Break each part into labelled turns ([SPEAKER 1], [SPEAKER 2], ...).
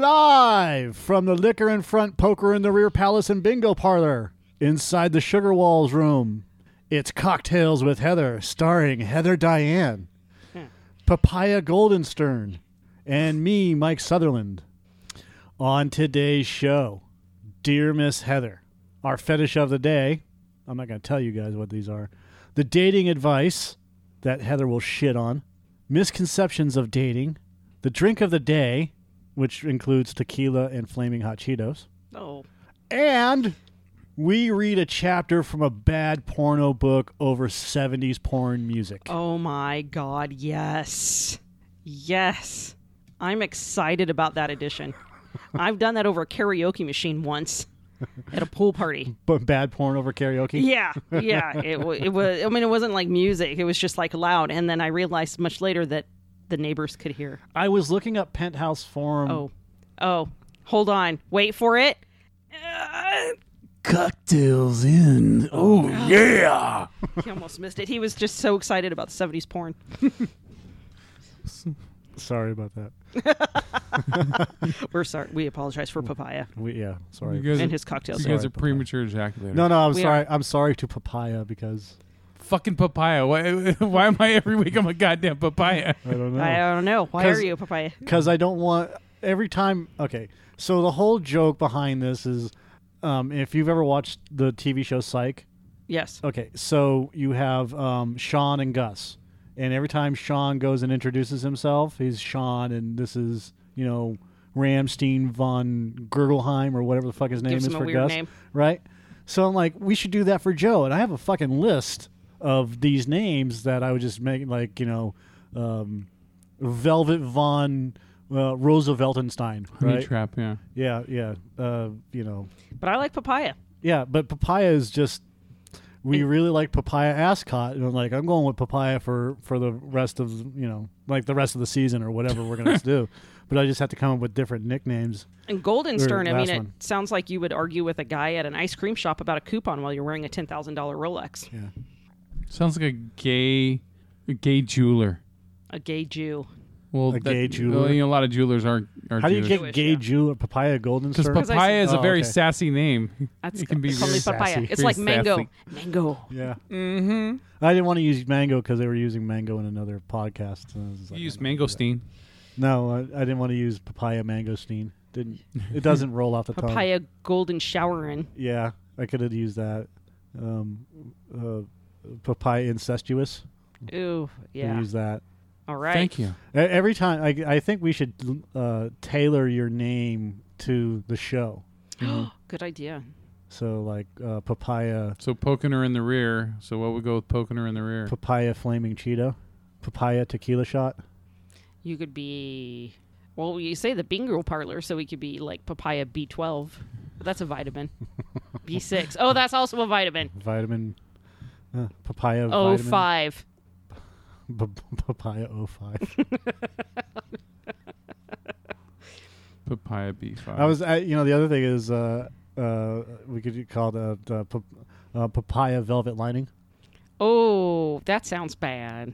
[SPEAKER 1] Live from the Liquor in Front, Poker in the Rear Palace and Bingo Parlor, inside the Sugar Walls room, it's Cocktails with Heather, starring Heather Diane, Papaya Goldenstern, and me, Mike Sutherland. On today's show, Dear Miss Heather, our fetish of the day, I'm not going to tell you guys what these are, the dating advice that Heather will shit on, misconceptions of dating, the drink of the day, which includes tequila and flaming hot Cheetos.
[SPEAKER 2] Oh,
[SPEAKER 1] And we read a chapter from a bad porno book over 70s porn music.
[SPEAKER 2] oh my God! Yes, yes. I'm excited about that edition. I've done that over a karaoke machine once at a pool party.
[SPEAKER 1] But bad porn over karaoke?
[SPEAKER 2] Yeah, yeah. It, wa- it was. I mean, it wasn't like music. It was just like loud. And then I realized much later that the neighbors could hear.
[SPEAKER 1] I was looking up Penthouse Forum.
[SPEAKER 2] Oh, oh. Hold on. Wait for it. Uh,
[SPEAKER 1] Cocktails in. Oh, yeah.
[SPEAKER 2] he almost missed it. He was just so excited about the '70s porn.
[SPEAKER 1] Sorry about that.
[SPEAKER 2] We're sorry. We apologize for Papaya
[SPEAKER 1] We, yeah, sorry.
[SPEAKER 3] You guys,
[SPEAKER 2] and
[SPEAKER 3] are,
[SPEAKER 2] his cocktails.
[SPEAKER 3] you guys
[SPEAKER 1] Sorry,
[SPEAKER 3] are
[SPEAKER 1] papaya.
[SPEAKER 3] premature ejaculators.
[SPEAKER 1] no, no, I'm
[SPEAKER 2] We
[SPEAKER 1] sorry.
[SPEAKER 2] are-
[SPEAKER 1] I'm sorry to Papaya because
[SPEAKER 3] fucking papaya. Why, why am I every week? I'm a goddamn papaya.
[SPEAKER 1] I don't know.
[SPEAKER 2] I don't know. Why are
[SPEAKER 1] 'Cause-
[SPEAKER 2] you Papaya?
[SPEAKER 1] because I don't want every time. Okay, so the whole joke behind this is, um, if you've ever watched the TV show Psych,
[SPEAKER 2] Yes.
[SPEAKER 1] okay, so you have um, Sean and Gus, and every time Sean goes and introduces himself, he's Sean, and this is you know Ramstein von Gergelheim or whatever the fuck his name
[SPEAKER 2] Gives
[SPEAKER 1] is
[SPEAKER 2] him a
[SPEAKER 1] for
[SPEAKER 2] weird
[SPEAKER 1] Gus,
[SPEAKER 2] name.
[SPEAKER 1] right? So I'm like, we should do that for Joe, and I have a fucking list of these names that I would just make like you know. Um, Velvet Von uh, Rooseveltenstein,
[SPEAKER 3] Honey
[SPEAKER 1] right?
[SPEAKER 3] trap. Yeah.
[SPEAKER 1] Yeah, yeah. Uh, you know,
[SPEAKER 2] But I like papaya.
[SPEAKER 1] yeah. But papaya is just we really like papaya ascot, and I'm like I'm going with papaya for for the rest of you know like the rest of the season or whatever we're gonna do. But I just have to come up with different nicknames.
[SPEAKER 2] And Goldenstern, I
[SPEAKER 1] last
[SPEAKER 2] mean, it
[SPEAKER 1] one.
[SPEAKER 2] sounds like you would argue with a guy at an ice cream shop about a coupon while you're wearing a $10,000 Rolex.
[SPEAKER 1] Yeah.
[SPEAKER 3] Sounds like a gay, a gay jeweler.
[SPEAKER 2] A gay Jew.
[SPEAKER 3] Well,
[SPEAKER 1] A gay jeweler?
[SPEAKER 3] well, you know, a lot of jewelers are. are
[SPEAKER 1] How do you
[SPEAKER 3] Jewish.
[SPEAKER 1] get
[SPEAKER 2] Jewish,
[SPEAKER 1] gay
[SPEAKER 2] yeah.
[SPEAKER 1] Jew or papaya golden?
[SPEAKER 3] Because
[SPEAKER 1] Sir?
[SPEAKER 2] I
[SPEAKER 3] papaya
[SPEAKER 2] said-
[SPEAKER 3] is a
[SPEAKER 1] Oh,
[SPEAKER 3] very
[SPEAKER 1] okay.
[SPEAKER 3] sassy name.
[SPEAKER 2] That's
[SPEAKER 3] it can be
[SPEAKER 2] called
[SPEAKER 3] very
[SPEAKER 2] me papaya.
[SPEAKER 1] sassy.
[SPEAKER 2] It's
[SPEAKER 3] Very
[SPEAKER 2] like mango.
[SPEAKER 3] sassy.
[SPEAKER 2] Mango.
[SPEAKER 1] yeah,
[SPEAKER 3] Mm-hmm.
[SPEAKER 1] I didn't want to use mango because they were using mango in another podcast. and I was like,
[SPEAKER 3] You use
[SPEAKER 1] I'm not gonna do that.
[SPEAKER 3] mangosteen.
[SPEAKER 1] No, I, I didn't want to use papaya mangosteen. Didn't it doesn't roll off the tongue.
[SPEAKER 2] Papaya golden showering.
[SPEAKER 1] Yeah, I could have used that. Um, uh, papaya incestuous.
[SPEAKER 2] Ooh,
[SPEAKER 1] Could have
[SPEAKER 2] yeah.
[SPEAKER 1] used that.
[SPEAKER 2] All right.
[SPEAKER 3] Thank you.
[SPEAKER 1] E- Every time, I, I think we should uh, tailor your name to the show.
[SPEAKER 2] Good idea.
[SPEAKER 1] So like uh, papaya,
[SPEAKER 3] So poking her in the rear. So what would go with poking her in the rear?
[SPEAKER 1] papaya flaming cheetah, papaya tequila shot.
[SPEAKER 2] You could be, well, you say the bingo parlor, so we could be like papaya B12. But that's a vitamin. B6. Oh, that's also a vitamin.
[SPEAKER 1] Vitamin. Uh, papaya
[SPEAKER 2] Oh,
[SPEAKER 1] vitamin,
[SPEAKER 2] five.
[SPEAKER 1] b- b- papaya oh five.
[SPEAKER 3] papaya B5.
[SPEAKER 1] I was, I, you know, the other thing is, uh, uh, we could call the, the pap- uh, papaya velvet lining.
[SPEAKER 2] Oh, that sounds bad.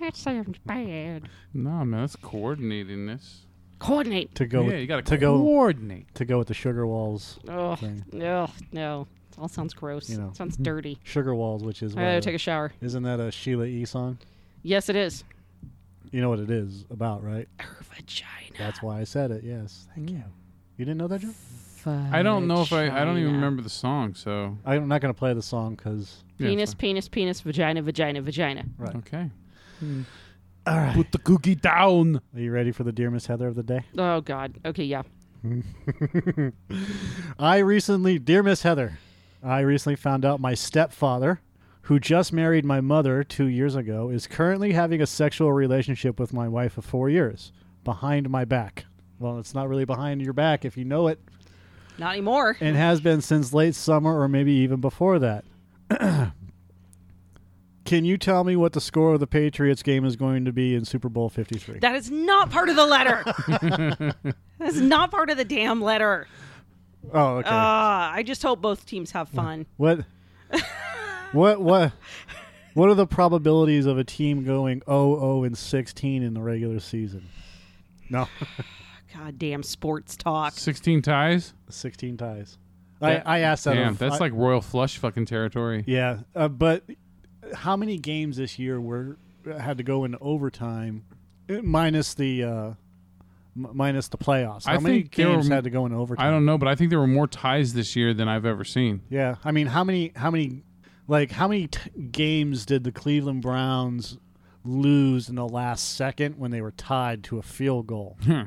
[SPEAKER 2] That sounds bad.
[SPEAKER 3] No, man, that's coordinating this.
[SPEAKER 2] Coordinate.
[SPEAKER 1] to go
[SPEAKER 3] yeah,
[SPEAKER 1] with,
[SPEAKER 3] you got
[SPEAKER 1] to
[SPEAKER 3] to
[SPEAKER 1] go-
[SPEAKER 3] coordinate.
[SPEAKER 1] to go with the sugar walls
[SPEAKER 2] Oh,
[SPEAKER 1] thing.
[SPEAKER 2] no, no. It all sounds gross.
[SPEAKER 1] You know.
[SPEAKER 2] Sounds dirty.
[SPEAKER 1] sugar walls which is
[SPEAKER 2] I gotta
[SPEAKER 1] what,
[SPEAKER 2] take a shower.
[SPEAKER 1] isn't that a sheila e song
[SPEAKER 2] Yes, it is.
[SPEAKER 1] you know what it is about right
[SPEAKER 2] Her vagina.
[SPEAKER 1] that's why i said it yes thank you you didn't know that Joe?
[SPEAKER 3] I don't know if I. I don't even
[SPEAKER 2] Vagina.
[SPEAKER 3] remember the song. So
[SPEAKER 1] i'm not going to play the song because
[SPEAKER 3] yeah,
[SPEAKER 2] Penis,
[SPEAKER 3] it's
[SPEAKER 2] penis, penis, vagina, vagina, vagina.
[SPEAKER 3] fine. Okay.
[SPEAKER 1] Hmm. all right
[SPEAKER 3] Put the cookie down.
[SPEAKER 1] are you ready for the dear miss heather of the day
[SPEAKER 2] Oh, God. Okay, yeah.
[SPEAKER 1] i recently dear miss heather i recently found out my stepfather who just married my mother two years ago is currently having a sexual relationship with my wife of four years behind my back well it's not really behind your back if you know it
[SPEAKER 2] Not anymore.
[SPEAKER 1] and has been since late summer or maybe even before that. Can you tell me what the score of the Patriots game is going to be in Super Bowl 53?
[SPEAKER 2] That is not part of the letter. That's not part of the damn letter.
[SPEAKER 1] oh, okay.
[SPEAKER 3] Uh,
[SPEAKER 2] Ah, I just hope both teams have fun.
[SPEAKER 1] what What what What are the probabilities oh, of a team going 0-0 and 16 in the regular season? No.
[SPEAKER 2] Goddamn sports talk.
[SPEAKER 3] 16 ties?
[SPEAKER 1] 16 ties.
[SPEAKER 3] That-
[SPEAKER 1] I, I asked that.
[SPEAKER 3] Damn,
[SPEAKER 1] of-
[SPEAKER 3] that's
[SPEAKER 1] I-
[SPEAKER 3] like royal flush fucking territory.
[SPEAKER 1] Yeah, uh, but how many games this year were had to go into overtime, eh, minus the uh, m- minus the playoffs? How
[SPEAKER 3] I
[SPEAKER 1] many
[SPEAKER 3] think there were
[SPEAKER 1] games
[SPEAKER 3] m-
[SPEAKER 1] had to go into overtime?
[SPEAKER 3] I don't know, but I think there were more ties this year than I've ever seen.
[SPEAKER 1] Yeah, I mean, how many how many like how many t- games did the Cleveland Browns lose in the last second when they were tied to a field goal?
[SPEAKER 3] Hmm.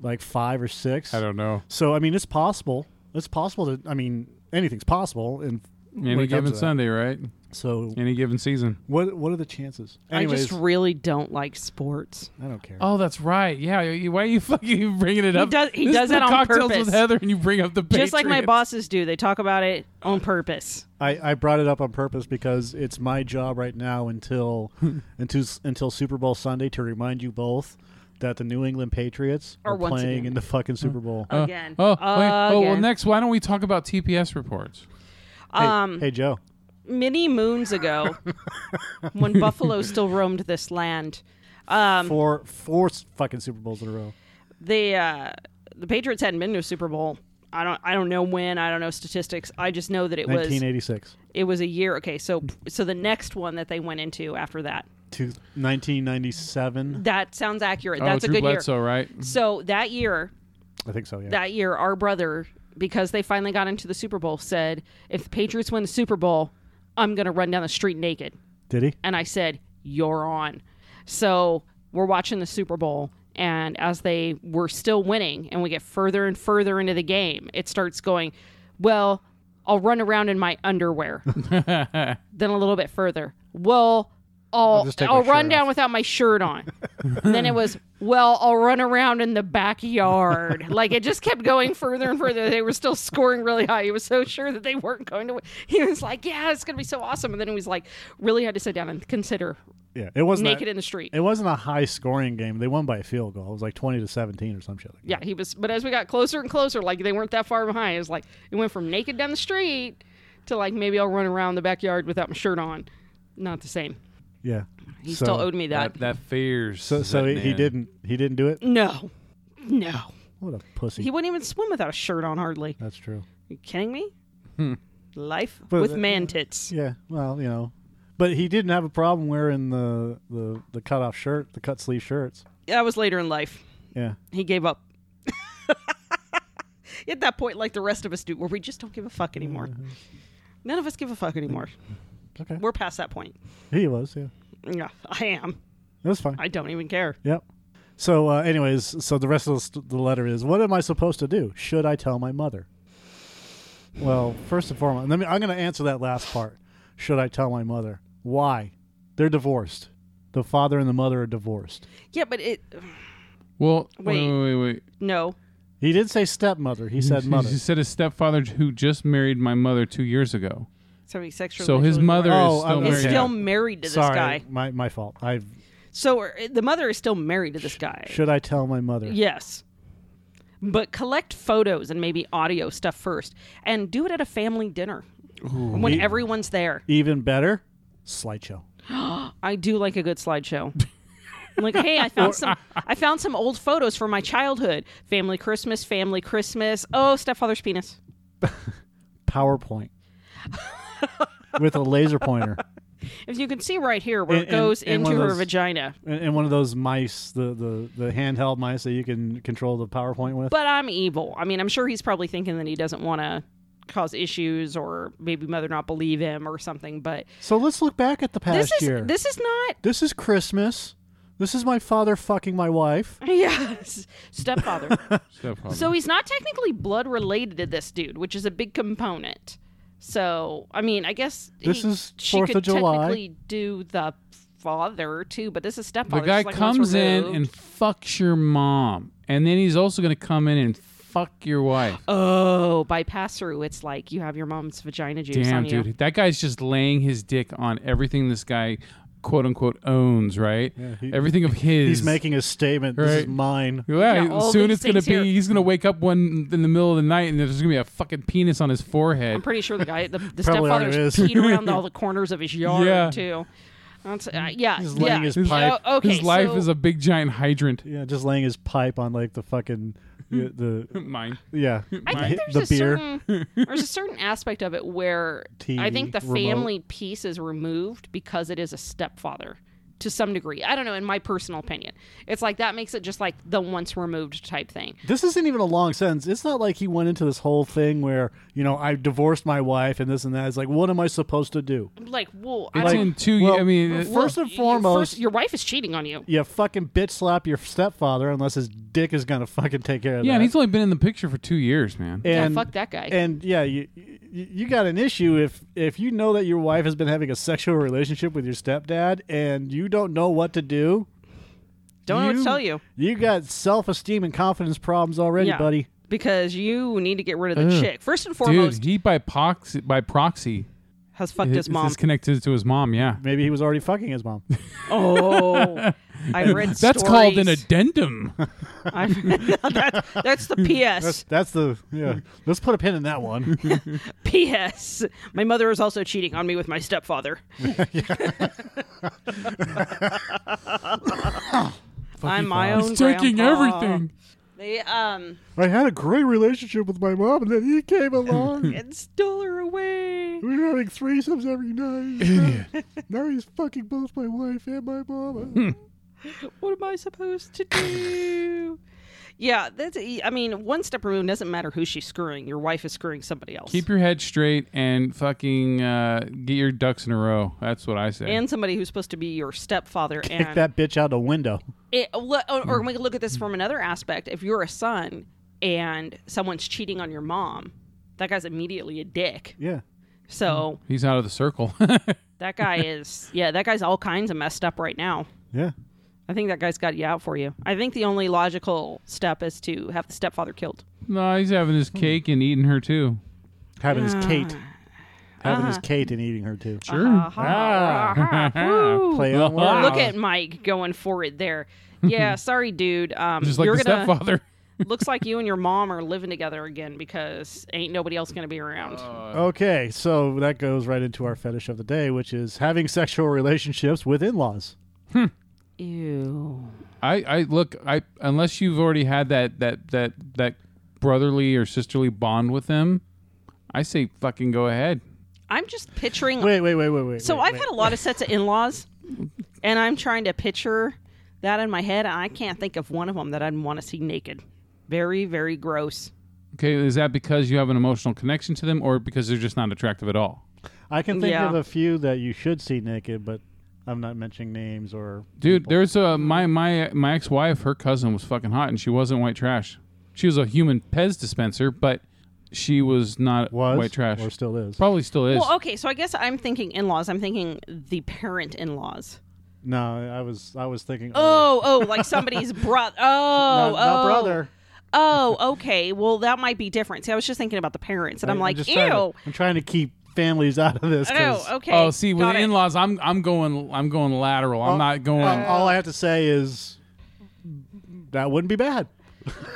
[SPEAKER 1] Like five or six.
[SPEAKER 3] I don't know.
[SPEAKER 1] So I mean, it's possible. It's possible to. I mean, anything's possible. And when
[SPEAKER 3] Any
[SPEAKER 1] it comes to
[SPEAKER 3] given
[SPEAKER 1] that.
[SPEAKER 3] Sunday, right?
[SPEAKER 1] So
[SPEAKER 3] Any given season.
[SPEAKER 1] what what are the chances?
[SPEAKER 2] I
[SPEAKER 1] Anyways,
[SPEAKER 2] just really don't like sports.
[SPEAKER 1] I don't care.
[SPEAKER 3] Oh, that's right. Yeah. you- Why are you fucking bringing it up?
[SPEAKER 2] does- he
[SPEAKER 3] This is
[SPEAKER 2] does
[SPEAKER 3] the
[SPEAKER 2] it on
[SPEAKER 3] cocktails
[SPEAKER 2] purpose.
[SPEAKER 3] with Heather, and you bring up the
[SPEAKER 2] Just like my
[SPEAKER 3] Patriots.
[SPEAKER 2] bosses do, they talk about it on purpose.
[SPEAKER 1] I, I brought it up on purpose because it's my job right now until until until Super Bowl Sunday to remind you both that the New England Patriots
[SPEAKER 2] Are
[SPEAKER 1] are
[SPEAKER 2] once
[SPEAKER 1] playing
[SPEAKER 2] again.
[SPEAKER 1] in the fucking Super Bowl.
[SPEAKER 3] Uh,
[SPEAKER 2] Again.
[SPEAKER 3] oh, wait. oh, well,
[SPEAKER 2] Again.
[SPEAKER 3] next, why don't we talk about TPS reports?
[SPEAKER 1] Hey-
[SPEAKER 2] Um,
[SPEAKER 1] hey Joe.
[SPEAKER 2] many moons ago, when buffalo still roamed this land, um,
[SPEAKER 1] four four s- fucking Super Bowls in a row.
[SPEAKER 2] the uh, the Patriots hadn't been to a Super Bowl. I don't I don't know when. I don't know statistics. I just know that it was
[SPEAKER 1] 1986
[SPEAKER 2] it was a year. Okay, so so the next one that they went into after that.
[SPEAKER 1] to 1997.
[SPEAKER 2] That sounds accurate.
[SPEAKER 3] Oh,
[SPEAKER 2] That's
[SPEAKER 3] Drew
[SPEAKER 2] a good
[SPEAKER 3] Bledsoe,
[SPEAKER 2] year.
[SPEAKER 3] right?
[SPEAKER 2] So that year,
[SPEAKER 1] I think so. Yeah.
[SPEAKER 2] that year, our brother, because they finally got into the Super Bowl, said, "If the Patriots win the Super Bowl, I'm going to run down the street naked."
[SPEAKER 1] Did he?
[SPEAKER 2] and I said, "You're on." So we're watching the Super Bowl, and as they were still winning, and we get further and further into the game, it starts going, "Well, I'll run around in my underwear." then a little bit further, "Well, I'll
[SPEAKER 1] I'll just take my
[SPEAKER 2] I'll, run
[SPEAKER 1] shirt
[SPEAKER 2] down
[SPEAKER 1] off."
[SPEAKER 2] without my shirt on." and then it was, "Well, I'll run around in the backyard." like it just kept going further and further. They were still scoring really high. He was so sure that they weren't going to win. He was like, "Yeah, it's going to be so awesome." And then he was like, "Really had to sit down and consider
[SPEAKER 1] Yeah. It wasn't.
[SPEAKER 2] naked
[SPEAKER 1] a,
[SPEAKER 2] in the street.
[SPEAKER 1] it wasn't a high scoring game. They won by a field goal. It was like 20 to 17 or some shit. Like that.
[SPEAKER 2] yeah, he was. But as we got closer and closer, like they weren't that far behind. It was like it went from naked down the street to like maybe I'll run around the backyard without my shirt on. Not the same.
[SPEAKER 1] Yeah.
[SPEAKER 2] He
[SPEAKER 1] So-
[SPEAKER 2] still owed me that.
[SPEAKER 3] That, that fears.
[SPEAKER 1] So, so he, he didn't. He didn't do it.
[SPEAKER 2] no, no,
[SPEAKER 1] What a pussy.
[SPEAKER 2] he wouldn't even swim without a shirt on. Hardly.
[SPEAKER 1] That's true.
[SPEAKER 2] you kidding me? Life
[SPEAKER 1] Hmm. But
[SPEAKER 2] with
[SPEAKER 1] the-
[SPEAKER 2] man tits.
[SPEAKER 1] Yeah. Well, you know. But he didn't have a problem wearing the the the cut off shirt, the cut sleeve shirts.
[SPEAKER 2] That was later in life.
[SPEAKER 1] Yeah.
[SPEAKER 2] He gave up. At that point, like the rest of us do, where we just don't give a fuck anymore.
[SPEAKER 1] Mm-hmm.
[SPEAKER 2] None of us give a fuck anymore.
[SPEAKER 1] Okay.
[SPEAKER 2] We're past that point.
[SPEAKER 1] He was. Yeah.
[SPEAKER 2] Yeah, I am.
[SPEAKER 1] It was fine.
[SPEAKER 2] I don't even care.
[SPEAKER 1] Yep. So, uh, anyways, so the rest of the, st- the letter is: What am I supposed to do? Should I tell my mother? Well, first and foremost, let me, I'm going to answer that last part. Should I tell my mother? Why? They're divorced. The father and the mother are divorced.
[SPEAKER 2] Yeah, but it.
[SPEAKER 3] Well,
[SPEAKER 2] Wait.
[SPEAKER 3] wait, wait, wait. wait.
[SPEAKER 2] No.
[SPEAKER 1] He did say stepmother. He said
[SPEAKER 3] He-
[SPEAKER 1] mother.
[SPEAKER 3] He said his stepfather who just married my mother two years ago.
[SPEAKER 2] So he's sexually.
[SPEAKER 3] So his mother
[SPEAKER 1] Oh,
[SPEAKER 3] is still
[SPEAKER 1] I'm
[SPEAKER 2] is
[SPEAKER 3] married.
[SPEAKER 1] sorry.
[SPEAKER 2] still married to this
[SPEAKER 1] Sorry,
[SPEAKER 2] guy.
[SPEAKER 1] my my fault. I
[SPEAKER 2] So uh, the mother is still married to this guy.
[SPEAKER 1] should I tell my mother?
[SPEAKER 2] Yes. But collect photos and maybe audio stuff first, and do it at a family dinner when everyone's there.
[SPEAKER 1] Even better, slideshow.
[SPEAKER 2] I do like a good slideshow. I'm like, hey, I found some. I found some old photos from my childhood. Family Christmas, family Christmas. Oh, stepfather's penis.
[SPEAKER 1] PowerPoint with a laser pointer
[SPEAKER 2] If you can see right here where
[SPEAKER 1] And-
[SPEAKER 2] it goes
[SPEAKER 1] and- and one
[SPEAKER 2] into
[SPEAKER 1] of
[SPEAKER 2] her
[SPEAKER 1] those-
[SPEAKER 2] vagina.
[SPEAKER 1] and, and one of those mice, the, the the handheld mice that you can control the PowerPoint with.
[SPEAKER 2] But I'm evil. I mean, I'm sure he's probably thinking that he doesn't want to cause issues or maybe mother not believe him or something. But
[SPEAKER 1] So let's look back at the past
[SPEAKER 2] this is
[SPEAKER 1] year.
[SPEAKER 2] this is not.
[SPEAKER 1] This is Christmas. This is my father fucking my wife.
[SPEAKER 2] Yes, stepfather.
[SPEAKER 3] Stepfather.
[SPEAKER 2] so he's not technically blood related to this dude, which is a big component. So I mean, I guess
[SPEAKER 1] This
[SPEAKER 2] he-
[SPEAKER 1] is
[SPEAKER 2] she
[SPEAKER 1] 4th
[SPEAKER 2] could
[SPEAKER 1] of July.
[SPEAKER 2] Technically, do the father too, but this is
[SPEAKER 3] the
[SPEAKER 2] stepfather.
[SPEAKER 3] guy
[SPEAKER 2] It's like once
[SPEAKER 3] comes in
[SPEAKER 2] removed.
[SPEAKER 3] and fucks your mom, and then he's also going to come in and fuck your wife.
[SPEAKER 2] oh, by pass through, it's like you have your mom's vagina juice
[SPEAKER 3] Damn,
[SPEAKER 2] on you.
[SPEAKER 3] dude, that guy's just laying his dick on everything this guy, quote unquote, owns. Right?
[SPEAKER 1] he-
[SPEAKER 3] everything of his.
[SPEAKER 1] He's making a statement. This is
[SPEAKER 3] Right.
[SPEAKER 1] mine.
[SPEAKER 3] Yeah,
[SPEAKER 2] Yeah, all
[SPEAKER 3] soon
[SPEAKER 2] these
[SPEAKER 3] it's gonna
[SPEAKER 2] things here.
[SPEAKER 3] be. He's gonna wake up one in the middle of the night, and there's gonna be a fucking penis on his forehead.
[SPEAKER 2] I'm pretty sure the guy, the, the
[SPEAKER 1] Probably already
[SPEAKER 2] stepfather's
[SPEAKER 1] is.
[SPEAKER 2] peed around all the corners of his yard
[SPEAKER 3] Yeah.
[SPEAKER 2] too. That's, uh, yeah.
[SPEAKER 1] He's
[SPEAKER 2] yeah.
[SPEAKER 1] laying his pipe.
[SPEAKER 2] Oh, okay,
[SPEAKER 3] His life
[SPEAKER 2] so-
[SPEAKER 3] is a big giant hydrant.
[SPEAKER 1] Yeah, just laying his pipe on like the fucking the, the
[SPEAKER 3] Mine.
[SPEAKER 1] yeah.
[SPEAKER 2] I think there's
[SPEAKER 1] the
[SPEAKER 2] a
[SPEAKER 1] beer.
[SPEAKER 2] certain there's a certain aspect of it where I
[SPEAKER 1] TV,
[SPEAKER 2] think the
[SPEAKER 1] remote.
[SPEAKER 2] family piece is removed because it is a stepfather to some degree. I don't know, in my personal opinion. It's like that makes it just like the once removed type thing.
[SPEAKER 1] This isn't even a long sentence. It's not like he went into this whole thing where you know I divorced my wife and this and that. It's like, what am I supposed to do?
[SPEAKER 2] Like, whoa, I don't-
[SPEAKER 3] It's
[SPEAKER 1] Like,
[SPEAKER 3] in two.
[SPEAKER 1] well,
[SPEAKER 3] I mean, it-
[SPEAKER 2] well,
[SPEAKER 1] first and
[SPEAKER 2] you-
[SPEAKER 1] foremost-
[SPEAKER 2] first, your wife is cheating on you.
[SPEAKER 1] You fucking bitch slap your stepfather unless his dick is gonna fucking take care of
[SPEAKER 3] yeah,
[SPEAKER 1] that.
[SPEAKER 3] and he's only been in the picture for two years, man.
[SPEAKER 2] Yeah,
[SPEAKER 1] and
[SPEAKER 2] fuck that guy.
[SPEAKER 1] and yeah, you you you got an issue if if you know that your wife has been having a sexual relationship with your stepdad and you don't know what to do.
[SPEAKER 2] don't know what to tell you.
[SPEAKER 1] You got self esteem and confidence problems already,
[SPEAKER 2] Yeah.
[SPEAKER 1] buddy.
[SPEAKER 2] Because you need to get rid of the
[SPEAKER 3] Ugh.
[SPEAKER 2] chick. First and foremost,
[SPEAKER 3] Dude, he by proxy, by proxy
[SPEAKER 2] has fucked
[SPEAKER 3] is-
[SPEAKER 2] his mom.
[SPEAKER 3] is connected to his mom. Yeah,
[SPEAKER 1] Maybe he was already fucking his mom.
[SPEAKER 2] Oh, I read
[SPEAKER 3] that's called an
[SPEAKER 2] stories.
[SPEAKER 3] addendum.
[SPEAKER 2] I- that, that's the
[SPEAKER 1] That's
[SPEAKER 2] PS.
[SPEAKER 1] that's the yeah. Let's put a pin in that one.
[SPEAKER 2] PS. My mother is also cheating on me with my stepfather. I'm my own.
[SPEAKER 3] He's taking
[SPEAKER 2] grandpa.
[SPEAKER 3] everything.
[SPEAKER 2] They um
[SPEAKER 1] I had a great relationship with my mom, and then he came along.
[SPEAKER 2] and stole her away.
[SPEAKER 1] we were having threesomes every night. now he's fucking both my wife and my mama.
[SPEAKER 2] What am I supposed to do? Yeah, that's. I mean, one step removed doesn't matter who she's screwing. Your wife is screwing somebody else,
[SPEAKER 3] Keep your head straight and fucking uh, get your ducks in a row. That's what I say.
[SPEAKER 2] and somebody who's supposed to be your stepfather.
[SPEAKER 1] Kick
[SPEAKER 2] and
[SPEAKER 1] that bitch out the window.
[SPEAKER 2] it, le- or,
[SPEAKER 3] Hmm.
[SPEAKER 2] or we can look at this from another aspect. If you're a son and someone's cheating on your mom, that guy's immediately a dick.
[SPEAKER 1] Yeah.
[SPEAKER 2] So
[SPEAKER 3] He's out of the circle.
[SPEAKER 2] that guy is, yeah, that guy's all kinds of messed up right now.
[SPEAKER 1] Yeah.
[SPEAKER 2] I think that guy's got you out for you. I think the only logical step is to have the stepfather killed.
[SPEAKER 3] no, he's having his cake and eating her too.
[SPEAKER 1] Having his Kate. Having his Kate and eating her too.
[SPEAKER 3] Sure.
[SPEAKER 2] Ah, woo.
[SPEAKER 1] Play on words.
[SPEAKER 2] Look at Mike going for it there. Yeah, sorry, dude. Um,
[SPEAKER 3] Just like
[SPEAKER 2] you're
[SPEAKER 3] the
[SPEAKER 2] gonna
[SPEAKER 3] stepfather.
[SPEAKER 2] looks like you and your mom are living together again because ain't nobody else gonna be around.
[SPEAKER 3] Uh.
[SPEAKER 1] Okay, so that goes right into our fetish of the day, which is having sexual relationships with in-laws.
[SPEAKER 2] Ew.
[SPEAKER 3] I, I look. I unless you've already had that that that that brotherly or sisterly bond with them, I say fucking go ahead.
[SPEAKER 2] I'm just picturing.
[SPEAKER 1] Wait, wait, wait, wait, wait.
[SPEAKER 2] so
[SPEAKER 1] wait,
[SPEAKER 2] I've had a lot of sets of in-laws, and I'm trying to picture that in my head. and I can't think of one of them that I'd want to see naked. Very, very gross.
[SPEAKER 3] Okay, is that because you have an emotional connection to them, or because they're just not attractive at all?
[SPEAKER 1] I can think
[SPEAKER 2] Yeah.
[SPEAKER 1] of a few that you should see naked, but I'm not mentioning names or
[SPEAKER 3] Dude, there's a my my my ex wife. Her cousin was fucking hot, and she wasn't white trash. She was a human Pez dispenser, but she was not
[SPEAKER 1] was
[SPEAKER 3] white trash.
[SPEAKER 1] or still is.
[SPEAKER 3] Probably still is.
[SPEAKER 2] Well, okay, so I guess I'm thinking in-laws. I'm thinking the parent in-laws.
[SPEAKER 1] No, I was I was thinking.
[SPEAKER 2] Oh, oh, like somebody's brother.
[SPEAKER 1] not,
[SPEAKER 2] Oh, oh,
[SPEAKER 1] not brother.
[SPEAKER 2] Oh, okay. Well, that might be different. See, I was just thinking about the parents, and I, am like,
[SPEAKER 1] just
[SPEAKER 2] ew.
[SPEAKER 1] trying to- I'm trying to keep families out of this. 'cause,
[SPEAKER 2] oh, okay.
[SPEAKER 3] Oh, see, with
[SPEAKER 2] got it.
[SPEAKER 3] in laws, I'm I'm going I'm going lateral. I'm not going.
[SPEAKER 1] um, all I have to say is that wouldn't be bad.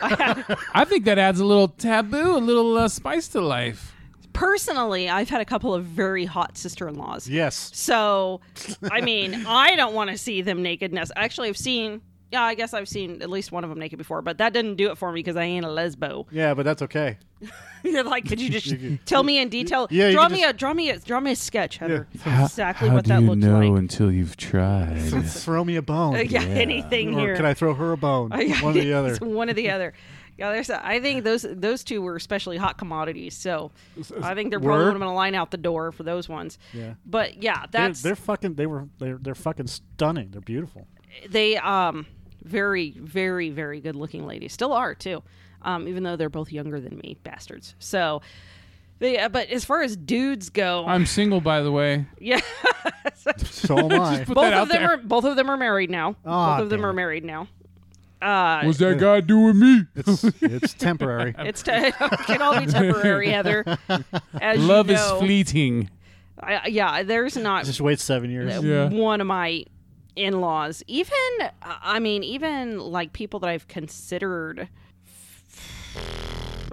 [SPEAKER 3] I think that adds a little taboo, a little uh, spice to life.
[SPEAKER 2] Personally, I've had a couple of very hot sister-in-laws.
[SPEAKER 1] Yes.
[SPEAKER 2] So, I mean, I don't want to see them nakedness. Actually, I've seen. Yeah, I guess I've seen at least one of them naked before, but that didn't do it for me because I ain't a lesbo.
[SPEAKER 1] Yeah, but that's okay.
[SPEAKER 2] You're like, could you just tell me in detail?
[SPEAKER 1] Yeah, you
[SPEAKER 2] draw
[SPEAKER 1] can
[SPEAKER 2] me
[SPEAKER 1] just-
[SPEAKER 2] a draw me a draw me a sketch, Heather. Exactly what that looked like.
[SPEAKER 3] until you've tried?
[SPEAKER 1] Throw me a bone.
[SPEAKER 2] Uh, yeah, anything
[SPEAKER 1] Or
[SPEAKER 2] here. Uh,
[SPEAKER 1] can I throw her a bone? One or the other.
[SPEAKER 2] It's one or the other. Yeah, there's. A, I think those those two were especially hot commodities. So I think they're probably
[SPEAKER 1] Were?
[SPEAKER 2] going to line out the door for those ones.
[SPEAKER 1] Yeah.
[SPEAKER 2] But yeah,
[SPEAKER 1] They're,
[SPEAKER 2] that's
[SPEAKER 1] they're fucking. They were. They're, they're fucking stunning. They're beautiful.
[SPEAKER 2] they um very very very good looking ladies still are too, um even though they're both younger than me bastards. So. They, uh, but as far as dudes go,
[SPEAKER 3] I'm single, by the way.
[SPEAKER 2] yeah,
[SPEAKER 1] So am I.
[SPEAKER 3] Put
[SPEAKER 2] both
[SPEAKER 3] that out
[SPEAKER 2] of them
[SPEAKER 3] there.
[SPEAKER 2] are both of them are married now.
[SPEAKER 1] Aw,
[SPEAKER 2] both of them
[SPEAKER 1] damn
[SPEAKER 2] are
[SPEAKER 1] it.
[SPEAKER 2] married now. Uh,
[SPEAKER 3] What's that guy doing me?
[SPEAKER 1] it's it's temporary.
[SPEAKER 2] It's t- it can all be temporary, Heather. As
[SPEAKER 3] Love
[SPEAKER 2] you
[SPEAKER 3] is
[SPEAKER 2] know.
[SPEAKER 3] fleeting.
[SPEAKER 2] I, I- yeah, there's not
[SPEAKER 1] Just wait seven years.
[SPEAKER 3] Yeah.
[SPEAKER 2] one of my in-laws. Even I mean, even like people that I've considered.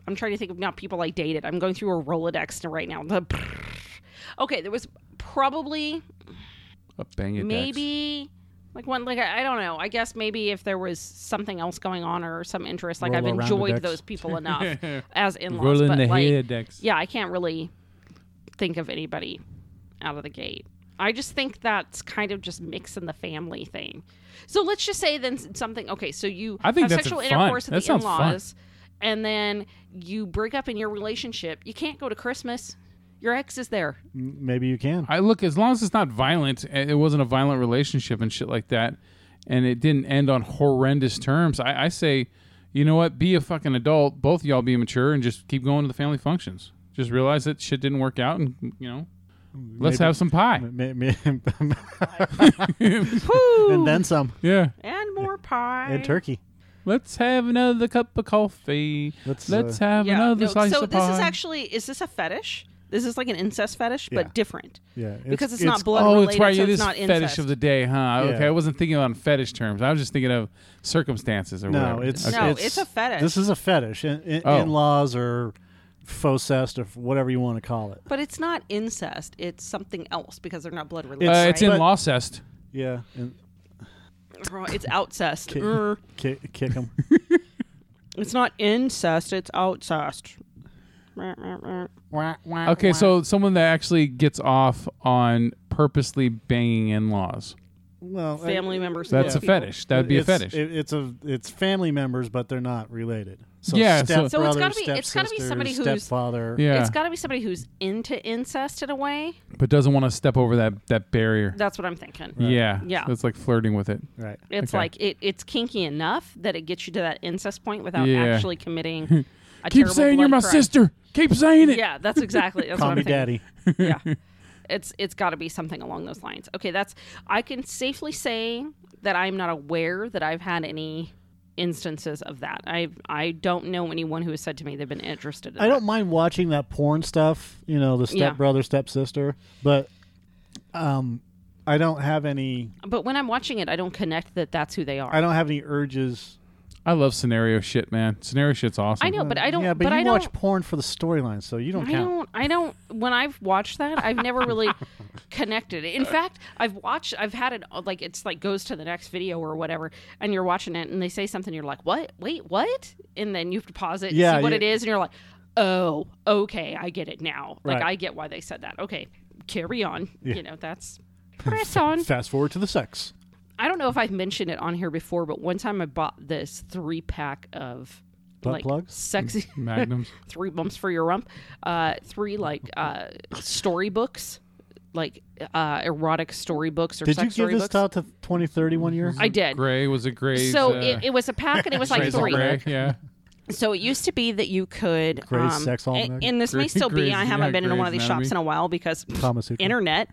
[SPEAKER 2] I'm trying to think of not people I dated. I'm going through a Rolodex right now. The okay, there was probably
[SPEAKER 3] I'll bang your decks.
[SPEAKER 2] maybe like one like I I don't know. I guess maybe if there was something else going on or some interest, like
[SPEAKER 1] Roll
[SPEAKER 2] I've
[SPEAKER 1] around the
[SPEAKER 2] enjoyed
[SPEAKER 1] decks.
[SPEAKER 2] those people enough as in laws.
[SPEAKER 3] Rolling
[SPEAKER 2] But
[SPEAKER 3] the
[SPEAKER 2] like,
[SPEAKER 3] head decks.
[SPEAKER 2] yeah, I can't really think of anybody out of the gate. I just think that's kind of just mixing the family thing. So let's just say then s- something. Okay, so you
[SPEAKER 3] I think
[SPEAKER 2] have
[SPEAKER 3] that's
[SPEAKER 2] sexual
[SPEAKER 3] fun.
[SPEAKER 2] intercourse
[SPEAKER 3] That
[SPEAKER 2] with the
[SPEAKER 3] sounds fun.
[SPEAKER 2] in-laws, and then you break up in your relationship. You can't go to Christmas. Your ex is there.
[SPEAKER 1] M- Maybe you can.
[SPEAKER 3] I look as long as it's not violent. and It wasn't a violent relationship and shit like that, and it didn't end on horrendous terms. I, I say, you know what? Be a fucking adult. Both of y'all be mature and just keep going to the family functions. Just realize that shit didn't work out, and you know, let's
[SPEAKER 1] Maybe-
[SPEAKER 3] have some pie.
[SPEAKER 1] Ma- ma-
[SPEAKER 2] Woo!
[SPEAKER 1] and then some.
[SPEAKER 3] Yeah,
[SPEAKER 2] and more pie
[SPEAKER 1] And turkey.
[SPEAKER 3] let's have another cup of coffee.
[SPEAKER 1] Let's,
[SPEAKER 3] Let's,
[SPEAKER 1] uh,
[SPEAKER 3] have
[SPEAKER 2] Yeah,
[SPEAKER 3] another
[SPEAKER 2] no,
[SPEAKER 3] slice
[SPEAKER 2] so
[SPEAKER 3] of
[SPEAKER 2] this
[SPEAKER 3] pie.
[SPEAKER 2] is actually is this a fetish? This is like an incest fetish,
[SPEAKER 1] Yeah.
[SPEAKER 2] but different
[SPEAKER 1] Yeah. It's,
[SPEAKER 2] because it's, not blood
[SPEAKER 3] Oh,
[SPEAKER 2] related.
[SPEAKER 3] it's right.
[SPEAKER 2] so
[SPEAKER 3] It
[SPEAKER 2] it's
[SPEAKER 3] is
[SPEAKER 2] not
[SPEAKER 3] fetish
[SPEAKER 2] incest.
[SPEAKER 3] of the day, huh?
[SPEAKER 1] Yeah.
[SPEAKER 3] Okay, I wasn't thinking on fetish terms. I was just thinking of circumstances or
[SPEAKER 1] No,
[SPEAKER 3] whatever.
[SPEAKER 1] it's,
[SPEAKER 3] Okay.
[SPEAKER 2] No, it's a fetish.
[SPEAKER 1] This is a fetish. In, in,
[SPEAKER 3] Oh.
[SPEAKER 1] In-laws or faux cest or whatever you want to call it.
[SPEAKER 2] But it's not incest. It's something else because they're not blood related.
[SPEAKER 3] Uh,
[SPEAKER 2] It's, right?
[SPEAKER 3] it's in Lawcest.
[SPEAKER 1] Yeah. And
[SPEAKER 2] Oh, It's outcest.
[SPEAKER 1] Ki-
[SPEAKER 2] Mm.
[SPEAKER 1] kick, kick 'em.
[SPEAKER 2] It's not incest. It's outcest. Right, right, right.
[SPEAKER 3] Okay, so someone that actually gets off on purposely banging in laws.
[SPEAKER 1] well, I-
[SPEAKER 2] Family members.
[SPEAKER 3] That's
[SPEAKER 2] know
[SPEAKER 3] a
[SPEAKER 2] people.
[SPEAKER 3] fetish. That would be a
[SPEAKER 1] it's-
[SPEAKER 3] fetish.
[SPEAKER 1] it- it's a it's family members, but they're not related. So
[SPEAKER 3] Yeah, so-
[SPEAKER 1] stepbrother,
[SPEAKER 2] So it's gotta be- it's gotta be
[SPEAKER 1] stepsister,
[SPEAKER 2] somebody who's-
[SPEAKER 1] stepfather.
[SPEAKER 3] yeah.
[SPEAKER 2] It's got to be somebody who's into incest in a way.
[SPEAKER 3] but doesn't want to step over that, that barrier.
[SPEAKER 2] That's what I'm thinking.
[SPEAKER 3] Yeah.
[SPEAKER 2] Yeah.
[SPEAKER 3] That's like flirting with it.
[SPEAKER 1] Right.
[SPEAKER 2] It's
[SPEAKER 3] Okay.
[SPEAKER 2] like it, it's kinky enough that it gets you to that incest point without
[SPEAKER 3] Yeah.
[SPEAKER 2] actually committing. A
[SPEAKER 3] Keep
[SPEAKER 2] terrible
[SPEAKER 3] saying you're
[SPEAKER 2] blood
[SPEAKER 3] my
[SPEAKER 2] crime.
[SPEAKER 3] sister. Keep saying it.
[SPEAKER 2] Yeah, that's exactly. That's
[SPEAKER 1] Call
[SPEAKER 2] what I'm
[SPEAKER 1] me
[SPEAKER 2] thinking.
[SPEAKER 1] daddy.
[SPEAKER 2] yeah it's it's got to be something along those lines okay that's i can safely say that i'm not aware that i've had any instances of that i i don't know anyone who has said to me they've been interested in
[SPEAKER 1] I don't mind watching that porn stuff, you know, the
[SPEAKER 2] Yeah.
[SPEAKER 1] stepbrother, stepsister, but um, I don't have any.
[SPEAKER 2] that. but when i'm watching it i don't connect that that's who they are
[SPEAKER 1] I don't have any urges.
[SPEAKER 3] I love scenario shit, man. Scenario shit's awesome.
[SPEAKER 2] I know, but I don't.
[SPEAKER 1] Yeah, but,
[SPEAKER 2] I
[SPEAKER 1] you watch
[SPEAKER 2] don't.
[SPEAKER 1] porn for the storyline, so you don't
[SPEAKER 2] I
[SPEAKER 1] count.
[SPEAKER 2] don't. I don't. When I've watched that, I've never really connected. it. In fact, I've watched. I've had it uh, like it's like goes to the next video or whatever, and you're watching it, and they say something, you're like, "What? Wait, what?" And then you have to pause it, and
[SPEAKER 1] Yeah,
[SPEAKER 2] see what
[SPEAKER 1] yeah.
[SPEAKER 2] it is, and you're like, "Oh, okay, I get it now. Like
[SPEAKER 1] Right.
[SPEAKER 2] I get why they said that. Okay, carry on.
[SPEAKER 1] Yeah.
[SPEAKER 2] You know, that's press on."
[SPEAKER 1] Fast forward to the sex.
[SPEAKER 2] I don't know if I've mentioned it on here before, but one time I bought this three pack of
[SPEAKER 1] Butt
[SPEAKER 2] like
[SPEAKER 1] plugs? Mm.
[SPEAKER 2] sexy
[SPEAKER 3] Magnums.
[SPEAKER 2] three bumps for your rump, uh, three like uh, storybooks, like uh, erotic storybooks or
[SPEAKER 1] Did you
[SPEAKER 2] sex
[SPEAKER 1] give this
[SPEAKER 2] storybooks.
[SPEAKER 1] out to 2030 one year?
[SPEAKER 2] I did.
[SPEAKER 3] Gray was a gray.
[SPEAKER 2] So
[SPEAKER 3] uh,
[SPEAKER 2] it, it was a pack, and it was like
[SPEAKER 3] Gray's a
[SPEAKER 2] three.
[SPEAKER 3] gray, Yeah.
[SPEAKER 2] So it used to be that you could.
[SPEAKER 1] Gray's
[SPEAKER 2] um,
[SPEAKER 1] Sex
[SPEAKER 2] a-
[SPEAKER 1] Almanac?
[SPEAKER 2] and this may
[SPEAKER 3] Gray-
[SPEAKER 2] still be.
[SPEAKER 3] Gray's-
[SPEAKER 2] I haven't
[SPEAKER 3] yeah,
[SPEAKER 2] been in one
[SPEAKER 3] Gray's
[SPEAKER 2] of these
[SPEAKER 3] Anatomy.
[SPEAKER 2] shows in a while because pff,
[SPEAKER 1] Thomas Hooper.
[SPEAKER 2] internet.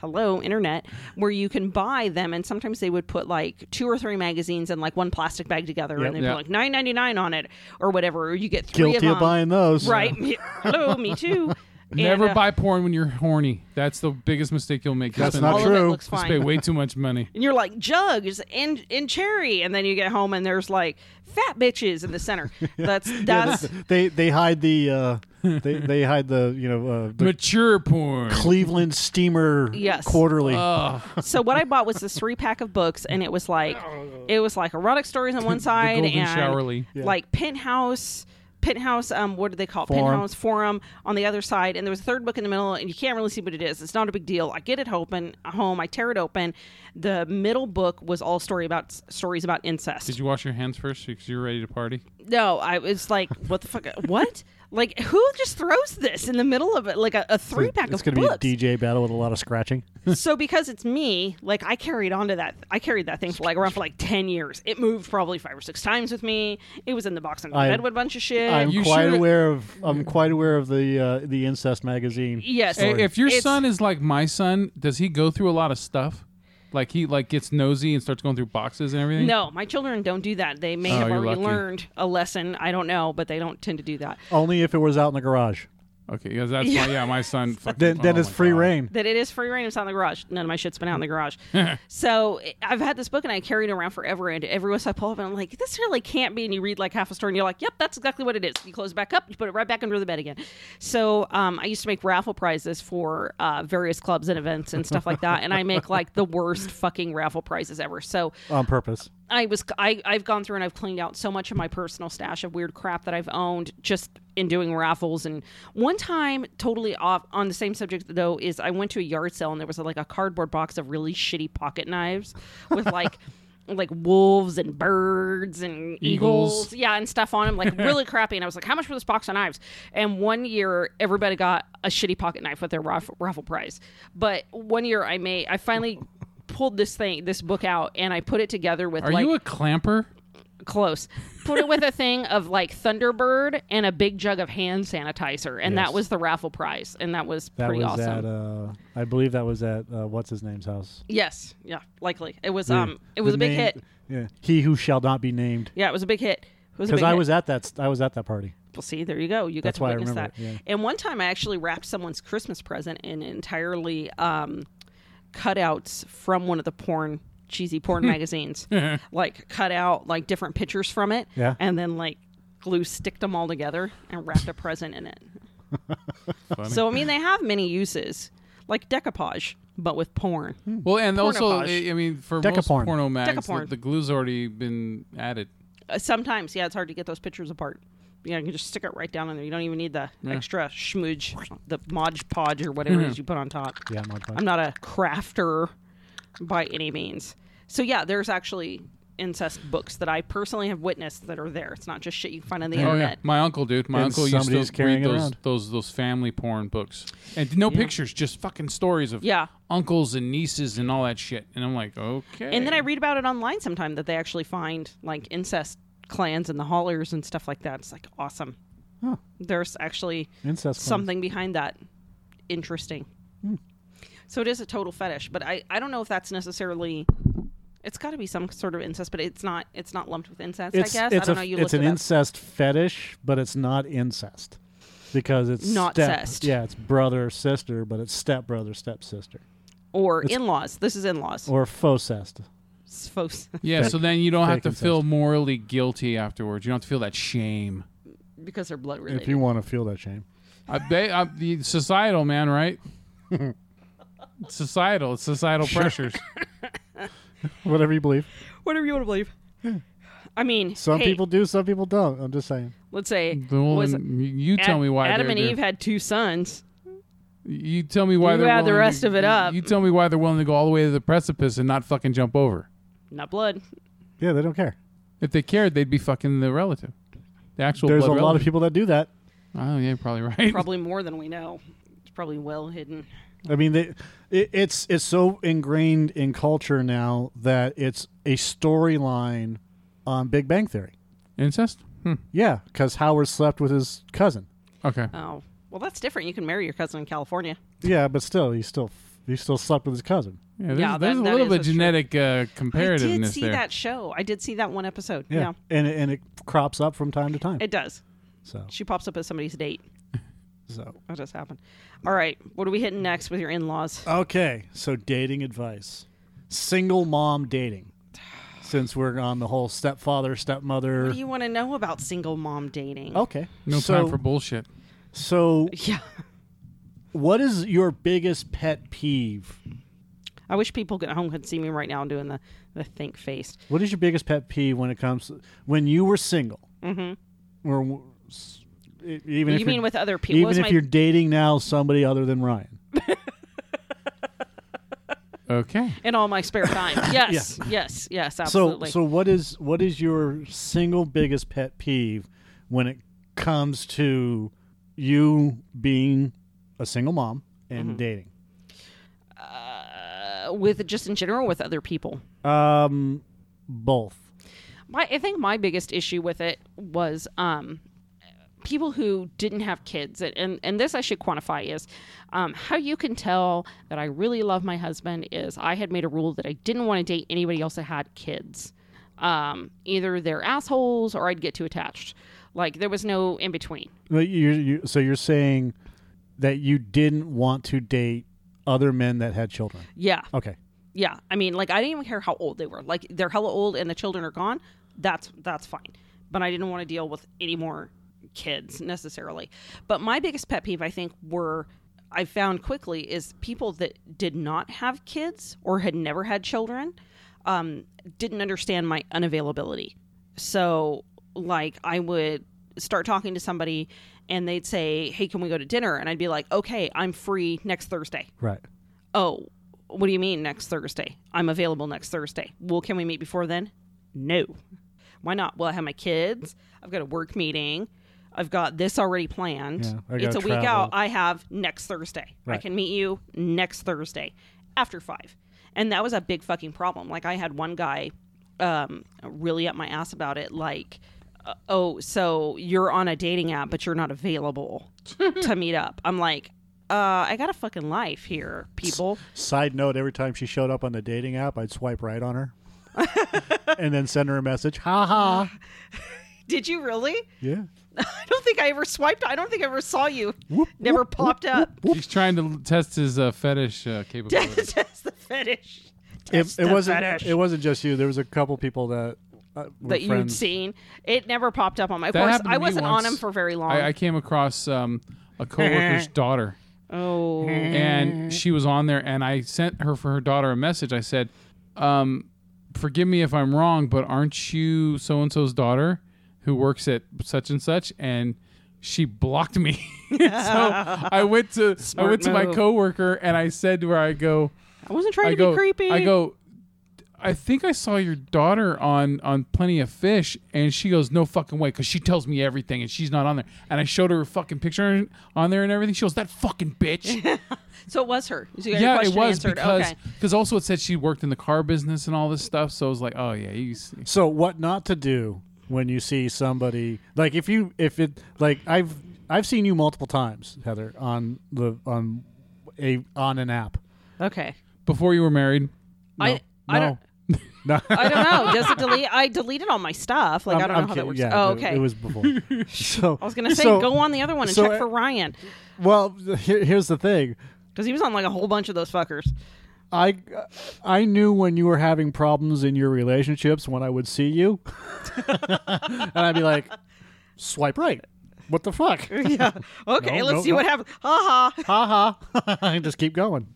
[SPEAKER 2] Hello, internet, where you can buy them, and sometimes they would put like two or three magazines in like one plastic bag together, and they'd
[SPEAKER 3] Yep.
[SPEAKER 2] put like nine ninety nine on it or whatever. Or you get three
[SPEAKER 1] Guilty
[SPEAKER 2] of
[SPEAKER 1] of
[SPEAKER 2] them,
[SPEAKER 1] buying those.
[SPEAKER 2] right? Me- Hello, me too. And,
[SPEAKER 3] Never
[SPEAKER 2] uh,
[SPEAKER 3] buy porn when you're horny. That's the biggest mistake you'll make.
[SPEAKER 1] That's
[SPEAKER 3] Spend-
[SPEAKER 1] not
[SPEAKER 2] all
[SPEAKER 1] true.
[SPEAKER 2] of it looks
[SPEAKER 3] Just pay
[SPEAKER 2] fine.
[SPEAKER 3] way too much money.
[SPEAKER 2] and you're like jugs and and cherry, and then you get home and there's like fat bitches in the center. That's that's
[SPEAKER 1] They they hide the uh, they they hide the you know uh, the
[SPEAKER 3] Mature porn.
[SPEAKER 1] Cleveland Steamer
[SPEAKER 2] Yes.
[SPEAKER 1] quarterly.
[SPEAKER 3] Ugh.
[SPEAKER 2] so. What I bought was this three pack of books, and it was like it was like erotic stories on one side
[SPEAKER 3] Oh. golden
[SPEAKER 2] and
[SPEAKER 3] showerly.
[SPEAKER 1] Yeah.
[SPEAKER 2] like penthouse. Penthouse, um, what do they call it?
[SPEAKER 1] Forum.
[SPEAKER 2] Penthouse forum on the other side, and there was a third book in the middle, and you can't really see what it is. It's not a big deal. I get it open home, I tear it open. The middle book was all story about stories about incest.
[SPEAKER 3] Did you wash your hands first because you're ready to party?
[SPEAKER 2] No, I was like, what the fuck? What? Like, who just throws this in the middle of it? Like a, a three pack
[SPEAKER 1] it's
[SPEAKER 2] of
[SPEAKER 1] gonna
[SPEAKER 2] books.
[SPEAKER 1] be a DJ battle with a lot of scratching.
[SPEAKER 2] so because it's me, like I carried on to that. I carried that thing for like around for like ten years. It moved probably five or six times with me. It was in the box under the
[SPEAKER 1] I-
[SPEAKER 2] bed with a bunch of shit.
[SPEAKER 1] I'm
[SPEAKER 3] you
[SPEAKER 1] quite
[SPEAKER 3] should-
[SPEAKER 1] aware of I'm quite aware of the uh, the incest magazine.
[SPEAKER 2] yes.
[SPEAKER 3] Hey, if your
[SPEAKER 2] It's-
[SPEAKER 3] son is like my son, does he go through a lot of stuff? Like he like gets nosy and starts going through boxes and everything.
[SPEAKER 2] No, my children don't do that. They may
[SPEAKER 3] Oh,
[SPEAKER 2] have
[SPEAKER 3] you're
[SPEAKER 2] already
[SPEAKER 3] lucky.
[SPEAKER 2] learned a lesson. I don't know, but they don't tend to do that.
[SPEAKER 1] Only if it was out in the garage.
[SPEAKER 3] Okay, because that's why. Yeah, my son. Fucking,
[SPEAKER 1] Then, then
[SPEAKER 3] oh
[SPEAKER 1] it's
[SPEAKER 3] my
[SPEAKER 1] free
[SPEAKER 3] God.
[SPEAKER 1] reign.
[SPEAKER 2] that it is free reign. It's not in the garage. None of my shit's been out in the garage. so I- I've had this book and I carry it around forever. And everywhere I pull up and I'm like, this really can't be. And you read like half a story and you're like, yep, that's exactly what it is. You close it back up, you put it right back under the bed again. So um, I used to make raffle prizes for uh, various clubs and events and stuff like that. And I make like the worst fucking raffle prizes ever. So
[SPEAKER 1] On purpose.
[SPEAKER 2] I was I I've gone through and I've cleaned out so much of my personal stash of weird crap that I've owned just in doing raffles and one time totally off on the same subject though is I went to a yard sale and there was like a cardboard box of really shitty pocket knives with like like wolves and birds and
[SPEAKER 3] Eagles.
[SPEAKER 2] eagles yeah, and stuff on him, like really crappy. And I was like, how much for this box of knives? And one year, everybody got a shitty pocket knife with their raffle, raffle prize. But one year, I made, I finally pulled this thing, this book out, and I put it together with
[SPEAKER 3] Are
[SPEAKER 2] like
[SPEAKER 3] you a clamper?
[SPEAKER 2] close, put it with a thing of like Thunderbird and a big jug of hand sanitizer,
[SPEAKER 1] Yes.
[SPEAKER 2] and that was the raffle prize, and that was
[SPEAKER 1] That
[SPEAKER 2] pretty
[SPEAKER 1] was
[SPEAKER 2] awesome.
[SPEAKER 1] at, uh, I believe that was at, uh, what's his name's house?
[SPEAKER 2] yes, yeah, likely it was.
[SPEAKER 1] Yeah.
[SPEAKER 2] Um, it
[SPEAKER 1] The
[SPEAKER 2] was a big
[SPEAKER 1] name-
[SPEAKER 2] hit.
[SPEAKER 1] Yeah. He who shall not be named.
[SPEAKER 2] Yeah, it was a big hit. It was a
[SPEAKER 1] Because
[SPEAKER 2] big
[SPEAKER 1] I
[SPEAKER 2] hit.
[SPEAKER 1] was at that. I was at that party.
[SPEAKER 2] Well, see, there you go. You got
[SPEAKER 1] That's
[SPEAKER 2] to
[SPEAKER 1] why I
[SPEAKER 2] witness
[SPEAKER 1] remember
[SPEAKER 2] that.
[SPEAKER 1] it, yeah.
[SPEAKER 2] And one time, I actually wrapped someone's Christmas present in entirely um, cutouts from one of the porn cheesy porn magazines, like cut out like different pictures from it,
[SPEAKER 1] Yeah.
[SPEAKER 2] and then like glue sticked them all together and wrapped a present in it.
[SPEAKER 3] Funny.
[SPEAKER 2] So I mean, they have many uses, like decoupage, but with porn.
[SPEAKER 1] Hmm.
[SPEAKER 3] well, and also,
[SPEAKER 2] Pornopage.
[SPEAKER 3] I I mean, for most
[SPEAKER 1] Decaporn.
[SPEAKER 3] porno mags, the,
[SPEAKER 2] Decaporn.
[SPEAKER 3] the glue's already been added.
[SPEAKER 2] Uh, sometimes, yeah, it's hard to get those pictures apart. Yeah, you can just stick it right down in there. You don't even need the extra schmooge, the Mod Podge or whatever
[SPEAKER 3] Mm-hmm.
[SPEAKER 2] it is you put on top.
[SPEAKER 1] Yeah, Mod Podge.
[SPEAKER 2] I'm not a crafter by any means. So yeah, there's actually incest books that I personally have witnessed that are there. It's not just shit you find on the
[SPEAKER 3] Oh yeah,
[SPEAKER 2] internet.
[SPEAKER 3] my uncle, dude. My
[SPEAKER 1] And
[SPEAKER 3] uncle used
[SPEAKER 1] somebody's
[SPEAKER 3] to
[SPEAKER 1] carrying
[SPEAKER 3] read
[SPEAKER 1] it
[SPEAKER 3] those,
[SPEAKER 1] around.
[SPEAKER 3] those those family porn books, and no pictures, just fucking stories of
[SPEAKER 2] Yeah.
[SPEAKER 3] uncles and nieces and all that shit. And I'm like, okay.
[SPEAKER 2] And then I read about it online sometime that they actually find like incest clans and the haulers and stuff like that. It's like awesome.
[SPEAKER 1] Huh.
[SPEAKER 2] There's actually
[SPEAKER 1] Incest. claims.
[SPEAKER 2] something behind that interesting. So it is a total fetish, but I, I don't know if that's necessarily. It's got to be some sort of incest, but it's not. It's not lumped with incest.
[SPEAKER 1] It's
[SPEAKER 2] I guess
[SPEAKER 1] it's
[SPEAKER 2] I don't
[SPEAKER 1] a,
[SPEAKER 2] know. You
[SPEAKER 1] it's
[SPEAKER 2] looked
[SPEAKER 1] an
[SPEAKER 2] it up.
[SPEAKER 1] incest fetish, but it's not incest because it's
[SPEAKER 2] Not
[SPEAKER 1] step,
[SPEAKER 2] cest.
[SPEAKER 1] Yeah, it's brother sister, but it's step brother step sister
[SPEAKER 2] or in-laws. This is in-laws.
[SPEAKER 1] or focest.
[SPEAKER 2] It's folks-
[SPEAKER 3] yeah, so then you don't have
[SPEAKER 1] fake
[SPEAKER 3] to
[SPEAKER 1] incest.
[SPEAKER 3] feel morally guilty afterwards. You don't have to feel that shame.
[SPEAKER 2] because they're blood
[SPEAKER 1] If
[SPEAKER 2] related.
[SPEAKER 1] you want to feel that shame,
[SPEAKER 3] I, they, I, the societal man, right? It's societal, it's societal pressures.
[SPEAKER 1] whatever you believe.
[SPEAKER 2] Whatever you want to believe. I mean,
[SPEAKER 1] Some
[SPEAKER 2] hey,
[SPEAKER 1] people do, some people don't. I'm just saying.
[SPEAKER 2] Let's say
[SPEAKER 3] Well,
[SPEAKER 2] was
[SPEAKER 3] then you tell
[SPEAKER 2] Ad-
[SPEAKER 3] me why
[SPEAKER 2] Adam
[SPEAKER 3] they're-
[SPEAKER 2] and
[SPEAKER 3] they're-
[SPEAKER 2] Eve had two sons.
[SPEAKER 3] You tell me why
[SPEAKER 2] You
[SPEAKER 3] they're
[SPEAKER 2] add the
[SPEAKER 3] willing
[SPEAKER 2] rest
[SPEAKER 3] to,
[SPEAKER 2] of it
[SPEAKER 3] you-
[SPEAKER 2] up.
[SPEAKER 3] You tell me why they're willing to go all the way to the precipice and not fucking jump over.
[SPEAKER 2] Not blood.
[SPEAKER 1] Yeah, they don't care.
[SPEAKER 3] If they cared, they'd be fucking the relative, the actual.
[SPEAKER 1] There's a
[SPEAKER 3] blood
[SPEAKER 1] lot of
[SPEAKER 3] relative.
[SPEAKER 1] people that do that.
[SPEAKER 3] Oh yeah, you're probably right.
[SPEAKER 2] Probably more than we know. It's probably well hidden.
[SPEAKER 1] I mean, they, it, it's it's so ingrained in culture now that it's a storyline on Big Bang Theory.
[SPEAKER 3] Incest? Hmm.
[SPEAKER 1] Yeah, because Howard slept with his cousin.
[SPEAKER 3] Okay.
[SPEAKER 2] Oh, well, that's different. You can marry your cousin in California.
[SPEAKER 1] Yeah, but still, he still he still slept with his cousin.
[SPEAKER 3] Yeah, there's,
[SPEAKER 2] Yeah,
[SPEAKER 3] there's
[SPEAKER 2] that-
[SPEAKER 3] a
[SPEAKER 2] that
[SPEAKER 3] little
[SPEAKER 2] is
[SPEAKER 3] bit
[SPEAKER 2] a
[SPEAKER 3] of
[SPEAKER 2] str-
[SPEAKER 3] genetic uh,
[SPEAKER 2] I did
[SPEAKER 3] comparativeness
[SPEAKER 2] see
[SPEAKER 3] there.
[SPEAKER 2] that show. I did see that one episode. Yeah.
[SPEAKER 1] and it- and it crops up from time to time.
[SPEAKER 2] it does.
[SPEAKER 1] so
[SPEAKER 2] She pops up as somebody's date.
[SPEAKER 1] so
[SPEAKER 2] That does happen. All right, what are we hitting next with your
[SPEAKER 1] Uh,
[SPEAKER 2] in-laws?
[SPEAKER 1] okay. So dating advice, single mom dating. Since we're on the whole stepfather stepmother.
[SPEAKER 2] What do you want to know about single mom dating?
[SPEAKER 1] okay.
[SPEAKER 3] No
[SPEAKER 1] so,
[SPEAKER 3] time for bullshit.
[SPEAKER 1] So,
[SPEAKER 2] yeah.
[SPEAKER 1] what is your biggest pet peeve?
[SPEAKER 2] I wish people at home could see me right now doing the, the think face.
[SPEAKER 1] What is your biggest pet peeve when it comes when you were single? Mm-hmm. Or w- s- e- even if you're-
[SPEAKER 2] you mean with other people?
[SPEAKER 1] even if you're dating now somebody other than Ryan.
[SPEAKER 3] Okay.
[SPEAKER 2] in all my spare time. Yes, yes, yes, absolutely.
[SPEAKER 1] So, so what is what is your single biggest pet peeve when it comes to you being a single mom and
[SPEAKER 2] Mm-hmm.
[SPEAKER 1] dating?
[SPEAKER 2] Uh, with just in general with other people,
[SPEAKER 1] Um, both.
[SPEAKER 2] my I think my biggest issue with it was um, people who didn't have kids, and and, and this I should quantify is um, how you can tell that I really love my husband is I had made a rule that I didn't want to date anybody else that had kids. Um, either they're assholes or I'd get too attached. Like there was no in between.
[SPEAKER 1] But you, you, so you're saying that you didn't want to date other men that had children.
[SPEAKER 2] Yeah.
[SPEAKER 1] Okay.
[SPEAKER 2] Yeah. I mean, like I didn't even care how old they were. Like they're hella old and the children are gone. That's that's fine. But I didn't want to deal with any more kids necessarily. But my biggest pet peeve I think were I found quickly is people that did not have kids or had never had children um, didn't understand my unavailability. So like I would start talking to somebody and they'd say, "Hey, can we go to dinner?" and I'd be like, "Okay, I'm free next Thursday."
[SPEAKER 1] Right.
[SPEAKER 2] oh what do you mean next thursday i'm available next thursday well can we meet before then no why not well i have my kids i've got a work meeting i've got this already planned
[SPEAKER 1] Yeah, I
[SPEAKER 2] it's
[SPEAKER 1] gotta
[SPEAKER 2] a week
[SPEAKER 1] travel.
[SPEAKER 2] out i have next thursday i
[SPEAKER 1] Right.
[SPEAKER 2] can meet you next thursday after five and that was a big fucking problem like i had one guy um, really up my ass about it like uh, oh so you're on a dating app but you're not available to meet up i'm like uh, I got a fucking life here, people.
[SPEAKER 1] Side note: Every time she showed up on the dating app, I'd swipe right on her, and then send her a message. Ha ha.
[SPEAKER 2] Did you really?
[SPEAKER 1] Yeah.
[SPEAKER 2] I don't think I ever swiped. I don't think I ever saw you. Never popped up.
[SPEAKER 3] He's trying to l- test his uh, fetish uh, capability.
[SPEAKER 2] Test the fetish.
[SPEAKER 1] It,
[SPEAKER 2] Test
[SPEAKER 1] it
[SPEAKER 2] the
[SPEAKER 1] wasn't.
[SPEAKER 2] fetish
[SPEAKER 1] It wasn't just you. There was a couple people that uh, were
[SPEAKER 2] that you'd
[SPEAKER 1] friends.
[SPEAKER 2] seen. It never popped up on my. Of
[SPEAKER 3] That
[SPEAKER 2] course,
[SPEAKER 3] happened to
[SPEAKER 2] I
[SPEAKER 3] me
[SPEAKER 2] wasn't on
[SPEAKER 3] once.
[SPEAKER 2] him for very long.
[SPEAKER 3] I, I came across um, a coworker's daughter,
[SPEAKER 2] oh,
[SPEAKER 3] and she was on there, and I sent her for her daughter a message. I said, um, "Forgive me if I'm wrong, but aren't you so and so's daughter who works at such and such?" And she blocked me. so I went to I
[SPEAKER 2] Smart
[SPEAKER 3] went to my
[SPEAKER 2] move.
[SPEAKER 3] coworker, and I said to her, "I go."
[SPEAKER 2] I wasn't trying
[SPEAKER 3] I
[SPEAKER 2] to
[SPEAKER 3] go,
[SPEAKER 2] be creepy.
[SPEAKER 3] I go. I think I saw your daughter on on Plenty of Fish, and she goes, "No fucking way," because she tells me everything, and she's not on there. And I showed her a fucking picture on there and everything. She goes, "That fucking bitch."
[SPEAKER 2] So it was her. So you got your
[SPEAKER 3] yeah, it
[SPEAKER 2] question
[SPEAKER 3] was
[SPEAKER 2] answered.
[SPEAKER 3] because
[SPEAKER 2] okay.
[SPEAKER 3] because also it said she worked in the car business and all this stuff. So I was like, "Oh yeah, you see."
[SPEAKER 1] So what not to do when you see somebody like if you if it like I've I've seen you multiple times, Heather, on the on a on an app.
[SPEAKER 2] Okay.
[SPEAKER 3] before you were married.
[SPEAKER 2] I
[SPEAKER 1] No.
[SPEAKER 2] I don't.
[SPEAKER 1] No. No.
[SPEAKER 2] I don't know. Does it delete? I deleted all my stuff. Like I'm, I do not know
[SPEAKER 1] I'm
[SPEAKER 2] how that
[SPEAKER 1] kidding.
[SPEAKER 2] works.
[SPEAKER 1] Yeah,
[SPEAKER 2] oh,
[SPEAKER 1] it-
[SPEAKER 2] okay.
[SPEAKER 1] It, was before. so
[SPEAKER 2] I was gonna say
[SPEAKER 1] so-
[SPEAKER 2] go on the other one and
[SPEAKER 1] so
[SPEAKER 2] check
[SPEAKER 1] I-
[SPEAKER 2] for Ryan
[SPEAKER 1] Well, here, here's the thing.
[SPEAKER 2] because he was on like a whole bunch of those fuckers.
[SPEAKER 1] I I knew when you were having problems in your relationships when I would see you, and I'd be like, swipe right. What the fuck?
[SPEAKER 2] yeah. Okay.
[SPEAKER 1] No,
[SPEAKER 2] let's
[SPEAKER 1] no,
[SPEAKER 2] see
[SPEAKER 1] no.
[SPEAKER 2] what happens. Ha ha.
[SPEAKER 1] ha ha! I just keep going.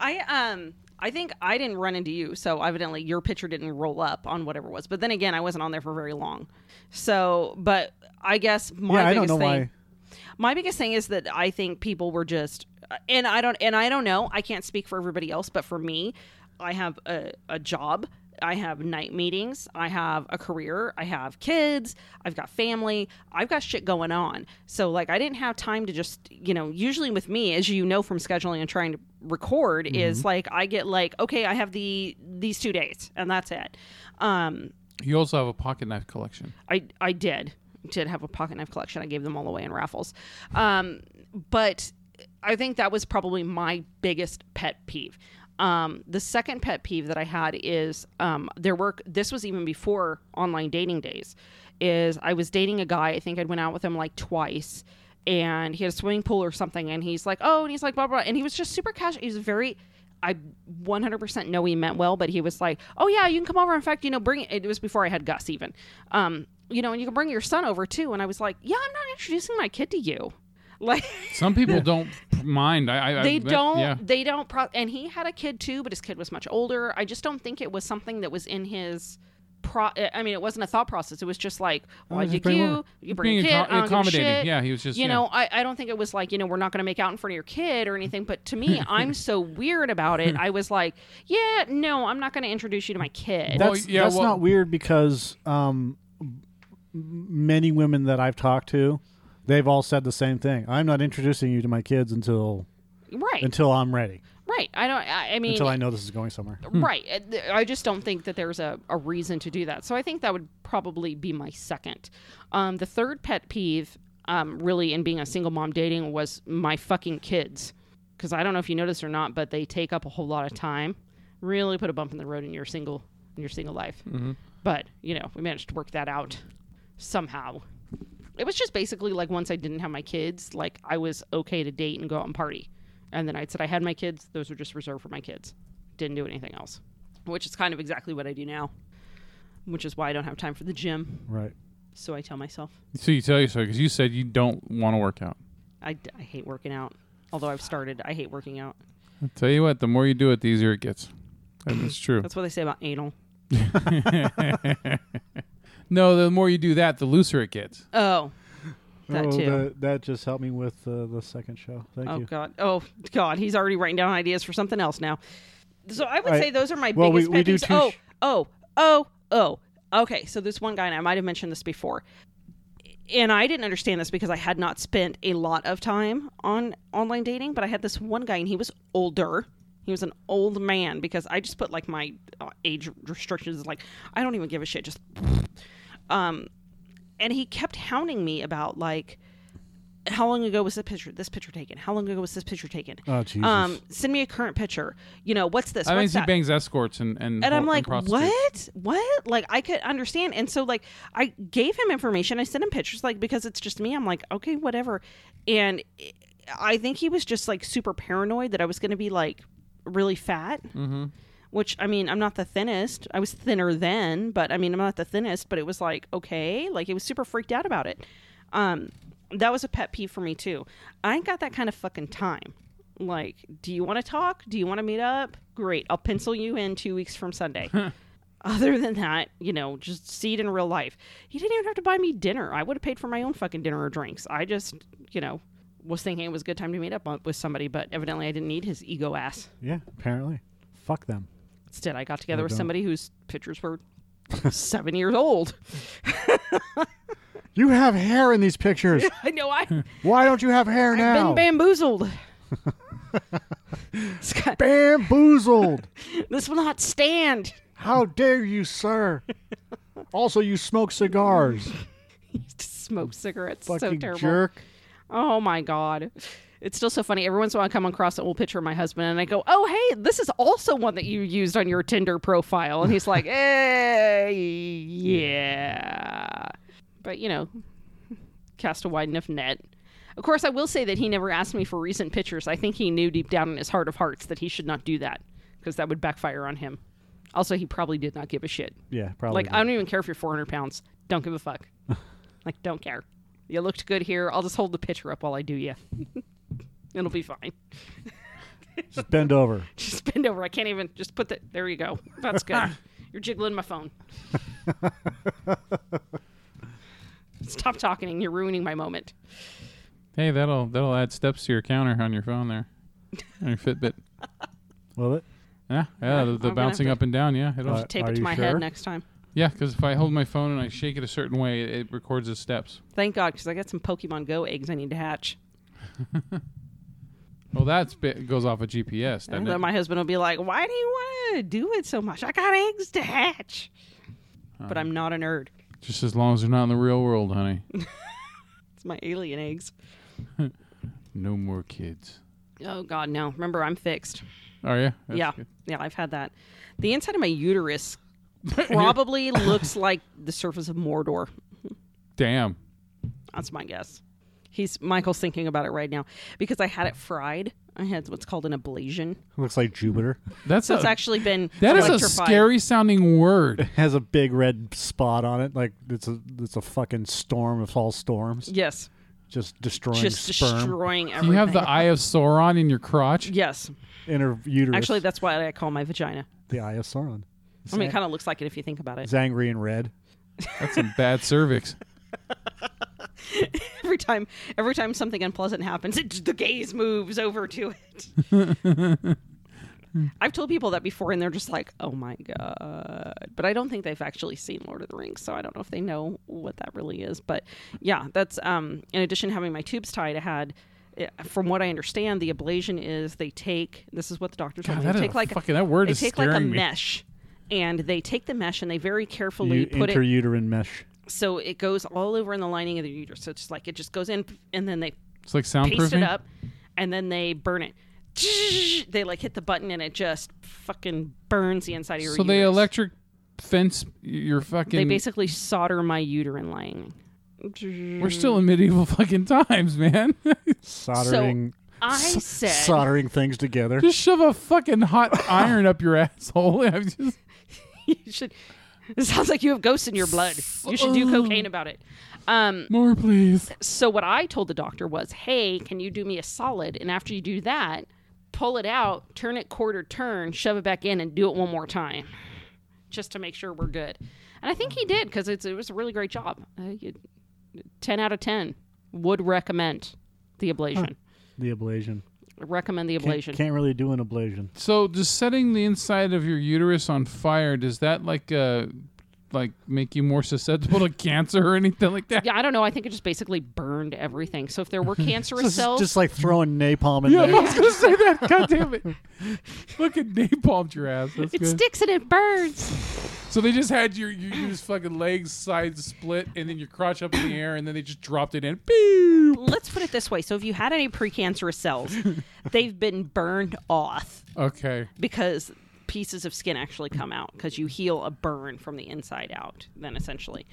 [SPEAKER 2] I um I think I didn't run into you, so evidently your picture didn't roll up on whatever it was. But then again, I wasn't on there for very long. So, but I guess my
[SPEAKER 1] yeah,
[SPEAKER 2] biggest
[SPEAKER 1] I don't know
[SPEAKER 2] thing
[SPEAKER 1] why.
[SPEAKER 2] my biggest thing is that I think people were just and I don't and I don't know. I can't speak for everybody else, but for me, I have a, a job. I have night meetings. I have a career. I have kids. I've got family. I've got shit going on. So like I didn't have time to just, you know, usually with me as you know from scheduling and trying to record is like I get like, okay, I have the these two dates and that's it. Um
[SPEAKER 3] You also have a pocket knife collection.
[SPEAKER 2] I I did did have a pocket knife collection. I gave them all away in raffles. Um, but I think that was probably my biggest pet peeve. Um, the second pet peeve that I had is um, their work. This was even before online dating days. Is I was dating a guy. I think I went out with him like twice, and he had a swimming pool or something. And he's like, oh, and he's like, blah blah, blah. and he was just super casual. He was very I 100% know he meant well, but he was like, "Oh yeah, you can come over." In fact, you know, bring it was before I had Gus even. Um, you know, and you can bring your son over too. And I was like, "Yeah, I'm not introducing my kid to you." Like
[SPEAKER 3] Some people don't mind. I, I
[SPEAKER 2] they
[SPEAKER 3] I,
[SPEAKER 2] don't
[SPEAKER 3] Yeah.
[SPEAKER 2] they don't pro- and he had a kid too, but his kid was much older. I just don't think it was something that was in his pro I mean, it wasn't a thought process. It was just like,
[SPEAKER 3] Oh,
[SPEAKER 2] "Why
[SPEAKER 1] just
[SPEAKER 2] did
[SPEAKER 1] bring him
[SPEAKER 2] you
[SPEAKER 1] over."
[SPEAKER 2] you bring a
[SPEAKER 3] Being
[SPEAKER 2] kid?"
[SPEAKER 3] accom-
[SPEAKER 2] I don't give a
[SPEAKER 3] accommodating.
[SPEAKER 2] shit.
[SPEAKER 3] Yeah, he was just,
[SPEAKER 2] You
[SPEAKER 3] yeah.
[SPEAKER 2] know, I, I don't think it was like, you know, we're not going to make out in front of your kid or anything. But to me, I'm so weird about it. I was like, yeah, no, I'm not going to introduce you to my kid.
[SPEAKER 1] That's,
[SPEAKER 3] yeah,
[SPEAKER 1] that's
[SPEAKER 3] well-
[SPEAKER 1] not weird because um, m- many women that I've talked to, they've all said the same thing. I'm not introducing you to my kids until
[SPEAKER 2] right,
[SPEAKER 1] until I'm ready,
[SPEAKER 2] right. I don't, I, I mean,
[SPEAKER 1] until I know this is going somewhere.
[SPEAKER 2] right. Uh, th- I just don't think that there's a, a reason to do that. So I think that would probably be my second. Um, the third pet peeve, um, really, in being a single mom dating was my fucking kids. Because I don't know if you noticed or not, but they take up a whole lot of time. Really put a bump in the road in your single in your single life. But you know, we managed to work that out somehow. it was just basically like once I didn't have my kids, like I was okay to date and go out and party. And then I said I had my kids; those were just reserved for my kids. Didn't do anything else, which is kind of exactly what I do now, which is why I don't have time for the gym.
[SPEAKER 1] Right.
[SPEAKER 2] So I tell myself
[SPEAKER 3] So you tell yourself because you said you don't want to work out.
[SPEAKER 2] I, d- I hate working out. Although I've started, I hate working out.
[SPEAKER 3] I'll tell you what, the more you do it, the easier it gets. And it's true.
[SPEAKER 2] That's what they say about anal.
[SPEAKER 3] no, the more you do that, the looser it gets.
[SPEAKER 2] Oh, that
[SPEAKER 1] oh,
[SPEAKER 2] too.
[SPEAKER 1] That, that just helped me with uh, the second show. Thank
[SPEAKER 2] Oh
[SPEAKER 1] you.
[SPEAKER 2] God! Oh God! He's already writing down ideas for something else now. So I would
[SPEAKER 1] I-
[SPEAKER 2] say those are my
[SPEAKER 1] well, we-
[SPEAKER 2] biggest
[SPEAKER 1] we
[SPEAKER 2] pet
[SPEAKER 1] do
[SPEAKER 2] peeves.
[SPEAKER 1] two
[SPEAKER 2] oh,
[SPEAKER 1] sh-
[SPEAKER 2] oh, oh, oh. Okay, so this one guy, and I might have mentioned this before, and I didn't understand this because I had not spent a lot of time on online dating. But I had this one guy, and he was older. He was an old man because I just put like my uh, age restrictions. Like I don't even give a shit. Just and he kept hounding me about like how long ago was the picture this picture taken how long ago was this picture taken
[SPEAKER 1] Oh, Jesus.
[SPEAKER 2] um send me a current picture you know what's this
[SPEAKER 3] I mean,
[SPEAKER 2] what's
[SPEAKER 3] he
[SPEAKER 2] that?
[SPEAKER 3] bangs escorts and and,
[SPEAKER 2] and i'm
[SPEAKER 3] whore-
[SPEAKER 2] like
[SPEAKER 3] prostitutes.
[SPEAKER 2] what what like i could understand and so like i gave him information i sent him pictures like because it's just me i'm like okay whatever and i think he was just like super paranoid that i was going to be like really fat mm-hmm. which i mean i'm not the thinnest i was thinner then but i mean i'm not the thinnest but it was like okay like it was super freaked out about it um that was a pet peeve for me too i ain't got that kind of fucking time like do you want to talk do you want to meet up great i'll pencil you in two weeks from sunday other than that you know just see it in real life you didn't even have to buy me dinner i would have paid for my own fucking dinner or drinks i just you know was thinking it was a good time to meet up on- with somebody but evidently i didn't need his ego ass
[SPEAKER 1] Yeah, apparently. Fuck them.
[SPEAKER 2] Instead, I got together
[SPEAKER 1] I
[SPEAKER 2] with
[SPEAKER 1] don't.
[SPEAKER 2] somebody whose pictures were seven years old.
[SPEAKER 1] You have hair in these pictures.
[SPEAKER 2] I know I, I've
[SPEAKER 1] Why don't you have hair now?
[SPEAKER 2] been bamboozled. this, guy,
[SPEAKER 1] Bamboozled.
[SPEAKER 2] this will not stand.
[SPEAKER 1] How dare you, sir? Also, you smoke cigars.
[SPEAKER 2] He used to smoke cigarettes. so
[SPEAKER 1] Fucking
[SPEAKER 2] terrible.
[SPEAKER 1] jerk.
[SPEAKER 2] Oh my god. It's still so funny. Every once in a while I come across an old picture of my husband and I go, Oh hey, this is also one that you used on your Tinder profile and he's like, Hey yeah. But you know, cast a wide enough net. Of course I will say that he never asked me for recent pictures. I think he knew deep down in his heart of hearts that he should not do that because that would backfire on him. Also, he probably did not give a shit.
[SPEAKER 1] Yeah, probably.
[SPEAKER 2] Like, I don't even care if you're 400 pounds. Don't give a fuck. like, don't care. You looked good here. I'll just hold the picture up while I do you. It'll be fine.
[SPEAKER 1] Just bend over.
[SPEAKER 2] Just bend over. I can't even. Just put the. There you go. That's good. you're jiggling my phone. Stop talking. You're ruining my moment.
[SPEAKER 3] Hey, that'll that'll add steps to your counter on your phone there, on your Fitbit.
[SPEAKER 1] Will it?
[SPEAKER 3] Yeah, yeah, the,
[SPEAKER 2] I'm
[SPEAKER 3] the
[SPEAKER 2] gonna
[SPEAKER 3] bouncing
[SPEAKER 2] have
[SPEAKER 3] up and down. Yeah, it'll.
[SPEAKER 1] Uh,
[SPEAKER 2] Tape
[SPEAKER 1] Are
[SPEAKER 2] it to
[SPEAKER 1] you
[SPEAKER 2] my
[SPEAKER 1] sure?
[SPEAKER 2] head next time.
[SPEAKER 3] yeah, because if I hold my phone and I shake it a certain way, it, it records the steps.
[SPEAKER 2] Thank God, because I got some Pokemon Go eggs I need to hatch.
[SPEAKER 3] Well, that's bit goes off of GPS.
[SPEAKER 2] And
[SPEAKER 3] Doesn't
[SPEAKER 2] then
[SPEAKER 3] it?
[SPEAKER 2] my husband will be like, Why do you want to do it so much? I got eggs to hatch. But I'm not a nerd.
[SPEAKER 3] Just as long as they're not in the real world, honey.
[SPEAKER 2] It's my alien eggs.
[SPEAKER 3] No more kids.
[SPEAKER 2] Oh God, no! Remember, I'm fixed.
[SPEAKER 3] Are you? That's
[SPEAKER 2] yeah,
[SPEAKER 3] good.
[SPEAKER 2] yeah, I've had that. The inside of my uterus probably looks like the surface of Mordor.
[SPEAKER 3] Damn.
[SPEAKER 2] That's my guess. He's Michael's thinking about it right now because I had it fried. I had what's called an ablation,
[SPEAKER 1] Looks like Jupiter.
[SPEAKER 3] That's
[SPEAKER 2] so
[SPEAKER 3] a,
[SPEAKER 2] it's actually been
[SPEAKER 3] that is a
[SPEAKER 2] electrified.
[SPEAKER 3] scary sounding word.
[SPEAKER 1] Has a big red spot on it. Like it's a it's a fucking storm of all storms.
[SPEAKER 2] Yes,
[SPEAKER 1] Just destroying
[SPEAKER 2] just
[SPEAKER 1] sperm
[SPEAKER 2] destroying
[SPEAKER 3] Do
[SPEAKER 2] everything.
[SPEAKER 3] you have the eye of Sauron in your crotch?
[SPEAKER 2] yes.
[SPEAKER 1] in her uterus.
[SPEAKER 2] Actually, that's why I call my vagina.
[SPEAKER 1] the eye of Sauron.
[SPEAKER 2] I mean, it kind of looks like it if you think about it.
[SPEAKER 1] It's angry and red.
[SPEAKER 3] That's some bad cervix.
[SPEAKER 2] Every time, every time something unpleasant happens, it, just- the gaze moves over to it. I've told people that before, and they're just like, "Oh my god!" But I don't think they've actually seen Lord of the Rings, so I don't know if they know what that really is. But yeah, that's um. In addition to having my tubes tied, I had. eh, From what I understand, the ablation is they take. This is what the doctor told
[SPEAKER 3] God,
[SPEAKER 2] me. They
[SPEAKER 3] that is
[SPEAKER 2] take
[SPEAKER 3] a
[SPEAKER 2] like
[SPEAKER 3] fucking- that word
[SPEAKER 2] they
[SPEAKER 3] is
[SPEAKER 2] take like a
[SPEAKER 3] scaring me.
[SPEAKER 2] mesh, and they take the mesh and they very carefully
[SPEAKER 1] You
[SPEAKER 2] put it
[SPEAKER 1] interuterine mesh.
[SPEAKER 2] so it goes all over in the lining of the uterus. So it's just like it just goes in, and then they
[SPEAKER 3] It's like
[SPEAKER 2] paste
[SPEAKER 3] soundproofing.
[SPEAKER 2] it up, and then they burn it. They like hit the button, and it just fucking burns the inside of your.
[SPEAKER 3] So they
[SPEAKER 2] uterus.
[SPEAKER 3] electric fence your fucking.
[SPEAKER 2] They basically solder my uterine lining.
[SPEAKER 3] We're still in medieval fucking times, man.
[SPEAKER 1] Soldering
[SPEAKER 2] I
[SPEAKER 1] s-
[SPEAKER 2] said
[SPEAKER 1] soldering things together.
[SPEAKER 3] just shove a fucking hot iron up your asshole. I'm just,
[SPEAKER 2] you should. It sounds like you have ghosts in your blood. You should do cocaine about it. Um,
[SPEAKER 3] more, please.
[SPEAKER 2] so what I told the doctor was, "Hey, can you do me a solid?" And after you do that, pull it out, turn it quarter turn, shove it back in, and do it one more time, just to make sure we're good. And I think he did because it was a really great job. Uh, you, ten out of ten would recommend the ablation.
[SPEAKER 1] The ablation.
[SPEAKER 2] Recommend the
[SPEAKER 1] Can't,
[SPEAKER 2] ablation.
[SPEAKER 1] can't really do an ablation.
[SPEAKER 3] So, does setting the inside of your uterus on fire does that like uh like make you more susceptible to cancer or anything like that?
[SPEAKER 2] Yeah, I don't know. I think it just basically burned everything. So if there were cancerous
[SPEAKER 1] Just,
[SPEAKER 2] cells,
[SPEAKER 1] just like throwing napalm in
[SPEAKER 3] Yeah, I
[SPEAKER 1] there.
[SPEAKER 3] was gonna say that. God damn it! fucking napalmed your ass. That's
[SPEAKER 2] it
[SPEAKER 3] good.
[SPEAKER 2] sticks and it burns.
[SPEAKER 3] so they just had your you just fucking legs sides split and then your crotch up in the air and then they just dropped it in. Pew!
[SPEAKER 2] Let's put it this way. So if you had any precancerous cells, they've been burned off
[SPEAKER 3] Okay.
[SPEAKER 2] because pieces of skin actually come out because you heal a burn from the inside out then essentially.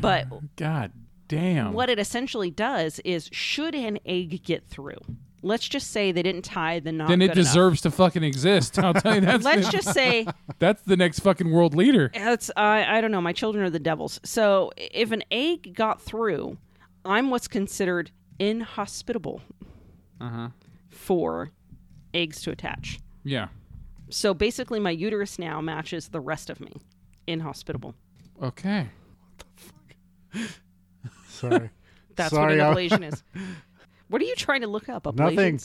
[SPEAKER 2] But
[SPEAKER 3] God damn.
[SPEAKER 2] what it essentially does is should an egg get through? Let's just say they didn't tie the knot
[SPEAKER 3] then it
[SPEAKER 2] good enough.
[SPEAKER 3] deserves to fucking exist. I'll tell you that's
[SPEAKER 2] Let's
[SPEAKER 3] the,
[SPEAKER 2] just say
[SPEAKER 3] that's the next fucking world leader.
[SPEAKER 2] That's I I don't know. My children are the devils. So if an egg got through, I'm what's considered inhospitable
[SPEAKER 3] Uh-huh.
[SPEAKER 2] for eggs to attach.
[SPEAKER 3] Yeah.
[SPEAKER 2] So basically, my uterus now matches the rest of me. Inhospitable.
[SPEAKER 3] Okay.
[SPEAKER 1] Sorry.
[SPEAKER 2] That's
[SPEAKER 1] Sorry,
[SPEAKER 2] what
[SPEAKER 1] I-
[SPEAKER 2] an ablation is. What are you trying to look up? Ablations.
[SPEAKER 1] Nothing.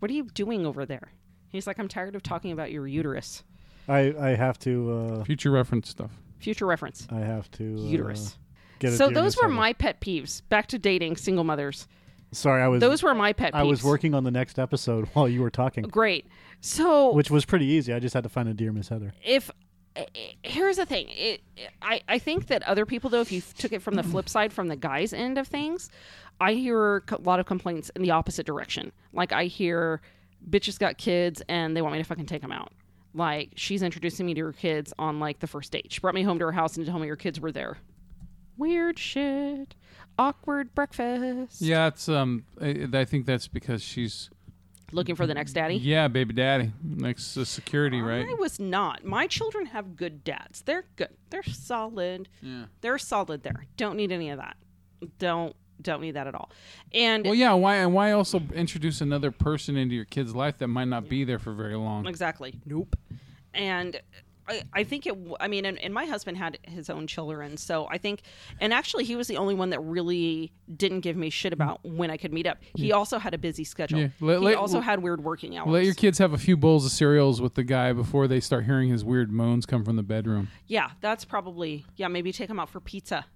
[SPEAKER 2] What are you doing over there? He's like, I'm tired of talking about your uterus.
[SPEAKER 1] I, I have to. Uh,
[SPEAKER 3] Future reference stuff.
[SPEAKER 2] Future reference.
[SPEAKER 1] I have to. Uh,
[SPEAKER 2] Uterus.
[SPEAKER 1] Get a
[SPEAKER 2] So
[SPEAKER 1] deer in
[SPEAKER 2] those
[SPEAKER 1] the
[SPEAKER 2] were
[SPEAKER 1] summer.
[SPEAKER 2] my pet peeves. Back to dating single mothers.
[SPEAKER 1] Sorry, I was.
[SPEAKER 2] Those were my pet peeves.
[SPEAKER 1] I was working on the next episode while you were talking,
[SPEAKER 2] Great. So
[SPEAKER 1] which was pretty easy. I just had to find a dear Miss Heather.
[SPEAKER 2] if eh, eh, here's the thing it, I, I think that other people though if you took it from the flip side from the guy's end of things i hear a lot of complaints in the opposite direction like i hear bitches got kids and they want me to fucking take them out like she's introducing me to her kids on like the first date she brought me home to her house and told me her kids were there weird shit awkward breakfast
[SPEAKER 3] Yeah, it's um I, I think that's because she's
[SPEAKER 2] looking for the next daddy
[SPEAKER 3] yeah, baby daddy. Next to security, right?
[SPEAKER 2] I was not. My children have good dads. They're good. They're solid.
[SPEAKER 3] Yeah.
[SPEAKER 2] They're solid there. Don't need any of that. Don't don't need that at all. And
[SPEAKER 3] Well, yeah, why and why also introduce another person into your kid's life that might not be there for very long?
[SPEAKER 2] exactly. Nope. And I, I think it. w- I mean, and, and my husband had his own children, so I think, and actually, he was the only one that really didn't give me shit about when I could meet up. He also had a busy schedule.
[SPEAKER 3] Yeah. Let-
[SPEAKER 2] he
[SPEAKER 3] let-
[SPEAKER 2] also had weird working hours.
[SPEAKER 3] Let your kids have a few bowls of cereals with the guy before they start hearing his weird moans come from the bedroom.
[SPEAKER 2] yeah, that's probably. Yeah, maybe take him out for pizza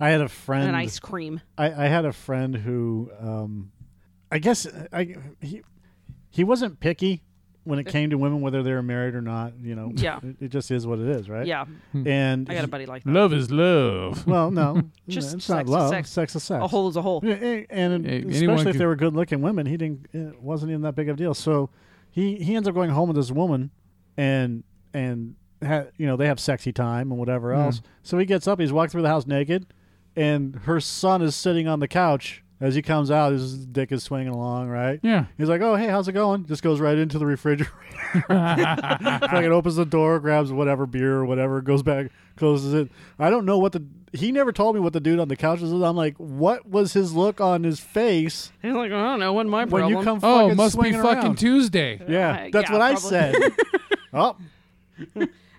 [SPEAKER 1] I had a
[SPEAKER 2] and,
[SPEAKER 1] friend.
[SPEAKER 2] ice cream.
[SPEAKER 1] I, I had a friend who, um, I guess, uh, I he he wasn't picky when it came to women whether they were married or not. You know,
[SPEAKER 2] Eh. Yeah.
[SPEAKER 1] it, it just is what it is, right?
[SPEAKER 2] Yeah,
[SPEAKER 1] and
[SPEAKER 2] I got a
[SPEAKER 1] he-
[SPEAKER 2] buddy like that.
[SPEAKER 3] Love is love.
[SPEAKER 1] well, no,
[SPEAKER 2] Just
[SPEAKER 1] it's
[SPEAKER 2] sex
[SPEAKER 1] not
[SPEAKER 2] is
[SPEAKER 1] love.
[SPEAKER 2] sex.
[SPEAKER 1] is sex.
[SPEAKER 2] a hole is a hole.
[SPEAKER 1] Yeah, a- and
[SPEAKER 3] Yeah, anyone
[SPEAKER 1] especially if
[SPEAKER 3] could-
[SPEAKER 1] they were good-looking women, he didn't. It wasn't even that big of a deal. So he he ends up going home with this woman, and and ha, you know they have sexy time and whatever else. So he gets up, he's walking through the house naked, and her son is sitting on the couch as he comes out. His dick is swinging along, right?
[SPEAKER 3] Yeah.
[SPEAKER 1] He's like, "Oh, hey, how's it going?" Just goes right into the refrigerator. Fucking opens the door, grabs whatever beer or whatever, goes back, closes it. I don't know what the. He never told me what the dude on the couch was. I'm like, what was his look on his face
[SPEAKER 2] He's like, I don't know what my
[SPEAKER 1] when
[SPEAKER 2] problem.
[SPEAKER 1] you come?
[SPEAKER 3] Oh,
[SPEAKER 1] fucking
[SPEAKER 3] must be
[SPEAKER 1] swinging
[SPEAKER 3] fucking
[SPEAKER 1] around?
[SPEAKER 3] Tuesday.
[SPEAKER 1] yeah,
[SPEAKER 2] Uh,
[SPEAKER 1] that's
[SPEAKER 2] yeah,
[SPEAKER 1] what I
[SPEAKER 2] probably.
[SPEAKER 1] said. oh,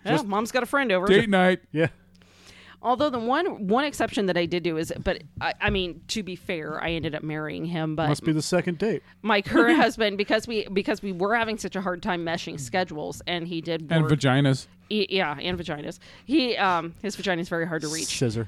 [SPEAKER 2] Yeah, mom's got a friend over.
[SPEAKER 3] Date night.
[SPEAKER 1] yeah.
[SPEAKER 2] Although the one one exception that I did do is, but I, I mean, to be fair, I ended up marrying him. But
[SPEAKER 1] Must be the second date.
[SPEAKER 2] my current husband, because we because we were having such a hard time meshing schedules, and he did
[SPEAKER 3] And
[SPEAKER 2] work,
[SPEAKER 3] vaginas.
[SPEAKER 2] he- yeah, and vaginas. He um his vagina is very hard to reach.
[SPEAKER 1] Scissor.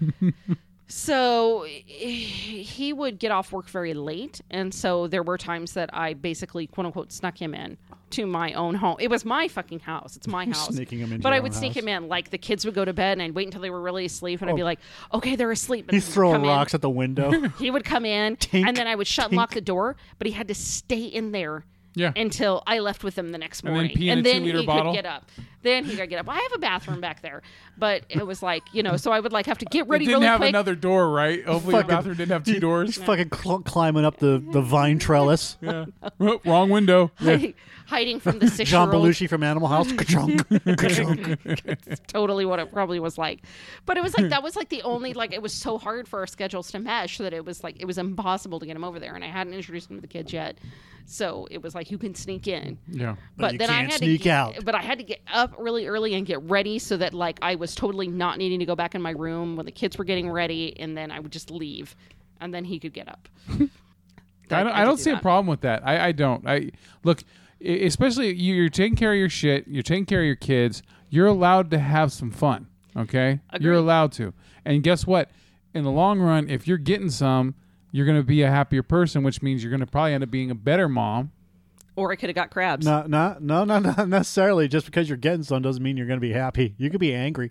[SPEAKER 2] So he would get off work very late, and so there were times that I basically "quote unquote" snuck him in to my own home. It was my fucking house. It's my house.
[SPEAKER 1] Sneaking him into
[SPEAKER 2] but I
[SPEAKER 1] your
[SPEAKER 2] would
[SPEAKER 1] own
[SPEAKER 2] sneak
[SPEAKER 1] house.
[SPEAKER 2] him in. Like the kids would go to bed, and I'd wait until they were really asleep, and I'd be like, "Okay, they're asleep." And
[SPEAKER 1] He's
[SPEAKER 2] he'd
[SPEAKER 1] throwing
[SPEAKER 2] come in.
[SPEAKER 1] rocks at the window.
[SPEAKER 2] He would come in, and then I would shut and lock the door. But he had to stay in there
[SPEAKER 3] Yeah.
[SPEAKER 2] until I left with him the next
[SPEAKER 3] then
[SPEAKER 2] morning,
[SPEAKER 3] pee in a
[SPEAKER 2] and then
[SPEAKER 3] two-liter
[SPEAKER 2] he
[SPEAKER 3] bottle?
[SPEAKER 2] could get up.
[SPEAKER 4] Then he gotta get up. I have a bathroom back there, but it was like you know, so I would like have to get ready
[SPEAKER 3] didn't
[SPEAKER 4] really
[SPEAKER 3] have
[SPEAKER 4] quick.
[SPEAKER 3] another door, right? Hopefully your
[SPEAKER 1] Fucking-
[SPEAKER 3] bathroom didn't have two doors.
[SPEAKER 1] He's fucking cl- climbing up the, the vine trellis.
[SPEAKER 3] Yeah. Whoop, Oh, Wrong window.
[SPEAKER 4] hiding from the six
[SPEAKER 1] John
[SPEAKER 4] year old
[SPEAKER 1] Belushi from Animal House. Ka-chunk, ka-chunk.
[SPEAKER 4] totally what it probably was like. But it was like that was like the only like it was so hard for our schedules to mesh that it was like it was impossible to get him over there, and I hadn't introduced him to the kids yet, so it was like you can sneak in.
[SPEAKER 3] Yeah.
[SPEAKER 4] But,
[SPEAKER 1] you
[SPEAKER 4] then
[SPEAKER 1] can't
[SPEAKER 4] I had
[SPEAKER 1] sneak
[SPEAKER 4] to, get-
[SPEAKER 1] out.
[SPEAKER 4] But I had to get up really early and get ready so that like I was totally not needing to go back in my room when the kids were getting ready, and then I would just leave, and then he could get up.
[SPEAKER 3] I don't, I don't see a problem with that. I, I don't. I look, e- especially you- you're taking care of your shit. You're taking care of your kids. You're allowed to have some fun. Okay, you're allowed to. And guess what? In the long run, if you're getting some, you're gonna be a happier person, which means you're gonna probably end up being a better mom.
[SPEAKER 4] Or I could have got crabs.
[SPEAKER 1] No, no, no, no, not necessarily. Just because you're getting some doesn't mean you're going to be happy. You could be angry.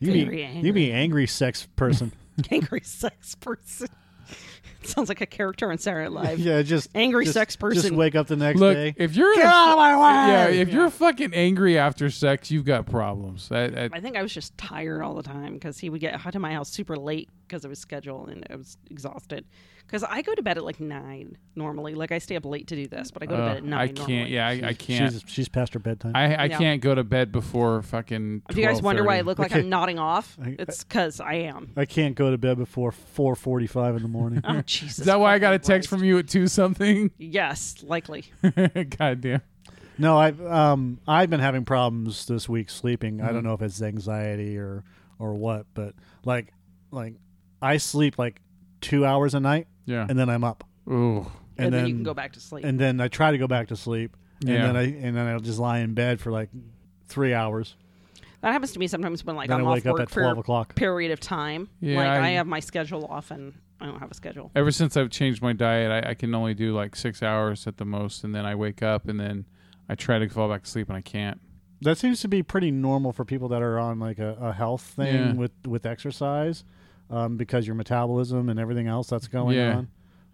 [SPEAKER 1] You could
[SPEAKER 4] Very
[SPEAKER 1] be,
[SPEAKER 4] angry.
[SPEAKER 1] you could be an angry sex person.
[SPEAKER 2] Angry sex person. Sounds like a character on Saturday Night Live.
[SPEAKER 1] yeah, just
[SPEAKER 2] Angry
[SPEAKER 1] just-
[SPEAKER 2] sex
[SPEAKER 1] Just
[SPEAKER 2] person.
[SPEAKER 1] wake up the next
[SPEAKER 3] Look,
[SPEAKER 1] day.
[SPEAKER 3] if you're
[SPEAKER 1] Get out of my way!
[SPEAKER 3] yeah, if you're fucking angry after sex, you've got problems. I, I,
[SPEAKER 2] I think I was just tired all the time because he would get out of my house super late because of his schedule and I was exhausted. Because I go to bed at like nine normally. Like I stay up late to do this, but I go to
[SPEAKER 3] uh,
[SPEAKER 2] bed at nine.
[SPEAKER 3] I can't.
[SPEAKER 2] normally.
[SPEAKER 3] Yeah, I, I can't.
[SPEAKER 1] She's, she's past her bedtime.
[SPEAKER 3] I, I
[SPEAKER 2] Yeah.
[SPEAKER 3] can't go to bed before fucking.
[SPEAKER 2] If you guys wonder why I
[SPEAKER 3] 12:30.
[SPEAKER 2] look like
[SPEAKER 1] Okay.
[SPEAKER 2] I'm nodding off,
[SPEAKER 1] I-
[SPEAKER 2] it's because I am.
[SPEAKER 1] I can't go to bed before 4:45 in the morning.
[SPEAKER 2] Oh Jesus!
[SPEAKER 3] Is that why I got a text from you at two something?
[SPEAKER 2] Yes, likely.
[SPEAKER 3] God damn.
[SPEAKER 1] no, I've um I've been having problems this week sleeping. I
[SPEAKER 2] Mm-hmm.
[SPEAKER 1] don't know if it's anxiety or or what, but like like I sleep like two hours a night
[SPEAKER 3] Yeah.
[SPEAKER 1] and then I'm up,
[SPEAKER 3] Ooh.
[SPEAKER 2] And, then, you can go back to sleep.
[SPEAKER 1] and then I try to go back to sleep, and
[SPEAKER 3] Yeah.
[SPEAKER 1] then I and then I'll just lie in bed for like three hours.
[SPEAKER 2] that happens to me sometimes when like
[SPEAKER 1] Then
[SPEAKER 2] I'm
[SPEAKER 1] I wake up
[SPEAKER 2] off work
[SPEAKER 1] at
[SPEAKER 2] for
[SPEAKER 1] 12
[SPEAKER 2] a
[SPEAKER 1] o'clock.
[SPEAKER 2] period of time.
[SPEAKER 3] Yeah,
[SPEAKER 2] like
[SPEAKER 3] I-
[SPEAKER 2] I, have my schedule off and I don't have a schedule.
[SPEAKER 3] Ever since I've changed my diet, I, I can only do like six hours at the most, and then I wake up and then I try to fall back asleep and I can't.
[SPEAKER 1] That seems to be pretty normal for people that are on like a, a health thing
[SPEAKER 3] Yeah.
[SPEAKER 1] with with exercise, um, because your metabolism and everything else that's going
[SPEAKER 3] Yeah.
[SPEAKER 1] on.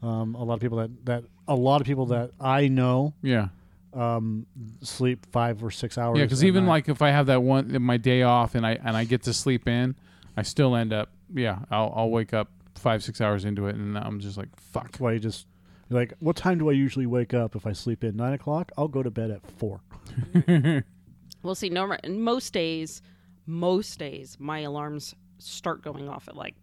[SPEAKER 1] Um, a lot of people that, that a lot of people that I know
[SPEAKER 3] Yeah.
[SPEAKER 1] um, sleep five or six hours.
[SPEAKER 3] Yeah, because
[SPEAKER 1] a
[SPEAKER 3] even
[SPEAKER 1] night.
[SPEAKER 3] like if I have that one my day off and I and I get to sleep in, I still end up yeah I'll I'll wake up five six hours into it and I'm just like fuck.
[SPEAKER 1] that's why you just you're like what time do I usually wake up if I sleep in nine o'clock? I'll go to bed at four.
[SPEAKER 2] We'll see. No, and most days, most days, my alarms start going off at like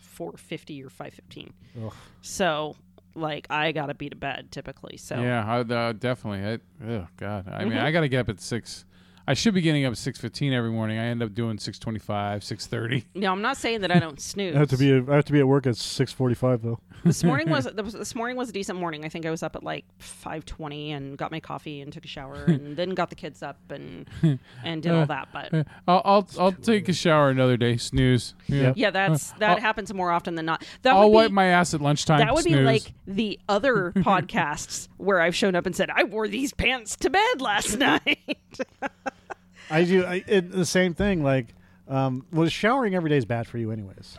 [SPEAKER 2] four fifty or five fifteen.
[SPEAKER 1] Ugh.
[SPEAKER 2] So like I gotta be to bed typically. So Mm-hmm.
[SPEAKER 3] Yeah, I, uh, definitely. I, oh God, I mean I got to get up at six. I should be getting up at six fifteen every morning. I end up doing six twenty five, six thirty.
[SPEAKER 2] no, I'm not saying that I don't
[SPEAKER 1] I
[SPEAKER 2] snooze.
[SPEAKER 1] have to be I have to be at work at six forty five though.
[SPEAKER 2] this morning was this morning was a decent morning. I think I was up at like five twenty and got my coffee and took a shower and then got the kids up and and did all that. But
[SPEAKER 3] I'll I'll, I'll take a shower another day. Snooze. Yeah.
[SPEAKER 1] Yep.
[SPEAKER 2] yeah, that's that happens more often than not. That
[SPEAKER 3] I'll
[SPEAKER 2] would
[SPEAKER 3] wipe
[SPEAKER 2] be,
[SPEAKER 3] my ass at lunchtime.
[SPEAKER 2] that would be
[SPEAKER 3] Snooze.
[SPEAKER 2] like the other podcasts where I've shown up and said I wore these pants to bed last night.
[SPEAKER 1] I do I, it, the same thing. Like, um, well, showering every day is bad for you, anyways.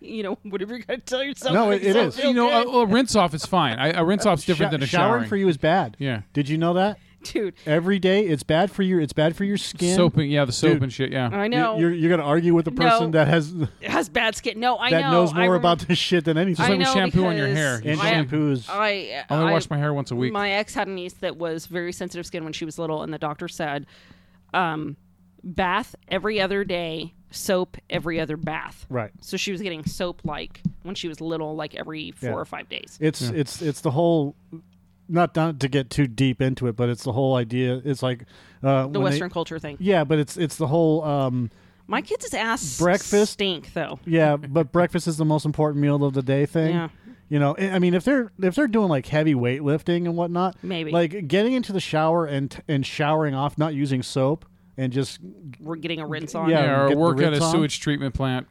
[SPEAKER 2] you know, whatever you gotta tell yourself.
[SPEAKER 1] No,
[SPEAKER 2] makes
[SPEAKER 1] it- it
[SPEAKER 2] yourself
[SPEAKER 1] is.
[SPEAKER 2] feel
[SPEAKER 3] you know uh,
[SPEAKER 2] good.
[SPEAKER 3] a, a rinse off is fine. I, a rinse off's different
[SPEAKER 1] Sho-
[SPEAKER 3] than a
[SPEAKER 1] showering
[SPEAKER 3] showering.
[SPEAKER 1] for you is bad.
[SPEAKER 3] Yeah.
[SPEAKER 1] Did you know that?
[SPEAKER 2] dude.
[SPEAKER 1] Every day, it's bad for your. It's bad for your skin.
[SPEAKER 3] Soaping, yeah, the soap
[SPEAKER 1] Dude.
[SPEAKER 3] and shit, yeah.
[SPEAKER 2] I
[SPEAKER 1] You-
[SPEAKER 2] know
[SPEAKER 1] You're, you're gonna argue with the person
[SPEAKER 2] No.
[SPEAKER 1] that has that
[SPEAKER 2] it has bad skin. No, I know.
[SPEAKER 1] knows
[SPEAKER 2] I
[SPEAKER 1] more
[SPEAKER 2] rem-
[SPEAKER 1] about this shit than anything.
[SPEAKER 3] Just
[SPEAKER 2] I
[SPEAKER 3] like with
[SPEAKER 2] know
[SPEAKER 3] shampoo on your
[SPEAKER 2] because
[SPEAKER 3] hair. You
[SPEAKER 1] and
[SPEAKER 3] should
[SPEAKER 2] I-
[SPEAKER 1] shampoos.
[SPEAKER 2] I
[SPEAKER 3] I only
[SPEAKER 2] I-
[SPEAKER 3] wash my hair once a week.
[SPEAKER 2] My ex had a niece that was very sensitive skin when she was little, and the doctor said, um, bath every other day, soap every other bath.
[SPEAKER 1] right.
[SPEAKER 2] So she was getting soap like when she was little, like every four
[SPEAKER 1] Yeah.
[SPEAKER 2] or five days.
[SPEAKER 1] It's it's it's the whole. Not not to get too deep into it, but it's the whole idea. It's like uh,
[SPEAKER 2] The Western culture thing.
[SPEAKER 1] yeah, but it's it's the whole. Um,
[SPEAKER 2] My kids' ass
[SPEAKER 1] Breakfast-
[SPEAKER 2] stink though.
[SPEAKER 1] yeah, but breakfast is the most important meal of the day thing.
[SPEAKER 2] Yeah.
[SPEAKER 1] You know, I I mean, if they're if they're doing like heavy weightlifting and whatnot,
[SPEAKER 2] Maybe.
[SPEAKER 1] like getting into the shower and and showering off, not using soap, and just
[SPEAKER 2] We're getting a rinse on.
[SPEAKER 1] Yeah.
[SPEAKER 3] yeah, or
[SPEAKER 1] Um, get the
[SPEAKER 3] work at a
[SPEAKER 1] rinse on.
[SPEAKER 3] sewage treatment plant.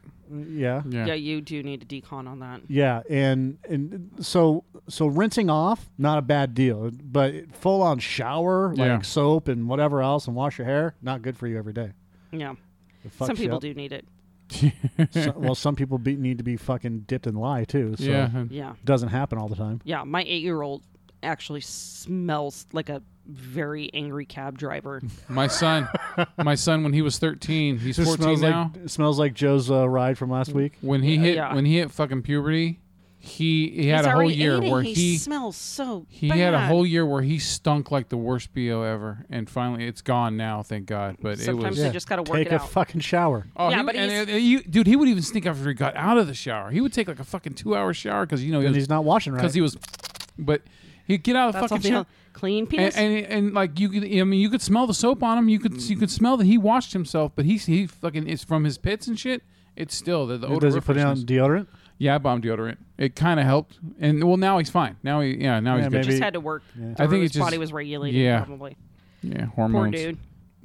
[SPEAKER 1] yeah,
[SPEAKER 3] Yeah.
[SPEAKER 2] yeah, you do need to decon on that.
[SPEAKER 1] yeah, and and so so rinsing off, not a bad deal, but full on shower,
[SPEAKER 3] Yeah.
[SPEAKER 1] like soap and whatever else, and wash your hair, not good for you every day.
[SPEAKER 2] Yeah,
[SPEAKER 1] It fucks
[SPEAKER 2] some
[SPEAKER 1] you
[SPEAKER 2] people
[SPEAKER 1] up.
[SPEAKER 2] do need it.
[SPEAKER 1] So- well, some people be, need to be fucking dipped in lye too. So
[SPEAKER 3] yeah.
[SPEAKER 2] Yeah.
[SPEAKER 1] doesn't happen all the time.
[SPEAKER 2] Yeah, my eight year old actually smells like a very angry cab driver.
[SPEAKER 3] My son, my son, when he was 13, he's
[SPEAKER 1] This
[SPEAKER 3] 14
[SPEAKER 1] smells
[SPEAKER 3] now.
[SPEAKER 1] like it smells like Joe's uh, ride from last week.
[SPEAKER 3] when he hit
[SPEAKER 2] Yeah.
[SPEAKER 3] when he hit fucking puberty, he he had
[SPEAKER 2] He's
[SPEAKER 3] a whole
[SPEAKER 2] already
[SPEAKER 3] year
[SPEAKER 2] 80.
[SPEAKER 3] where
[SPEAKER 2] he,
[SPEAKER 3] he
[SPEAKER 2] smells so
[SPEAKER 3] he
[SPEAKER 2] bad.
[SPEAKER 3] had a whole year where he stunk like the worst bo ever, and finally it's gone now, thank God. But it was
[SPEAKER 2] Sometimes
[SPEAKER 1] Yeah.
[SPEAKER 2] you just got to work
[SPEAKER 1] Take
[SPEAKER 2] it
[SPEAKER 1] a
[SPEAKER 2] out.
[SPEAKER 1] fucking shower.
[SPEAKER 3] Oh,
[SPEAKER 2] Yeah,
[SPEAKER 3] he-
[SPEAKER 2] but
[SPEAKER 3] and,
[SPEAKER 2] he's-
[SPEAKER 3] uh, you- dude, he would even sneak after he got out of the shower. He would take like a fucking two hour shower because you know he
[SPEAKER 1] And
[SPEAKER 3] was
[SPEAKER 1] he's not washing
[SPEAKER 3] because
[SPEAKER 1] right.
[SPEAKER 3] he was, but he'd get out of the
[SPEAKER 2] That's
[SPEAKER 3] fucking
[SPEAKER 2] something
[SPEAKER 3] shower.
[SPEAKER 2] else. clean penis.
[SPEAKER 3] And, and and like you could, I mean, you could smell the soap on him. You could you could smell that he washed himself, but he he fucking it's from his pits and shit. It's still the, the odor.
[SPEAKER 1] Does he put on
[SPEAKER 3] refreshness.
[SPEAKER 1] deodorant?
[SPEAKER 3] Yeah, I bombed deodorant. It kind of helped, and well, now he's fine. Now he, yeah, now
[SPEAKER 1] Yeah,
[SPEAKER 3] he's good.
[SPEAKER 1] maybe-
[SPEAKER 2] just had to work. through.
[SPEAKER 3] I think
[SPEAKER 2] his
[SPEAKER 3] it's just-
[SPEAKER 2] body was regulating.
[SPEAKER 3] yeah.
[SPEAKER 2] probably.
[SPEAKER 3] Yeah,
[SPEAKER 2] Poor
[SPEAKER 3] hormones.
[SPEAKER 2] dude.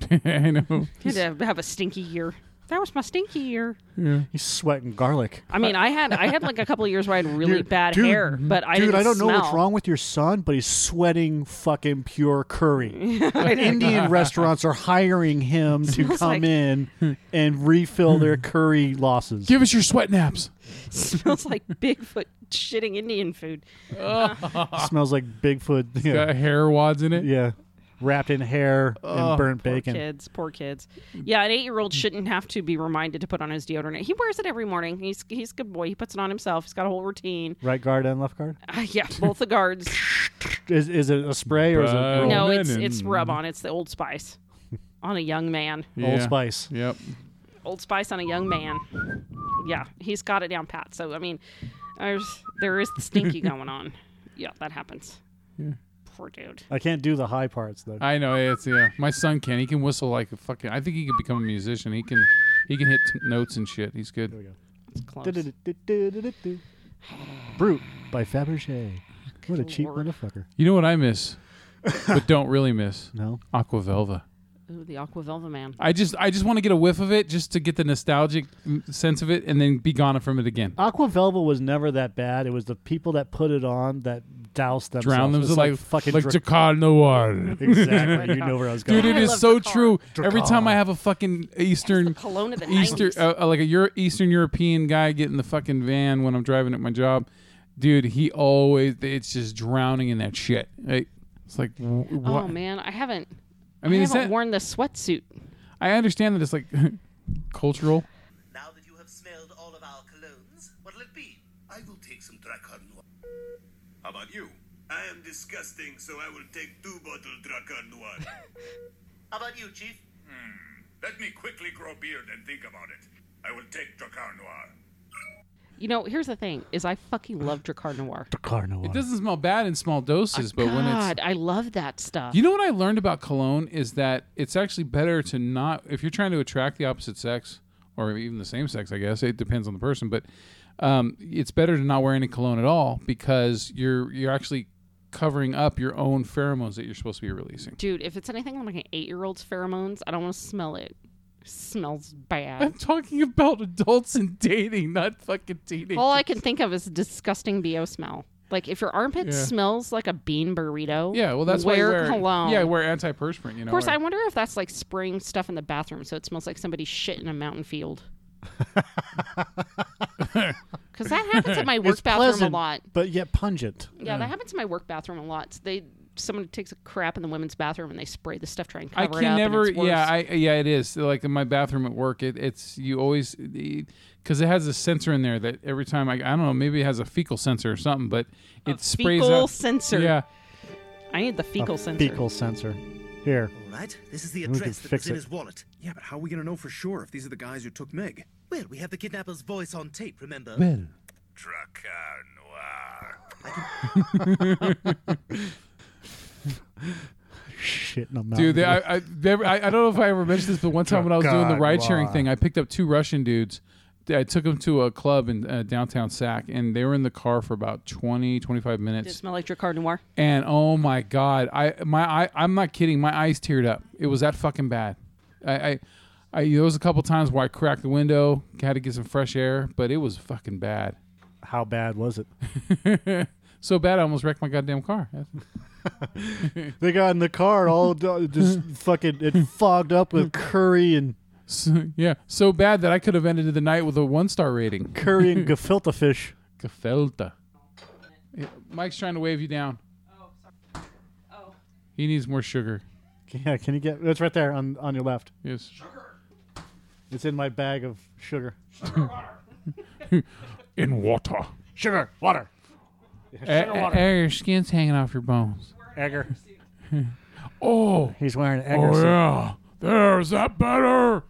[SPEAKER 3] I know.
[SPEAKER 2] He had to have a stinky year. That was my stinky year.
[SPEAKER 1] He's sweating garlic.
[SPEAKER 2] I
[SPEAKER 3] Uh,
[SPEAKER 2] mean, I had I had like a couple of years where I had really
[SPEAKER 1] Dude,
[SPEAKER 2] bad
[SPEAKER 1] dude,
[SPEAKER 2] hair, but I
[SPEAKER 1] Dude,
[SPEAKER 2] didn't
[SPEAKER 1] I don't know what's
[SPEAKER 2] smell.
[SPEAKER 1] wrong with your son, but he's sweating fucking pure curry. and Indian restaurants are hiring him to
[SPEAKER 2] Smells
[SPEAKER 1] come
[SPEAKER 2] like-
[SPEAKER 1] in and refill
[SPEAKER 3] Hmm.
[SPEAKER 1] their curry losses.
[SPEAKER 3] Give us your sweat naps.
[SPEAKER 2] smells like Bigfoot shitting Indian food.
[SPEAKER 1] smells like Bigfoot. Yeah,
[SPEAKER 3] Got hair wads in it.
[SPEAKER 1] yeah. wrapped in hair
[SPEAKER 3] Oh,
[SPEAKER 1] and burnt
[SPEAKER 2] Poor
[SPEAKER 1] bacon.
[SPEAKER 2] kids, poor kids. Yeah, an eight-year-old shouldn't have to be reminded to put on his deodorant. He wears it every morning. He's he's a good boy. He puts it on himself. He's got a whole routine.
[SPEAKER 1] Right guard and left guard.
[SPEAKER 2] Uh, yeah, both the guards.
[SPEAKER 1] Is is it a spray or is it
[SPEAKER 3] Bruh.
[SPEAKER 1] Old,
[SPEAKER 2] no,
[SPEAKER 3] Oh,
[SPEAKER 2] it's it's
[SPEAKER 3] man.
[SPEAKER 2] rub on. It's the Old Spice on a young man.
[SPEAKER 1] Old
[SPEAKER 3] Yeah.
[SPEAKER 1] Spice?
[SPEAKER 3] Yep.
[SPEAKER 2] Old Spice on a young man. Yeah, he's got it down pat. So I mean, there's there is the stinky going on. Yeah, that happens. Poor dude.
[SPEAKER 1] I can't do the high parts though.
[SPEAKER 3] I know. It's yeah. My son can. He can whistle like a fucking. I think he could become a musician. He can. He can hit t- notes and shit. He's good.
[SPEAKER 2] It's close.
[SPEAKER 1] Du-du-du-du-du-du-du. Brute by Fabergé. What a cheap
[SPEAKER 2] Lord.
[SPEAKER 1] motherfucker.
[SPEAKER 3] You know what I miss, but don't really miss
[SPEAKER 1] No.
[SPEAKER 3] Aquavelva.
[SPEAKER 2] Ooh, the Aquavelva man.
[SPEAKER 3] I just I just want to get a whiff of it just to get the nostalgic mm, sense of it and then be gone from it again.
[SPEAKER 1] Aqua Velva was never that bad. It was the people that put it on that doused themselves.
[SPEAKER 3] Drown them
[SPEAKER 1] It's
[SPEAKER 3] like
[SPEAKER 1] fucking
[SPEAKER 3] like
[SPEAKER 1] dra-
[SPEAKER 3] Jacquard Noir.
[SPEAKER 1] exactly. you know where I was going.
[SPEAKER 3] Dude, it
[SPEAKER 2] I
[SPEAKER 3] is
[SPEAKER 2] love
[SPEAKER 3] so
[SPEAKER 2] Drakkar.
[SPEAKER 3] true. Every time I have a fucking
[SPEAKER 2] The
[SPEAKER 3] Eastern
[SPEAKER 2] cologne of the
[SPEAKER 3] Eastern
[SPEAKER 2] 90s.
[SPEAKER 3] uh, uh, like a Euro- Eastern European guy getting the fucking van when I'm driving at my job, dude, he always it's just drowning in that shit. Like, it's like wh- what?
[SPEAKER 2] Oh man, I haven't.
[SPEAKER 3] I mean,
[SPEAKER 2] I
[SPEAKER 3] is
[SPEAKER 2] haven't
[SPEAKER 3] that
[SPEAKER 2] worn the sweatsuit.
[SPEAKER 3] I understand that it's like cultural.
[SPEAKER 5] Now that you have smelled all of our colognes, what'll it be?
[SPEAKER 6] I will take some Drakkar Noir. How about you? I am disgusting, so I will take two bottle Drakkar Noir.
[SPEAKER 5] How about you, Chief?
[SPEAKER 6] Hmm, Let me quickly grow beard and think about it. I will take Drakkar Noir.
[SPEAKER 2] You know, here's the thing: is I fucking love Drakkar Noir.
[SPEAKER 1] Carnival.
[SPEAKER 3] It doesn't smell bad in small doses, but when it's
[SPEAKER 2] God, I love that stuff.
[SPEAKER 3] You know what I learned about cologne is that it's actually better to not if you're trying to attract the opposite sex or even the same sex. I guess it depends on the person, but um, it's better to not wear any cologne at all because you're you're actually covering up your own pheromones that you're supposed to be releasing.
[SPEAKER 2] Dude, if it's anything like an eight-year-old's pheromones, I don't want to smell it. Smells
[SPEAKER 3] I'm
[SPEAKER 2] bad.
[SPEAKER 3] talking about adults and dating, not fucking dating.
[SPEAKER 2] All I can think of is disgusting bo smell. Like if your armpit
[SPEAKER 3] Yeah.
[SPEAKER 2] smells like a bean burrito.
[SPEAKER 3] yeah, well that's
[SPEAKER 2] wear
[SPEAKER 3] why you wear
[SPEAKER 2] cologne.
[SPEAKER 3] Yeah, wear antiperspirant. You know,
[SPEAKER 2] Of course,
[SPEAKER 3] or-
[SPEAKER 2] I wonder if that's like spraying stuff in the bathroom, so it smells like somebody shit in a mountain field. Because that happens at my work
[SPEAKER 1] It's
[SPEAKER 2] bathroom
[SPEAKER 1] pleasant,
[SPEAKER 2] a lot.
[SPEAKER 1] but yet pungent.
[SPEAKER 2] Yeah,
[SPEAKER 3] Mm.
[SPEAKER 2] that happens in my work bathroom a lot. So they someone takes a crap in the women's bathroom and they spray the stuff trying to
[SPEAKER 3] I
[SPEAKER 2] cover it
[SPEAKER 3] can
[SPEAKER 2] up.
[SPEAKER 3] never.
[SPEAKER 2] And it's worse.
[SPEAKER 3] Yeah, I yeah, it is. Like in my bathroom at work, it, it's you always because it has a sensor in there that every time I I don't know maybe it has a fecal sensor or something, but it sprays
[SPEAKER 2] fecal
[SPEAKER 3] out.
[SPEAKER 2] sensor.
[SPEAKER 3] Yeah,
[SPEAKER 2] I need the fecal sensor.
[SPEAKER 1] Fecal sensor. Here.
[SPEAKER 7] All right, this is the
[SPEAKER 1] we can
[SPEAKER 7] address that
[SPEAKER 1] fix
[SPEAKER 7] was in
[SPEAKER 1] it.
[SPEAKER 7] his wallet.
[SPEAKER 6] Yeah, but how are we gonna know for sure if these are the guys who took Meg?
[SPEAKER 5] Well, we have the kidnapper's voice on tape, remember?
[SPEAKER 6] Drakkar Noir.
[SPEAKER 1] Shit in a mountain.
[SPEAKER 3] dude. They, I, I, never, I I don't know if I ever mentioned this, but one time when I was doing the
[SPEAKER 1] Oh, God,
[SPEAKER 3] ride sharing
[SPEAKER 1] why?
[SPEAKER 3] thing, I picked up two Russian dudes. I took them to a club in uh, downtown Sac, and they were in the car for about 20, 25 minutes.
[SPEAKER 2] Did it smell like your card noir?
[SPEAKER 3] and oh my god i my I, i'm not kidding my eyes teared up it was that fucking bad i i, I there was a couple times where i cracked the window had to get some fresh air but it was fucking bad
[SPEAKER 1] How bad was it?
[SPEAKER 3] so bad i almost wrecked my goddamn car
[SPEAKER 1] They got in the car all d- uh, just fucking it fogged up with curry and
[SPEAKER 3] So- yeah so bad that i could have ended the night with a one star rating
[SPEAKER 1] curry and gefilte fish.
[SPEAKER 3] gefelta Yeah, mike's trying to wave you down He needs more sugar.
[SPEAKER 1] Yeah, can you get? It's right there on on your left.
[SPEAKER 3] Yes.
[SPEAKER 1] It's in my bag of sugar.
[SPEAKER 3] In water.
[SPEAKER 1] Sugar, water,
[SPEAKER 3] Air, your skin's hanging off your bones.
[SPEAKER 1] Egger.
[SPEAKER 3] Oh,
[SPEAKER 1] He's wearing an Egger.
[SPEAKER 3] oh
[SPEAKER 1] suit.
[SPEAKER 3] yeah. There's that better.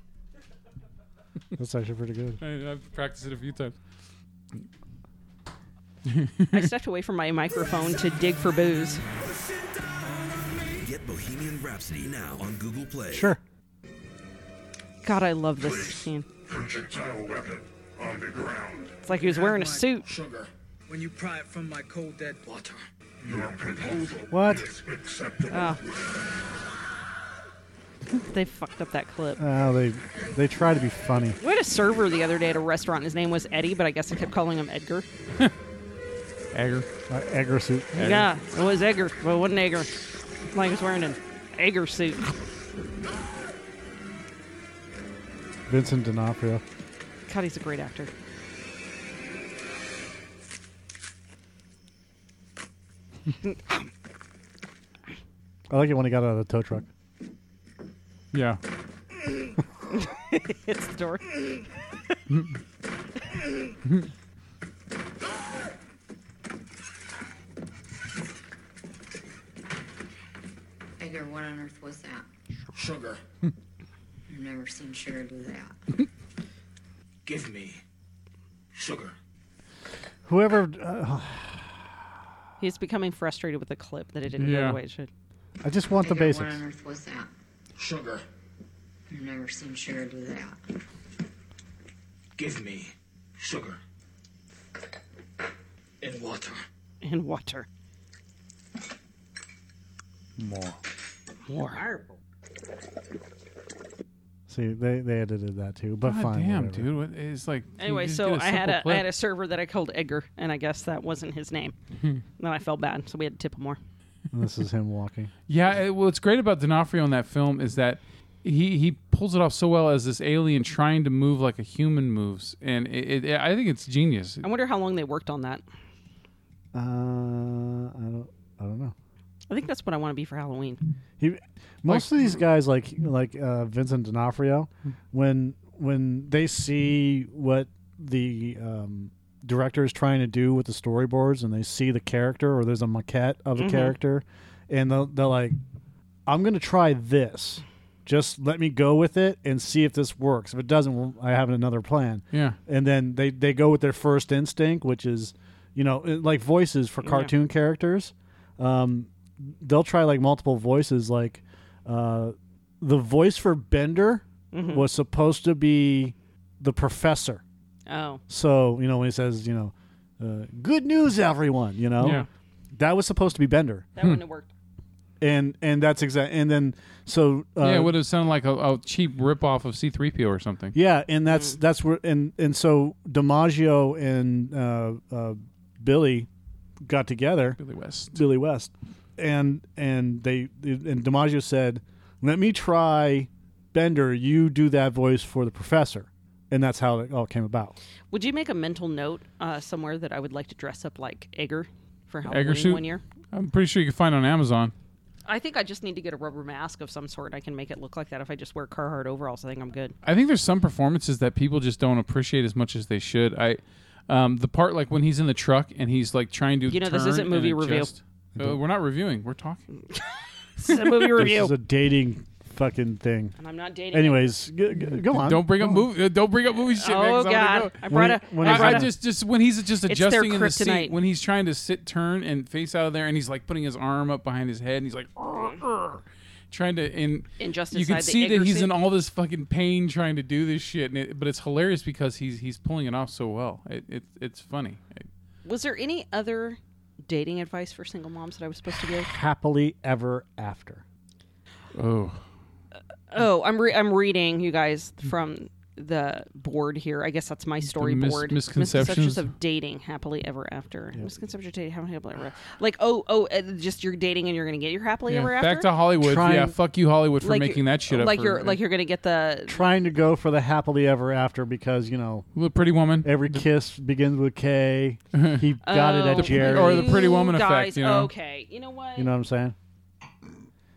[SPEAKER 1] That's actually pretty good.
[SPEAKER 3] I, I've practiced it a few times.
[SPEAKER 2] I stepped away from my microphone to dig for booze.
[SPEAKER 6] Get Bohemian Rhapsody now on Google Play.
[SPEAKER 1] Sure.
[SPEAKER 2] God, I love this scene.
[SPEAKER 8] Projectile weapon on the ground.
[SPEAKER 2] It's like he was wearing a suit.
[SPEAKER 9] Sugar. When you pry it from my cold dead water.
[SPEAKER 8] Your proposal
[SPEAKER 1] What?
[SPEAKER 8] is acceptable.
[SPEAKER 2] They fucked up that clip.
[SPEAKER 3] Uh.
[SPEAKER 1] Oh, they they try to be funny.
[SPEAKER 2] We had a server the other day at a restaurant. His name was Eddie, but I guess I kept calling him Edgar.
[SPEAKER 3] Egger.
[SPEAKER 1] Uh, Egger suit.
[SPEAKER 2] Yeah, it was Edgar, but it wasn't Edgar. Like he was wearing an Edgar suit.
[SPEAKER 1] Vincent D'Onofrio.
[SPEAKER 2] God, he's a great actor.
[SPEAKER 1] I like it when he got out of the tow truck.
[SPEAKER 3] Yeah.
[SPEAKER 2] Hits the door.
[SPEAKER 10] Edgar, what on earth was that?
[SPEAKER 9] Sugar.
[SPEAKER 10] I've never seen Cher do that.
[SPEAKER 9] Give me sugar.
[SPEAKER 1] Whoever, uh,
[SPEAKER 2] He's becoming frustrated with the clip that it didn't go
[SPEAKER 3] Yeah.
[SPEAKER 2] the way it should.
[SPEAKER 1] I just want the
[SPEAKER 10] Edgar, what
[SPEAKER 1] basics.
[SPEAKER 10] on earth was that?
[SPEAKER 9] Sugar.
[SPEAKER 10] I've never seen Cher do that.
[SPEAKER 9] Give me sugar. And water.
[SPEAKER 2] And water.
[SPEAKER 1] See, they they edited that too, but
[SPEAKER 3] God
[SPEAKER 1] fine.
[SPEAKER 3] damn,
[SPEAKER 1] whatever.
[SPEAKER 3] dude. What, it's like. you
[SPEAKER 2] Anyway,
[SPEAKER 3] just
[SPEAKER 2] so
[SPEAKER 3] did
[SPEAKER 2] I had
[SPEAKER 3] simple
[SPEAKER 2] a I
[SPEAKER 3] clip.
[SPEAKER 2] had a server that I called Edgar, and I guess that wasn't his name.
[SPEAKER 3] Hmm.
[SPEAKER 2] then I felt bad, so we had to tip him more.
[SPEAKER 1] And this is him walking.
[SPEAKER 3] Yeah, it, what's great about D'Onofrio in that film is that he he pulls it off so well as this alien trying to move like a human moves, and it, it, I think it's genius.
[SPEAKER 2] I wonder how long they worked on that.
[SPEAKER 1] Uh, I don't, I don't know.
[SPEAKER 2] I think that's what I want to be for Halloween.
[SPEAKER 1] He, most of these guys, like like uh, Vincent D'Onofrio, when when they see what the um, director is trying to do with the storyboards, and they see the character or there's a maquette of a character, and they'll, they're like, "I'm gonna try this. Just let me go with it and see if this works. If it doesn't, well, I have another plan."
[SPEAKER 3] Yeah,
[SPEAKER 1] and then they they go with their first instinct, which is you know it- like voices for cartoon characters. Um, they'll try like multiple voices. Like uh, the voice for Bender
[SPEAKER 3] Mm-hmm.
[SPEAKER 1] was supposed to be the professor.
[SPEAKER 2] Oh,
[SPEAKER 1] So you know when he says you know, uh, "Good news, everyone," you know,
[SPEAKER 3] Yeah.
[SPEAKER 1] that was supposed to be Bender,
[SPEAKER 3] Hmm.
[SPEAKER 2] that wouldn't have worked.
[SPEAKER 1] and and that's exact. And then so uh,
[SPEAKER 3] yeah, it would have sounded like a, a cheap ripoff of C three PO or something.
[SPEAKER 1] Yeah, and that's that's where and and so DiMaggio and uh, uh, Billy got together,
[SPEAKER 3] Billy West.
[SPEAKER 1] Billy West, and and they and DiMaggio said, "Let me try Bender. You do that voice for the professor," and that's how it all came about.
[SPEAKER 2] Would you make a mental note uh, somewhere that I would like to dress up like Edgar for Halloween
[SPEAKER 3] Edgar suit?
[SPEAKER 2] one year?
[SPEAKER 3] I'm pretty sure you can find it on Amazon.
[SPEAKER 2] I think I just need to get a rubber mask of some sort. I can make it look like that if I just wear Carhartt overalls. I think I'm good.
[SPEAKER 3] I think there's some performances that people just don't appreciate as much as they should. I, um, the part like when he's in the truck and he's like trying to.
[SPEAKER 2] You know, this
[SPEAKER 3] turn
[SPEAKER 2] isn't
[SPEAKER 3] and
[SPEAKER 2] movie review.
[SPEAKER 3] adjust. Uh, we're not reviewing. We're talking.
[SPEAKER 2] This is a movie
[SPEAKER 1] This
[SPEAKER 2] review,
[SPEAKER 1] is a dating fucking thing.
[SPEAKER 2] and I'm not dating.
[SPEAKER 1] Anyways, g- g- go on.
[SPEAKER 3] Mm. Don't bring up movie. uh, Don't bring up movie shit. man,
[SPEAKER 2] Oh
[SPEAKER 3] 'cause I'm gonna
[SPEAKER 2] God!
[SPEAKER 3] go.
[SPEAKER 2] I brought
[SPEAKER 1] When
[SPEAKER 2] a.
[SPEAKER 1] he- when
[SPEAKER 2] I
[SPEAKER 1] he's
[SPEAKER 2] brought
[SPEAKER 3] I
[SPEAKER 1] on-
[SPEAKER 2] a-
[SPEAKER 3] just just when he's just
[SPEAKER 2] their
[SPEAKER 3] adjusting in the seat
[SPEAKER 2] kryptonite.
[SPEAKER 3] when he's trying to sit turn and face out of there and he's like putting his arm up behind his head and he's like "Arr, arr," trying to and
[SPEAKER 2] And just
[SPEAKER 3] you can
[SPEAKER 2] inside the
[SPEAKER 3] see that
[SPEAKER 2] Edgar
[SPEAKER 3] he's
[SPEAKER 2] suit.
[SPEAKER 3] in all this fucking pain trying to do this shit and it, but it's hilarious because he's he's pulling it off so well it, it it's funny
[SPEAKER 2] Was there any other dating advice for single moms that I was supposed to give?
[SPEAKER 1] happily ever after.
[SPEAKER 3] oh
[SPEAKER 2] Oh, I'm re- I'm reading you guys from the board here. I guess that's my
[SPEAKER 3] mis-
[SPEAKER 2] storyboard.
[SPEAKER 3] misconceptions?
[SPEAKER 2] of dating happily ever after. Misconceptions of dating happily ever after. Like oh oh, uh, just you're dating and you're gonna get your happily
[SPEAKER 3] yeah.
[SPEAKER 2] ever after.
[SPEAKER 3] back to Hollywood yeah
[SPEAKER 1] Trying-
[SPEAKER 3] fuck you Hollywood for
[SPEAKER 2] Like
[SPEAKER 3] making
[SPEAKER 2] you're-
[SPEAKER 3] that shit up
[SPEAKER 2] Like
[SPEAKER 3] for-
[SPEAKER 2] you're like you're gonna get the
[SPEAKER 1] Trying to go for the happily ever after because you know
[SPEAKER 3] the pretty woman
[SPEAKER 1] Every kiss begins with K. He got it
[SPEAKER 2] Oh,
[SPEAKER 1] at Jerry.
[SPEAKER 3] or the pretty
[SPEAKER 2] you
[SPEAKER 3] woman effect,
[SPEAKER 2] guys-
[SPEAKER 3] you know?
[SPEAKER 2] Okay, you know what?
[SPEAKER 1] you know what I'm saying?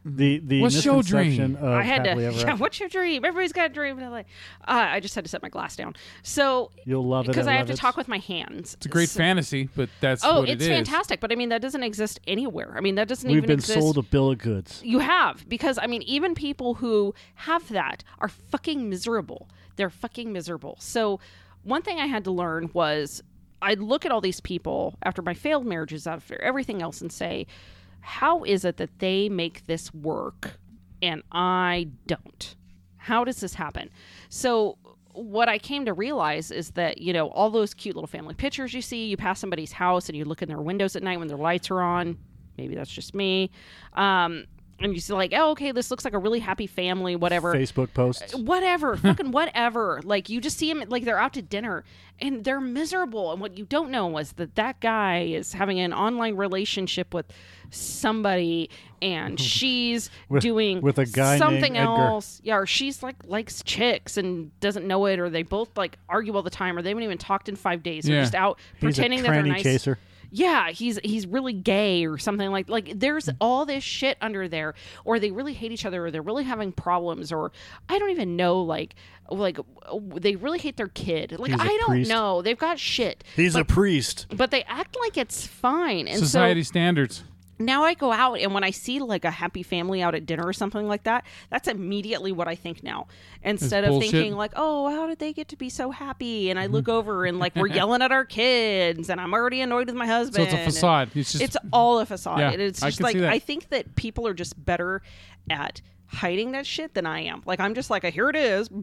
[SPEAKER 1] the the
[SPEAKER 3] Mm-hmm. What's your
[SPEAKER 1] misconception
[SPEAKER 3] dream?
[SPEAKER 1] of
[SPEAKER 2] I had to.
[SPEAKER 1] Happily Ever
[SPEAKER 2] Yeah,
[SPEAKER 1] After.
[SPEAKER 2] what's your dream? Everybody's got a dream. And I'm like, uh, I just had to set my glass down. So
[SPEAKER 1] You'll love it.
[SPEAKER 2] because I
[SPEAKER 1] love
[SPEAKER 2] have to
[SPEAKER 1] it.
[SPEAKER 2] talk with my hands.
[SPEAKER 3] It's a great fantasy, but that's
[SPEAKER 2] Oh,
[SPEAKER 3] what it
[SPEAKER 2] it's
[SPEAKER 3] is.
[SPEAKER 2] fantastic. But I mean, that doesn't exist anywhere. I mean, that doesn't
[SPEAKER 1] We've
[SPEAKER 2] even
[SPEAKER 1] been
[SPEAKER 2] exist.
[SPEAKER 1] sold a bill of goods.
[SPEAKER 2] you have because I mean, even people who have that are fucking miserable. They're fucking miserable. So one thing I had to learn was I look at all these people after my failed marriages, after everything else, and say, how is it that they make this work and I don't? How does this happen? So what I came to realize is that, you know, all those cute little family pictures you see, you pass somebody's house and you look in their windows at night when their lights are on. Maybe that's just me. Um, and you see like, oh, okay, this looks like a really happy family, whatever
[SPEAKER 1] Facebook posts.
[SPEAKER 2] whatever, fucking whatever. Like you just see them, like they're out to dinner and they're miserable. And what you don't know is that that guy is having an online relationship with somebody, and she's
[SPEAKER 1] With-
[SPEAKER 2] doing
[SPEAKER 1] with a guy named
[SPEAKER 2] something
[SPEAKER 1] Edgar.
[SPEAKER 2] else. Yeah, or she's like likes chicks and doesn't know it, or they both like argue all the time, or they haven't even talked in five days. They're
[SPEAKER 3] Yeah.
[SPEAKER 2] just out
[SPEAKER 1] He's a
[SPEAKER 2] pretending that they're
[SPEAKER 1] tranny
[SPEAKER 2] nice
[SPEAKER 1] chaser.
[SPEAKER 2] yeah he's he's really gay or something like like there's
[SPEAKER 3] Mm.
[SPEAKER 2] all this shit under there or they really hate each other or they're really having problems or i don't even know like like w- they really hate their kid like
[SPEAKER 1] He's a
[SPEAKER 2] i don't
[SPEAKER 1] priest.
[SPEAKER 2] know they've got shit
[SPEAKER 1] He's a priest.
[SPEAKER 2] but they act like it's fine and
[SPEAKER 3] Society
[SPEAKER 2] so
[SPEAKER 3] standards.
[SPEAKER 2] now i go out and when i see like a happy family out at dinner or something like that that's immediately what i think now instead of
[SPEAKER 3] bullshit. Mm-hmm.
[SPEAKER 2] thinking like oh how did they get to be so happy and i look over and like we're yelling at our kids and i'm already annoyed with my husband
[SPEAKER 3] So it's a
[SPEAKER 2] and-
[SPEAKER 3] facade. It's just
[SPEAKER 2] it's all a facade.
[SPEAKER 3] Yeah,
[SPEAKER 2] and it's
[SPEAKER 3] I
[SPEAKER 2] just
[SPEAKER 3] can
[SPEAKER 2] like
[SPEAKER 3] see that.
[SPEAKER 2] I think that people are just better at hiding that shit than I am. Like I'm just like, here it is.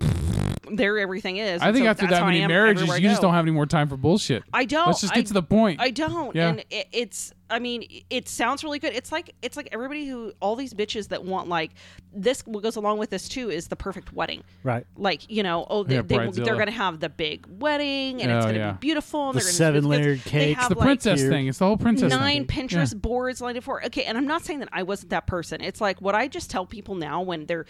[SPEAKER 2] There everything is.
[SPEAKER 3] I
[SPEAKER 2] And
[SPEAKER 3] think
[SPEAKER 2] so
[SPEAKER 3] after
[SPEAKER 2] that's
[SPEAKER 3] that
[SPEAKER 2] how I
[SPEAKER 3] many
[SPEAKER 2] am
[SPEAKER 3] marriages,
[SPEAKER 2] everywhere I
[SPEAKER 3] you just
[SPEAKER 2] go.
[SPEAKER 3] don't have any more time for bullshit.
[SPEAKER 2] I don't.
[SPEAKER 3] Let's just
[SPEAKER 2] I-
[SPEAKER 3] get to the point.
[SPEAKER 2] I don't.
[SPEAKER 3] Yeah.
[SPEAKER 2] And it, it's. I mean, it sounds really good. It's like it's like everybody who all these bitches that want like this. What goes along with this too is the perfect wedding.
[SPEAKER 1] Right.
[SPEAKER 2] Like you know, oh, they,
[SPEAKER 3] Yeah,
[SPEAKER 2] they, they're
[SPEAKER 3] Bridezilla.
[SPEAKER 2] going to have the big wedding, and it's
[SPEAKER 3] Oh,
[SPEAKER 2] going to
[SPEAKER 3] yeah.
[SPEAKER 2] be beautiful. And
[SPEAKER 1] The
[SPEAKER 2] they're gonna
[SPEAKER 1] seven-layered
[SPEAKER 2] They
[SPEAKER 1] cakes.
[SPEAKER 2] have,
[SPEAKER 3] It's the
[SPEAKER 2] like,
[SPEAKER 3] princess
[SPEAKER 1] Cute.
[SPEAKER 3] thing. It's the whole princess
[SPEAKER 2] nine
[SPEAKER 3] thing.
[SPEAKER 2] Pinterest boards lined up for. Okay, and I'm not saying that I wasn't that person. It's like what I just tell people now when they're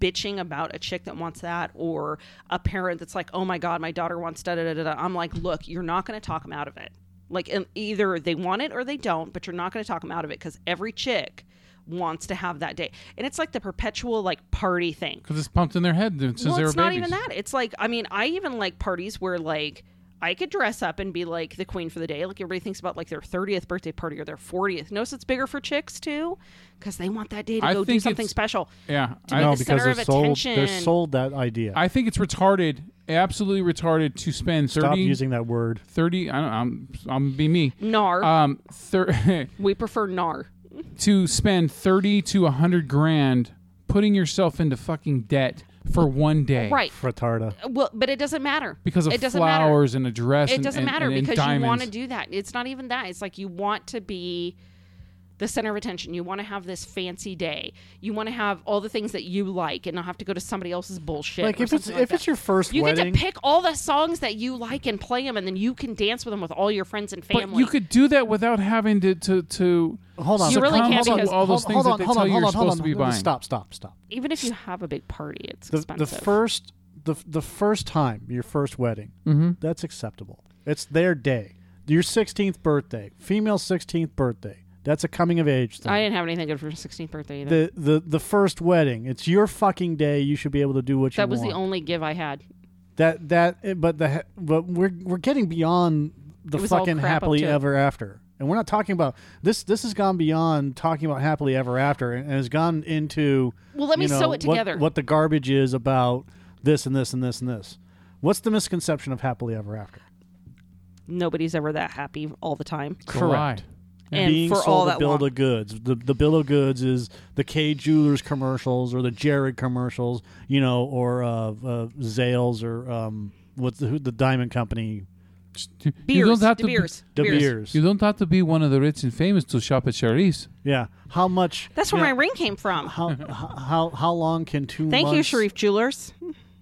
[SPEAKER 2] bitching about a chick that wants that or a parent that's like, "Oh my god, my daughter wants da da da da." da." I'm like, "Look, you're not going to talk them out of it. Like um, either they want it or they don't, but you're not going to talk them out of it because every chick wants to have that day, and it's like the perpetual like party thing
[SPEAKER 3] Because it's pumped in their head since
[SPEAKER 2] well,
[SPEAKER 3] they were
[SPEAKER 2] it's not
[SPEAKER 3] babies.
[SPEAKER 2] even that. It's like I mean, I even like parties where like I could dress up and be like the queen for the day. Like everybody thinks about like their thirtieth birthday party or their fortieth. Notice it's bigger for chicks too, because they want that day to
[SPEAKER 3] I
[SPEAKER 2] go do
[SPEAKER 3] think
[SPEAKER 2] something
[SPEAKER 3] it's-
[SPEAKER 2] special.
[SPEAKER 3] Yeah.
[SPEAKER 2] To
[SPEAKER 3] I-
[SPEAKER 2] be
[SPEAKER 1] No,
[SPEAKER 2] the
[SPEAKER 1] because
[SPEAKER 2] center
[SPEAKER 1] they're
[SPEAKER 2] of
[SPEAKER 1] sold. They're
[SPEAKER 2] attention.
[SPEAKER 1] sold that idea.
[SPEAKER 3] I think it's retarded, absolutely retarded to spend 30,
[SPEAKER 1] Stop using that word.
[SPEAKER 3] 30 I don't I'm I'm be me.
[SPEAKER 2] Nar,
[SPEAKER 3] Um thir-
[SPEAKER 2] we prefer nar.
[SPEAKER 3] to spend 30 to 100 grand putting yourself into fucking debt for one day.
[SPEAKER 2] Right.
[SPEAKER 1] Frittata.
[SPEAKER 2] Well, but it doesn't matter
[SPEAKER 3] Because of
[SPEAKER 2] it doesn't matter.
[SPEAKER 3] flowers and a dress
[SPEAKER 2] It
[SPEAKER 3] and-
[SPEAKER 2] doesn't
[SPEAKER 3] and-
[SPEAKER 2] matter
[SPEAKER 3] and- and
[SPEAKER 2] because you want
[SPEAKER 3] diamonds.
[SPEAKER 2] to do that. It's not even that. It's like you want to be the center of attention. You want to have this fancy day. You want to have all the things that you like and not have to go to somebody else's bullshit.
[SPEAKER 1] Like
[SPEAKER 2] or
[SPEAKER 1] if it's
[SPEAKER 2] something like
[SPEAKER 1] if
[SPEAKER 2] that.
[SPEAKER 1] it's your first
[SPEAKER 2] you
[SPEAKER 1] wedding,
[SPEAKER 2] get to pick all the songs that you like and play them, and then you can dance with them with all your friends and family.
[SPEAKER 3] But you could do that without having to to, to
[SPEAKER 1] hold on.
[SPEAKER 2] You really
[SPEAKER 3] succumb
[SPEAKER 2] can't
[SPEAKER 3] to
[SPEAKER 2] because-
[SPEAKER 3] all those
[SPEAKER 1] hold,
[SPEAKER 3] things
[SPEAKER 1] hold
[SPEAKER 3] that they
[SPEAKER 1] on, hold
[SPEAKER 3] tell
[SPEAKER 1] on,
[SPEAKER 3] you
[SPEAKER 1] hold
[SPEAKER 3] you're
[SPEAKER 1] on, hold
[SPEAKER 3] supposed
[SPEAKER 1] on.
[SPEAKER 3] to be
[SPEAKER 1] No, no,
[SPEAKER 3] buying.
[SPEAKER 1] Stop, stop, stop.
[SPEAKER 2] even if you have a big party, it's
[SPEAKER 1] The, the
[SPEAKER 2] expensive.
[SPEAKER 1] first the the first time your first wedding, that's acceptable. It's their day. Your 16th birthday, female 16th birthday. That's a coming of age thing.
[SPEAKER 2] I didn't have anything good for my 16th birthday either.
[SPEAKER 1] the, the the first wedding. It's your fucking day. You should be able to do what you
[SPEAKER 2] that was
[SPEAKER 1] want.
[SPEAKER 2] the only give I had.
[SPEAKER 1] that that but the but we're we're getting beyond the
[SPEAKER 2] It was all
[SPEAKER 1] fucking
[SPEAKER 2] crap up
[SPEAKER 1] happily
[SPEAKER 2] to it.
[SPEAKER 1] ever after. And we're not talking about this this has gone beyond talking about happily ever after and, and has gone into
[SPEAKER 2] Well, let
[SPEAKER 1] you
[SPEAKER 2] me
[SPEAKER 1] know,
[SPEAKER 2] sew it
[SPEAKER 1] what-
[SPEAKER 2] together.
[SPEAKER 1] What, the garbage is about this and this and this and this. What's the misconception of happily ever after?
[SPEAKER 11] Nobody's ever that happy all the time.
[SPEAKER 3] It's a lie.
[SPEAKER 11] And
[SPEAKER 1] Being
[SPEAKER 11] for
[SPEAKER 1] sold
[SPEAKER 11] all
[SPEAKER 1] a
[SPEAKER 11] that
[SPEAKER 1] bill
[SPEAKER 11] long.
[SPEAKER 1] of goods. The the bill of goods is the K Jewelers commercials or the Jared commercials, you know, or uh, uh, Zales or um, what's the, who, the diamond company,
[SPEAKER 3] You
[SPEAKER 11] Beers,
[SPEAKER 3] don't have
[SPEAKER 11] De
[SPEAKER 3] to be-
[SPEAKER 11] Beers.
[SPEAKER 1] De
[SPEAKER 11] Beers.
[SPEAKER 1] Beers.
[SPEAKER 3] You don't have to be one of the rich and famous to shop at Charisse.
[SPEAKER 1] Yeah. How much?
[SPEAKER 11] That's where
[SPEAKER 1] you
[SPEAKER 11] my
[SPEAKER 1] know,
[SPEAKER 11] ring came from.
[SPEAKER 1] How, how how how long can two?
[SPEAKER 11] Thank you,
[SPEAKER 1] months-
[SPEAKER 11] Sharif Jewelers.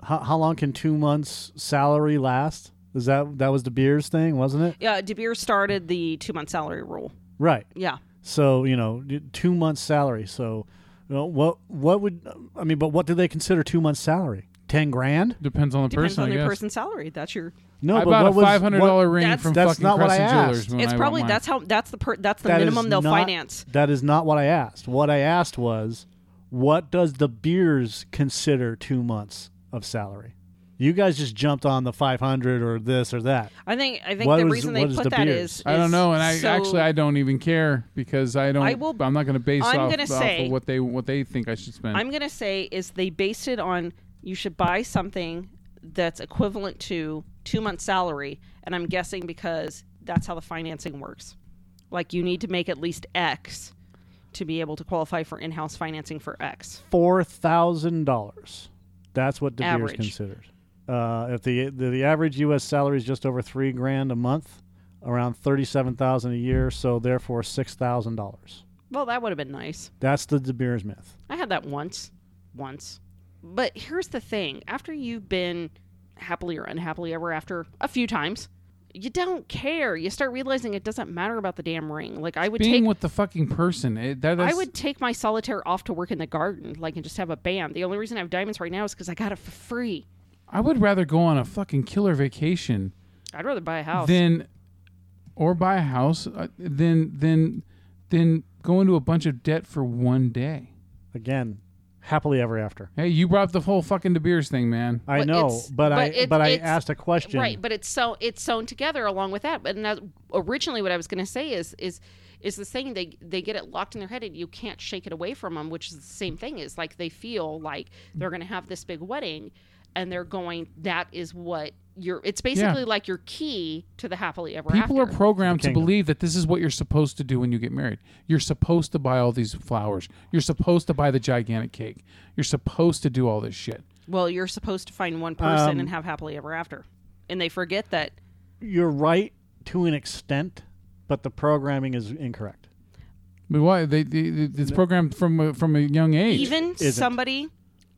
[SPEAKER 1] How, how long can two months' salary last? Is that that was the beers thing, wasn't it?
[SPEAKER 11] Yeah, De Beers started the two month salary rule.
[SPEAKER 1] Right.
[SPEAKER 11] Yeah.
[SPEAKER 1] So you know, d- two months' salary. So, you know, what what would I mean? But what do they consider two months' salary? Ten grand?
[SPEAKER 3] Depends on the
[SPEAKER 11] Depends
[SPEAKER 3] person,
[SPEAKER 11] on
[SPEAKER 3] I
[SPEAKER 11] the
[SPEAKER 3] guess.
[SPEAKER 11] person's salary. That's your.
[SPEAKER 1] No,
[SPEAKER 3] I
[SPEAKER 1] but
[SPEAKER 3] bought
[SPEAKER 1] what
[SPEAKER 3] a
[SPEAKER 1] was
[SPEAKER 3] five hundred dollar
[SPEAKER 1] what-
[SPEAKER 3] ring
[SPEAKER 11] That's-
[SPEAKER 3] from
[SPEAKER 1] that's
[SPEAKER 3] fucking
[SPEAKER 1] not what I
[SPEAKER 3] Crescent
[SPEAKER 1] asked.
[SPEAKER 3] Jewelers. when
[SPEAKER 11] It's
[SPEAKER 3] I
[SPEAKER 11] probably
[SPEAKER 3] bought mine.
[SPEAKER 11] that's how that's the per, that's the
[SPEAKER 1] that is
[SPEAKER 11] minimum they'll
[SPEAKER 1] not-
[SPEAKER 11] finance.
[SPEAKER 1] That is not what I asked. What I asked was, What does the beers consider two months of salary? You guys just jumped on the 500 or this or that.
[SPEAKER 2] I think I think
[SPEAKER 1] What
[SPEAKER 2] the
[SPEAKER 1] was-
[SPEAKER 2] reason they
[SPEAKER 1] what is
[SPEAKER 2] put
[SPEAKER 1] the
[SPEAKER 2] that
[SPEAKER 1] beers?
[SPEAKER 2] is,
[SPEAKER 3] I don't
[SPEAKER 2] is
[SPEAKER 3] know, and I
[SPEAKER 2] so-
[SPEAKER 3] actually I don't even care because I don't. I
[SPEAKER 2] I will-
[SPEAKER 3] am not going to base
[SPEAKER 2] I'm
[SPEAKER 3] off,
[SPEAKER 2] gonna
[SPEAKER 3] off
[SPEAKER 2] say-
[SPEAKER 3] of what they what they think I should spend.
[SPEAKER 2] I'm gonna say is they based it on you should buy something that's equivalent to two months' salary, and I'm guessing because that's how the financing works. Like you need to make at least X to be able to qualify for in-house financing for X.
[SPEAKER 1] $4,000. That's what De Beers
[SPEAKER 2] Average.
[SPEAKER 1] considers. Uh, if the, the the average U.S. salary is just over three grand a month, around thirty-seven thousand a year, so therefore six thousand dollars.
[SPEAKER 2] Well, that would have been nice.
[SPEAKER 1] That's the De Beers myth.
[SPEAKER 2] I had that once. Once. But here's the thing after you've been happily or unhappily ever after a few times, you don't care. You start realizing it doesn't matter about the damn ring. Like, I would
[SPEAKER 3] Being
[SPEAKER 2] take.
[SPEAKER 3] with the fucking person, it, that, that's,
[SPEAKER 2] I would take my solitaire off to work in the garden, like, and just have a band. The only reason I have diamonds right now is because I got it for free.
[SPEAKER 3] I would rather go on a fucking killer vacation
[SPEAKER 2] I'd rather buy a house.
[SPEAKER 3] than, or buy a house, uh, than than than go into a bunch of debt for one day.
[SPEAKER 1] Again, happily ever after.
[SPEAKER 3] Hey, you brought up the whole fucking De Beers thing, man.
[SPEAKER 1] I
[SPEAKER 2] But
[SPEAKER 1] know,
[SPEAKER 2] it's-
[SPEAKER 1] but, I
[SPEAKER 2] it-
[SPEAKER 1] but I
[SPEAKER 2] it's-
[SPEAKER 1] asked a question.
[SPEAKER 2] Right, but it's so it's sewn together along with that. But now, originally, what I was going to say is is is the thing they they get it locked in their head and you can't shake it away from them, which is the same thing. Is like they feel like they're going to have this big wedding, and they're going. That is what your. It's basically like your key to the happily ever
[SPEAKER 3] People are
[SPEAKER 2] after.
[SPEAKER 3] programmed to
[SPEAKER 1] kingdom.
[SPEAKER 3] believe that this is what you're supposed to do when you get married. You're supposed to buy all these flowers. You're supposed to buy the gigantic cake. You're supposed to do all this shit.
[SPEAKER 2] well, you're supposed to find one person and have happily ever after, and they forget that.
[SPEAKER 1] You're right to an extent, but the programming is incorrect.
[SPEAKER 3] But why they, they, they- it's programmed from a, from a young age?
[SPEAKER 2] even
[SPEAKER 1] isn't.
[SPEAKER 2] somebody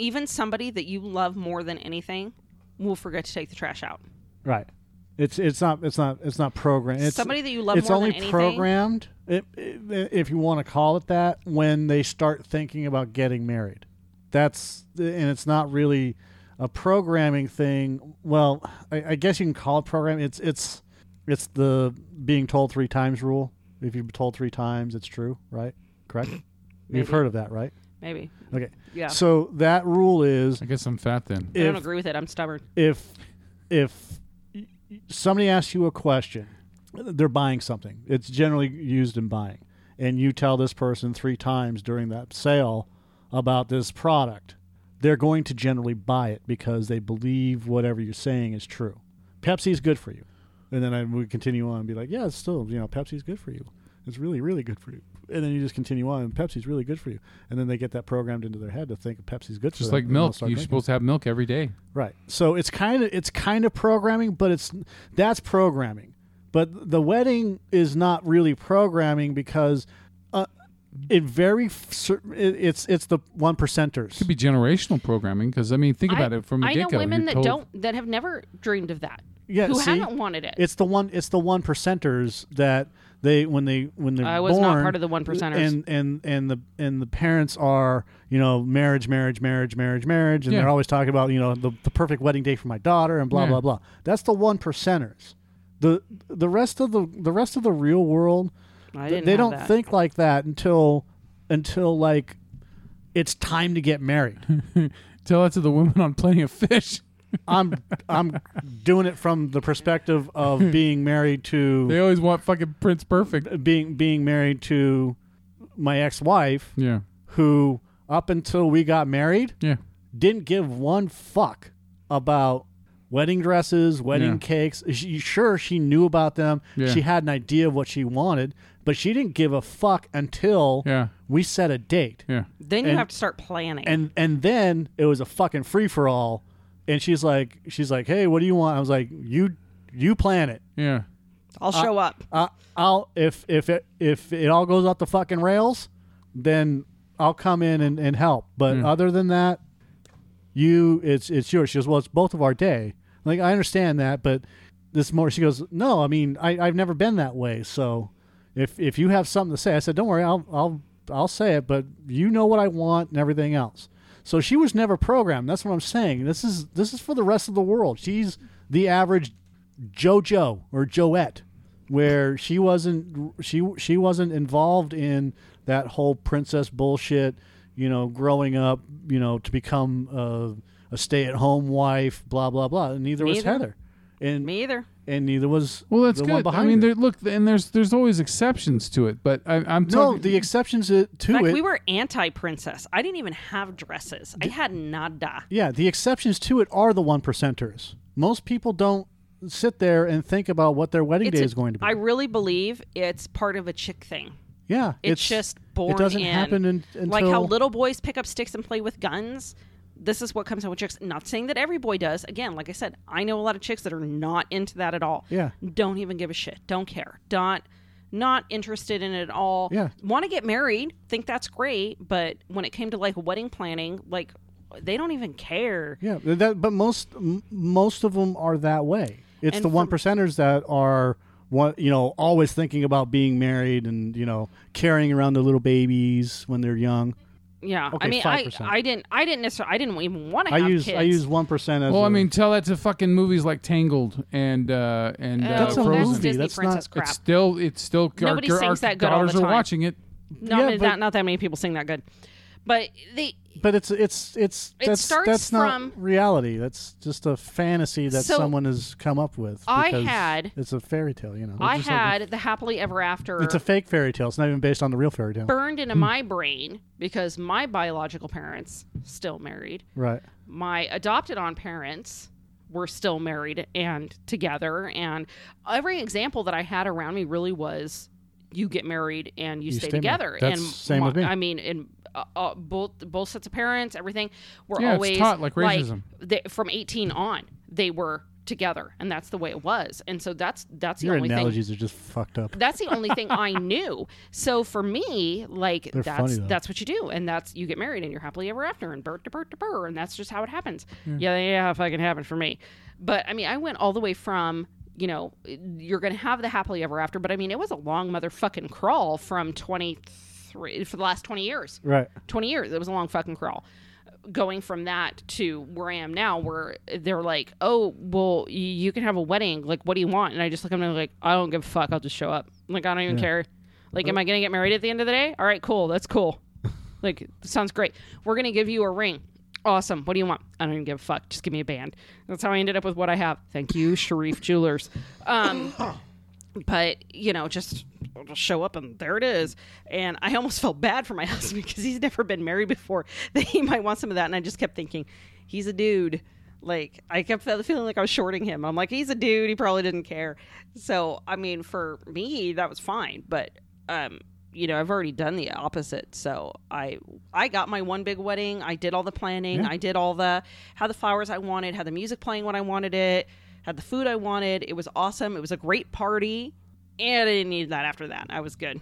[SPEAKER 2] even somebody that you love more than anything will forget to take the trash out
[SPEAKER 1] Right. It's it's not it's not it's not programmed. It's,
[SPEAKER 2] Somebody that you love
[SPEAKER 1] It's
[SPEAKER 2] more
[SPEAKER 1] only
[SPEAKER 2] than anything?
[SPEAKER 1] programmed, i- i- if you want to call it that, when they start thinking about getting married. That's and it's not really a programming thing. Well, I, I guess you can call it program. It's it's it's the being told three times rule. If you've been told three times, it's true, right? Correct. You've heard of that, right?
[SPEAKER 2] maybe
[SPEAKER 1] Okay.
[SPEAKER 2] Yeah.
[SPEAKER 1] So that rule is
[SPEAKER 3] I guess I'm fat then.
[SPEAKER 2] i
[SPEAKER 1] if
[SPEAKER 2] don't agree with it i'm stubborn
[SPEAKER 1] if if somebody asks you a question, they're buying something. It's generally used in buying, and you tell this person three times during that sale about this product. They're going to generally buy it because they believe whatever you're saying is true. Pepsi's good for you, and then I would continue on and be like, yeah, it's still you know Pepsi's good for you. It's really really good for you. And then you just continue on, and Pepsi's really good for you. And then they get that programmed into their head to think Pepsi's good for
[SPEAKER 3] Just
[SPEAKER 1] them,
[SPEAKER 3] like
[SPEAKER 1] and they'll
[SPEAKER 3] milk,
[SPEAKER 1] start
[SPEAKER 3] you're
[SPEAKER 1] drinking it.
[SPEAKER 3] supposed to have milk every day.
[SPEAKER 1] Right. So it's kind of it's kind of programming, but it's that's programming. But the wedding is not really programming because uh, it very f- cer- it, it's it's the one percenters.
[SPEAKER 3] Could be generational programming because I mean, think about it from a
[SPEAKER 12] I
[SPEAKER 3] get
[SPEAKER 12] know
[SPEAKER 3] go.
[SPEAKER 12] women that don't that have never dreamed of that.
[SPEAKER 1] Yeah,
[SPEAKER 12] who
[SPEAKER 1] see?
[SPEAKER 12] haven't wanted it.
[SPEAKER 1] It's the one it's the one percenters that they when they when they're
[SPEAKER 12] I was not
[SPEAKER 1] born,
[SPEAKER 12] part of the one percenters.
[SPEAKER 1] And and and the and the parents are you know marriage marriage marriage marriage marriage and they're
[SPEAKER 3] Yeah.
[SPEAKER 1] always talking about you know the, the perfect wedding day for my daughter and blah
[SPEAKER 3] Yeah.
[SPEAKER 1] blah blah. That's the one percenters. The the rest of the the rest of the real world
[SPEAKER 2] i
[SPEAKER 1] th-
[SPEAKER 2] didn't
[SPEAKER 1] they
[SPEAKER 2] have
[SPEAKER 1] don't
[SPEAKER 2] that.
[SPEAKER 1] think like that until until like it's time to get married.
[SPEAKER 3] Tell that to the women on Plenty of Fish.
[SPEAKER 1] I'm I'm doing it from the perspective of being married to
[SPEAKER 3] They always want fucking Prince Perfect.
[SPEAKER 1] being being married to my ex-wife
[SPEAKER 3] Yeah,
[SPEAKER 1] who up until we got married
[SPEAKER 3] yeah.
[SPEAKER 1] didn't give one fuck about wedding dresses, wedding
[SPEAKER 3] Yeah.
[SPEAKER 1] cakes. She, sure she knew about them.
[SPEAKER 3] Yeah.
[SPEAKER 1] She had an idea of what she wanted, but she didn't give a fuck until
[SPEAKER 3] Yeah.
[SPEAKER 1] we set a date.
[SPEAKER 3] Yeah.
[SPEAKER 2] then you
[SPEAKER 1] and-
[SPEAKER 2] have to start planning
[SPEAKER 1] And and then it was a fucking free for all and she's like she's like, "Hey, what do you want?" I was like, "You you plan it."
[SPEAKER 3] Yeah.
[SPEAKER 2] i'll show up
[SPEAKER 1] I- I'll if if it if it all goes off the fucking rails, then I'll come in and, and help. But other than that, you it's it's yours. She goes, well, it's both of our day. Like I understand that, but this more she goes, no, I mean I I've never been that way. So if if you have something to say, I said, don't worry, I'll I'll I'll say it. But you know what I want and everything else. So she was never programmed. That's what I'm saying. This is this is for the rest of the world. She's the average JoJo or Joette, where she wasn't she she wasn't involved in that whole princess bullshit. you know, growing up, you know, to become a, a stay-at-home wife, blah blah blah. And neither was
[SPEAKER 2] Neither.
[SPEAKER 1] Heather, and
[SPEAKER 2] Me either.
[SPEAKER 1] and neither was
[SPEAKER 3] Well, that's
[SPEAKER 1] the one
[SPEAKER 3] good. I
[SPEAKER 1] behind
[SPEAKER 3] mean,
[SPEAKER 1] her.
[SPEAKER 3] there, look, and there's there's always exceptions to it, but I, I'm
[SPEAKER 1] no,
[SPEAKER 3] talking,
[SPEAKER 1] the exceptions to to
[SPEAKER 2] In fact,
[SPEAKER 1] it.
[SPEAKER 2] we were anti princess. I didn't even have dresses. I had nada.
[SPEAKER 1] yeah, the exceptions to it are the one percenters. Most people don't sit there and think about what their wedding
[SPEAKER 2] It's
[SPEAKER 1] day
[SPEAKER 2] a-
[SPEAKER 1] is going to be.
[SPEAKER 2] I really believe it's part of a chick thing.
[SPEAKER 1] yeah,
[SPEAKER 2] It's, just born
[SPEAKER 1] It doesn't
[SPEAKER 2] in.
[SPEAKER 1] happen in, until
[SPEAKER 2] like how little boys pick up sticks and play with guns. This is what comes out with chicks. Not saying that every boy does. Again, like I said, I know a lot of chicks that are not into that at all.
[SPEAKER 1] Yeah.
[SPEAKER 2] Don't even give a shit. Don't care. Not not interested in it at all.
[SPEAKER 1] Yeah.
[SPEAKER 2] Want to get married. Think that's great. But when it came to like wedding planning, like they don't even care.
[SPEAKER 1] Yeah, th- that, but most m- most of them are that way. It's
[SPEAKER 2] And
[SPEAKER 1] the
[SPEAKER 2] for-
[SPEAKER 1] one percenters that are one, you know, always thinking about being married and you know carrying around their little babies when they're young.
[SPEAKER 2] Yeah,
[SPEAKER 1] Okay,
[SPEAKER 2] I mean, I,
[SPEAKER 1] 5%.
[SPEAKER 2] I didn't, I didn't necessarily, I didn't even want to
[SPEAKER 1] I
[SPEAKER 2] have
[SPEAKER 1] use
[SPEAKER 2] kids.
[SPEAKER 1] I use one percent as.
[SPEAKER 3] well,
[SPEAKER 1] I
[SPEAKER 3] I mean, tell that to fucking movies like Tangled and uh,
[SPEAKER 2] Oh,
[SPEAKER 3] and uh,
[SPEAKER 1] That's a
[SPEAKER 3] Frozen.
[SPEAKER 1] movie.
[SPEAKER 2] Disney
[SPEAKER 1] That's not-
[SPEAKER 2] princess crap.
[SPEAKER 3] It's still it's still our-
[SPEAKER 2] Nobody
[SPEAKER 3] our,
[SPEAKER 2] sings that good all the
[SPEAKER 3] daughters are
[SPEAKER 2] time.
[SPEAKER 3] watching it.
[SPEAKER 2] no,
[SPEAKER 1] yeah,
[SPEAKER 2] I mean,
[SPEAKER 1] but-
[SPEAKER 2] not, not that many people sing that good, but they.
[SPEAKER 1] but it's it's it's
[SPEAKER 2] It
[SPEAKER 1] that's,
[SPEAKER 2] starts
[SPEAKER 1] that's
[SPEAKER 2] from-
[SPEAKER 1] not reality. That's just a fantasy that
[SPEAKER 2] So,
[SPEAKER 1] someone has come up with.
[SPEAKER 2] I
[SPEAKER 1] because
[SPEAKER 2] had-
[SPEAKER 1] it's a fairy tale, you know.
[SPEAKER 2] I
[SPEAKER 1] It's just like a-
[SPEAKER 2] had the happily ever after
[SPEAKER 1] it's a Hmm. fake fairy tale. It's not even based on the real fairy tale,
[SPEAKER 2] burned into my brain because my biological parents still married,
[SPEAKER 1] right?
[SPEAKER 2] my adopted on parents were still married and together, and every example that I had around me really was you get married and you,
[SPEAKER 1] You
[SPEAKER 2] stay,
[SPEAKER 1] stay married.
[SPEAKER 2] together.
[SPEAKER 1] That's
[SPEAKER 2] and
[SPEAKER 1] same with me.
[SPEAKER 2] I mean, in uh, uh, both both sets of parents, everything were
[SPEAKER 3] Yeah, it's
[SPEAKER 2] always
[SPEAKER 3] taught like racism.
[SPEAKER 2] they, from eighteen on, they were together, and that's the way it was. And so that's that's the
[SPEAKER 1] Your
[SPEAKER 2] only thing
[SPEAKER 1] analogies are just fucked up.
[SPEAKER 2] that's the only thing I knew. So for me, like
[SPEAKER 1] They're
[SPEAKER 2] that's
[SPEAKER 1] funny, though.
[SPEAKER 2] that's what you do, and that's you get married and you're happily ever after, and burr to burr to burr, and that's just how it happens. Yeah, yeah, how it fucking happened for me. But I mean, I went all the way from you know you're gonna have the happily ever after, but I mean it was a long motherfucking crawl from twenty three for the last twenty years.
[SPEAKER 1] Right.
[SPEAKER 2] 20 years. It was a long fucking crawl. Going from that to where I am now, where they're like, oh, well, y- you can have a wedding. Like, what do you want? And I just look at them and I'm like, I don't give a fuck. I'll just show up. Like, I don't even care. Like, am I going to get married at the end of the day? All right, cool. That's cool. like, sounds great. We're going to give you a ring. Awesome. What do you want? I don't even give a fuck. Just give me a band. That's how I ended up with what I have. Thank you, Sharif Jewelers. Um, but you know just it'll show up and there it is and i almost felt bad for my husband because he's never been married before that he might want some of that and i just kept thinking he's a dude like i kept fe- feeling like i was shorting him i'm like he's a dude he probably didn't care so i mean for me that was fine but um you know i've already done the opposite so i i got my one big wedding i did all the planning i did all the had the flowers i wanted had the music playing when i wanted it had the food i wanted it was awesome it was a great party and I didn't need that after that. I was good.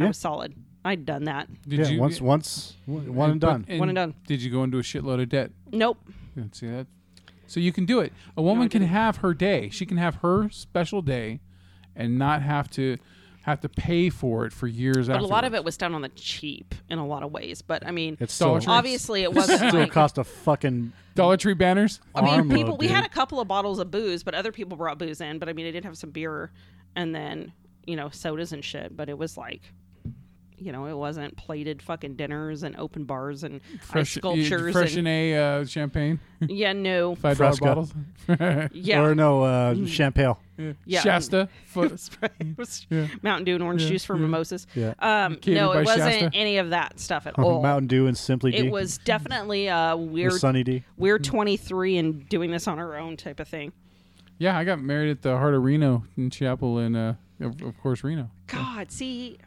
[SPEAKER 2] I was solid. I'd done that.
[SPEAKER 3] Did
[SPEAKER 1] yeah.
[SPEAKER 3] you,
[SPEAKER 1] once once one and
[SPEAKER 3] but-
[SPEAKER 1] done.
[SPEAKER 2] One and done.
[SPEAKER 3] Did you go into a shitload of debt?
[SPEAKER 2] Nope.
[SPEAKER 3] Yeah, see that? So you can do it. A woman can have her day. She can have her special day, and not have to have to pay for it for years.
[SPEAKER 2] But a lot of it was done on the cheap in a lot of ways. But I mean,
[SPEAKER 1] It's
[SPEAKER 3] Dollar
[SPEAKER 1] still
[SPEAKER 3] Tree.
[SPEAKER 2] obviously it wasn't
[SPEAKER 1] still
[SPEAKER 2] like.
[SPEAKER 1] cost a fucking
[SPEAKER 3] Dollar Tree banners.
[SPEAKER 2] I mean,
[SPEAKER 1] armload,
[SPEAKER 2] people. We had
[SPEAKER 1] dude.
[SPEAKER 2] a couple of bottles of booze, but other people brought booze in. But I mean, I did have some beer, and then you know sodas and shit. But it was like, you know, it wasn't plated fucking dinners and open bars and ice
[SPEAKER 3] Fresh,
[SPEAKER 2] sculptures.
[SPEAKER 3] fresh
[SPEAKER 2] and,
[SPEAKER 3] a uh, champagne,
[SPEAKER 2] yeah, no.
[SPEAKER 3] five dollar
[SPEAKER 1] Fresca.
[SPEAKER 3] bottles.
[SPEAKER 2] Yeah, Mm-hmm. Oh.
[SPEAKER 1] or no uh, champagne.
[SPEAKER 2] yeah.
[SPEAKER 3] Shasta,
[SPEAKER 2] It
[SPEAKER 3] Fo-
[SPEAKER 2] was, it was Mountain Dew and orange juice for mimosas.
[SPEAKER 1] Yeah.
[SPEAKER 2] Um,
[SPEAKER 3] Catered
[SPEAKER 2] no,
[SPEAKER 3] by
[SPEAKER 2] it wasn't
[SPEAKER 3] Shasta?
[SPEAKER 2] any of that stuff at all.
[SPEAKER 1] Mountain Dew and Simply D.
[SPEAKER 2] it was definitely a
[SPEAKER 1] or
[SPEAKER 2] weird.
[SPEAKER 1] Sunny D.
[SPEAKER 2] We're 23 and doing this on our own type of thing.
[SPEAKER 3] Yeah, I got married at the Heart of Reno in Chapel, in uh, of, of course Reno.
[SPEAKER 2] God, see,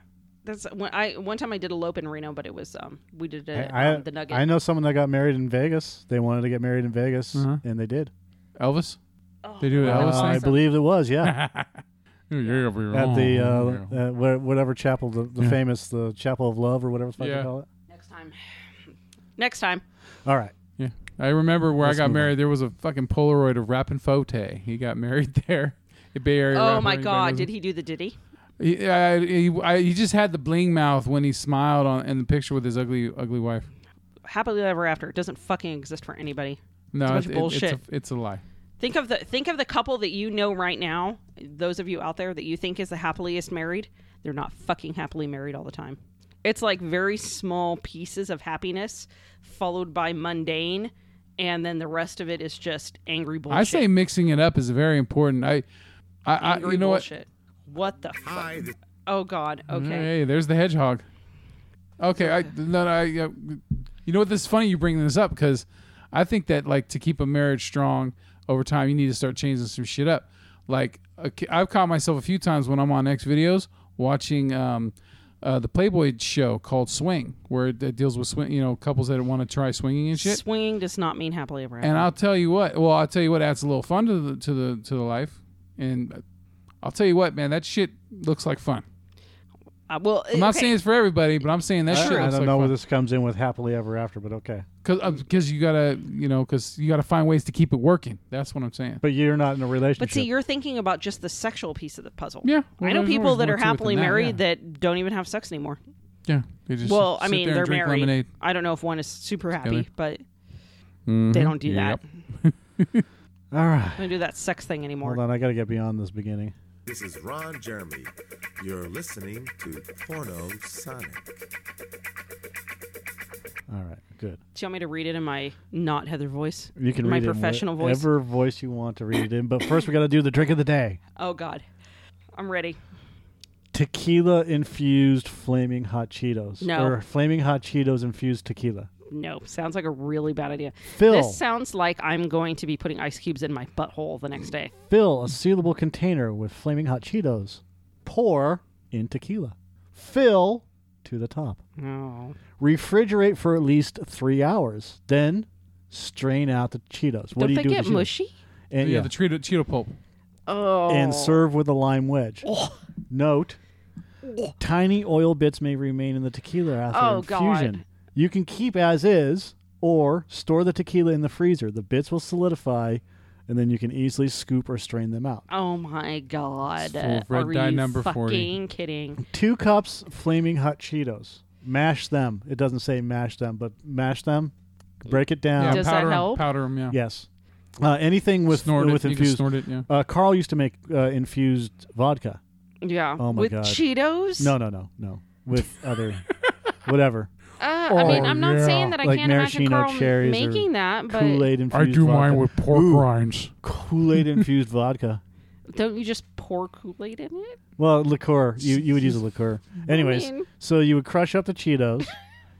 [SPEAKER 2] that's when I one time I did elope in Reno, but it was um we did it at
[SPEAKER 1] I,
[SPEAKER 2] um, the Nugget.
[SPEAKER 1] I know someone that got married in Vegas. They wanted to get married in Vegas,
[SPEAKER 3] Uh-huh.
[SPEAKER 1] and they did.
[SPEAKER 3] Elvis.
[SPEAKER 2] Oh,
[SPEAKER 3] they do an
[SPEAKER 1] Uh,
[SPEAKER 3] Elvis
[SPEAKER 1] I
[SPEAKER 3] thing.
[SPEAKER 1] believe it was, yeah,
[SPEAKER 3] Yeah, we were
[SPEAKER 1] at the
[SPEAKER 3] wrong.
[SPEAKER 1] uh, uh, wha- whatever chapel, the, the famous the Chapel of Love or whatever the fuck
[SPEAKER 3] Yeah.
[SPEAKER 1] they call it.
[SPEAKER 2] Next time. Next time.
[SPEAKER 1] All right,
[SPEAKER 3] yeah. I remember where
[SPEAKER 1] Let's
[SPEAKER 3] I got
[SPEAKER 1] move on.
[SPEAKER 3] married. There was a fucking Polaroid of Rappin' Fote. He got married there. The Bay Area.
[SPEAKER 2] Oh
[SPEAKER 3] rapper.
[SPEAKER 2] my
[SPEAKER 3] Anybody
[SPEAKER 2] God,
[SPEAKER 3] knows
[SPEAKER 2] did
[SPEAKER 3] him?
[SPEAKER 2] he do the ditty?
[SPEAKER 3] He, I, he, I, he just had the bling mouth when he smiled on in the picture with his ugly, ugly wife.
[SPEAKER 2] Happily ever after. It doesn't fucking exist for anybody.
[SPEAKER 3] No,
[SPEAKER 2] It's a bunch of
[SPEAKER 3] it- it-
[SPEAKER 2] bullshit.
[SPEAKER 3] a, it's a lie.
[SPEAKER 2] Think of the think of the couple that you know right now. Those of you out there that you think is the happiest married, they're not fucking happily married all the time. It's like very small pieces of happiness followed by mundane and then the rest of it is just angry bullshit.
[SPEAKER 3] I say mixing it up is very important. I, I, I
[SPEAKER 2] angry
[SPEAKER 3] you know what? Mm-hmm.
[SPEAKER 2] bullshit. What? the fuck? Oh god. Okay.
[SPEAKER 3] Hey, there's the hedgehog. Okay, I no, no, I, uh, you know what? This is funny you bring this up because I think that like to keep a marriage strong over time, you need to start changing some shit up. Like a ki- I've caught myself a few times when I'm on X videos watching um, uh, the Playboy show called Swing, where it, it deals with swing, you know, couples that want to try swinging and shit.
[SPEAKER 2] Swinging does not mean happily ever after.
[SPEAKER 3] And I'll tell you what. Well, I'll tell you what adds a little fun to the to the to the life. And I'll tell you what, man, that shit looks like fun.
[SPEAKER 2] Uh, well,
[SPEAKER 3] I'm not saying it's for everybody, but I'm saying that
[SPEAKER 1] I,
[SPEAKER 3] shit.
[SPEAKER 1] I
[SPEAKER 3] looks
[SPEAKER 1] don't
[SPEAKER 3] like
[SPEAKER 1] know where
[SPEAKER 3] fun.
[SPEAKER 1] this comes in with happily ever after, but okay.
[SPEAKER 3] Cause, uh, cause you gotta, you know, cause you gotta find ways to keep it working. That's what I'm saying.
[SPEAKER 1] But you're not in a relationship.
[SPEAKER 2] But see, you're thinking about just the sexual piece of the puzzle.
[SPEAKER 3] Yeah, well,
[SPEAKER 2] I know
[SPEAKER 3] there's
[SPEAKER 2] people
[SPEAKER 3] always
[SPEAKER 2] that
[SPEAKER 3] more
[SPEAKER 2] are
[SPEAKER 3] to it than
[SPEAKER 2] happily
[SPEAKER 3] that,
[SPEAKER 2] married
[SPEAKER 3] yeah.
[SPEAKER 2] that don't even have sex anymore.
[SPEAKER 3] Yeah, they just
[SPEAKER 2] Well,
[SPEAKER 3] sit
[SPEAKER 2] I mean,
[SPEAKER 3] there
[SPEAKER 2] they're
[SPEAKER 3] and drink
[SPEAKER 2] married.
[SPEAKER 3] lemonade.
[SPEAKER 2] I don't know if one is super happy,
[SPEAKER 3] Together. Mm-hmm.
[SPEAKER 2] but they don't do that.
[SPEAKER 3] Yep.
[SPEAKER 1] All right.
[SPEAKER 2] They don't do that sex thing anymore.
[SPEAKER 1] Hold on, I got to get beyond this beginning.
[SPEAKER 6] This is Ron Jeremy. You're listening to Porno Sonic.
[SPEAKER 1] All right, good.
[SPEAKER 2] Do you want me to read it in my not Heather voice?
[SPEAKER 1] You can
[SPEAKER 2] my
[SPEAKER 1] read it in
[SPEAKER 2] professional voice.
[SPEAKER 1] whatever voice you want to read it in. But first, we got to do the drink of the day:
[SPEAKER 2] Oh God, I'm ready.
[SPEAKER 1] tequila infused flaming hot Cheetos.
[SPEAKER 2] No.
[SPEAKER 1] or flaming hot Cheetos infused tequila.
[SPEAKER 2] No, sounds like a really bad idea.
[SPEAKER 1] Phil.
[SPEAKER 2] This sounds like I'm going to be putting ice cubes in my butthole the next day.
[SPEAKER 1] Fill a sealable container with flaming hot Cheetos. Pour in tequila. Fill to the top.
[SPEAKER 2] No.
[SPEAKER 1] Refrigerate for at least three hours. Then strain out the Cheetos. what
[SPEAKER 2] don't
[SPEAKER 1] do you
[SPEAKER 2] they
[SPEAKER 1] do
[SPEAKER 2] get
[SPEAKER 1] with the Cheetos?
[SPEAKER 2] mushy?
[SPEAKER 1] And,
[SPEAKER 3] Yeah,
[SPEAKER 1] yeah,
[SPEAKER 3] the Cheeto, Cheeto pulp.
[SPEAKER 2] Oh.
[SPEAKER 1] and serve with a lime wedge. Note: tiny oil bits may remain in the tequila after
[SPEAKER 2] Oh,
[SPEAKER 1] infusion.
[SPEAKER 2] God.
[SPEAKER 1] You can keep as is, or store the tequila in the freezer. The bits will solidify, and then you can easily scoop or strain them out.
[SPEAKER 2] Oh my god.
[SPEAKER 3] full of red
[SPEAKER 2] Are
[SPEAKER 3] dye
[SPEAKER 2] you
[SPEAKER 3] number 40.
[SPEAKER 2] fucking kidding?
[SPEAKER 1] Two cups flaming hot Cheetos. Mash them. It doesn't say mash them, but mash them. Break it down.
[SPEAKER 3] Yeah,
[SPEAKER 2] Does that
[SPEAKER 3] powder 'em-
[SPEAKER 2] help?
[SPEAKER 3] Powder 'em, yeah.
[SPEAKER 1] Yes. Uh, anything with
[SPEAKER 3] Snort it.
[SPEAKER 1] with
[SPEAKER 3] You can
[SPEAKER 1] infused.
[SPEAKER 3] snort it, yeah.
[SPEAKER 1] uh, Carl used to make uh, infused vodka.
[SPEAKER 2] Yeah.
[SPEAKER 1] Oh my
[SPEAKER 2] With
[SPEAKER 1] God.
[SPEAKER 2] Cheetos?
[SPEAKER 1] No, no, no, no. With other, whatever.
[SPEAKER 2] Uh, I mean,
[SPEAKER 3] Oh,
[SPEAKER 2] I'm not saying
[SPEAKER 3] yeah.
[SPEAKER 2] that I
[SPEAKER 1] Like
[SPEAKER 2] can't imagine
[SPEAKER 1] maraschino
[SPEAKER 2] Carl
[SPEAKER 1] cherries or
[SPEAKER 2] making that, but
[SPEAKER 1] Kool Aid
[SPEAKER 3] I
[SPEAKER 1] infused.
[SPEAKER 3] do mine with pork
[SPEAKER 1] Ooh.
[SPEAKER 3] rinds.
[SPEAKER 1] Kool Aid infused vodka.
[SPEAKER 2] don't you just pour Kool Aid in it?
[SPEAKER 1] Well, liqueur. You you would use a liqueur. Anyways,
[SPEAKER 2] mean-
[SPEAKER 1] so you would crush up the Cheetos.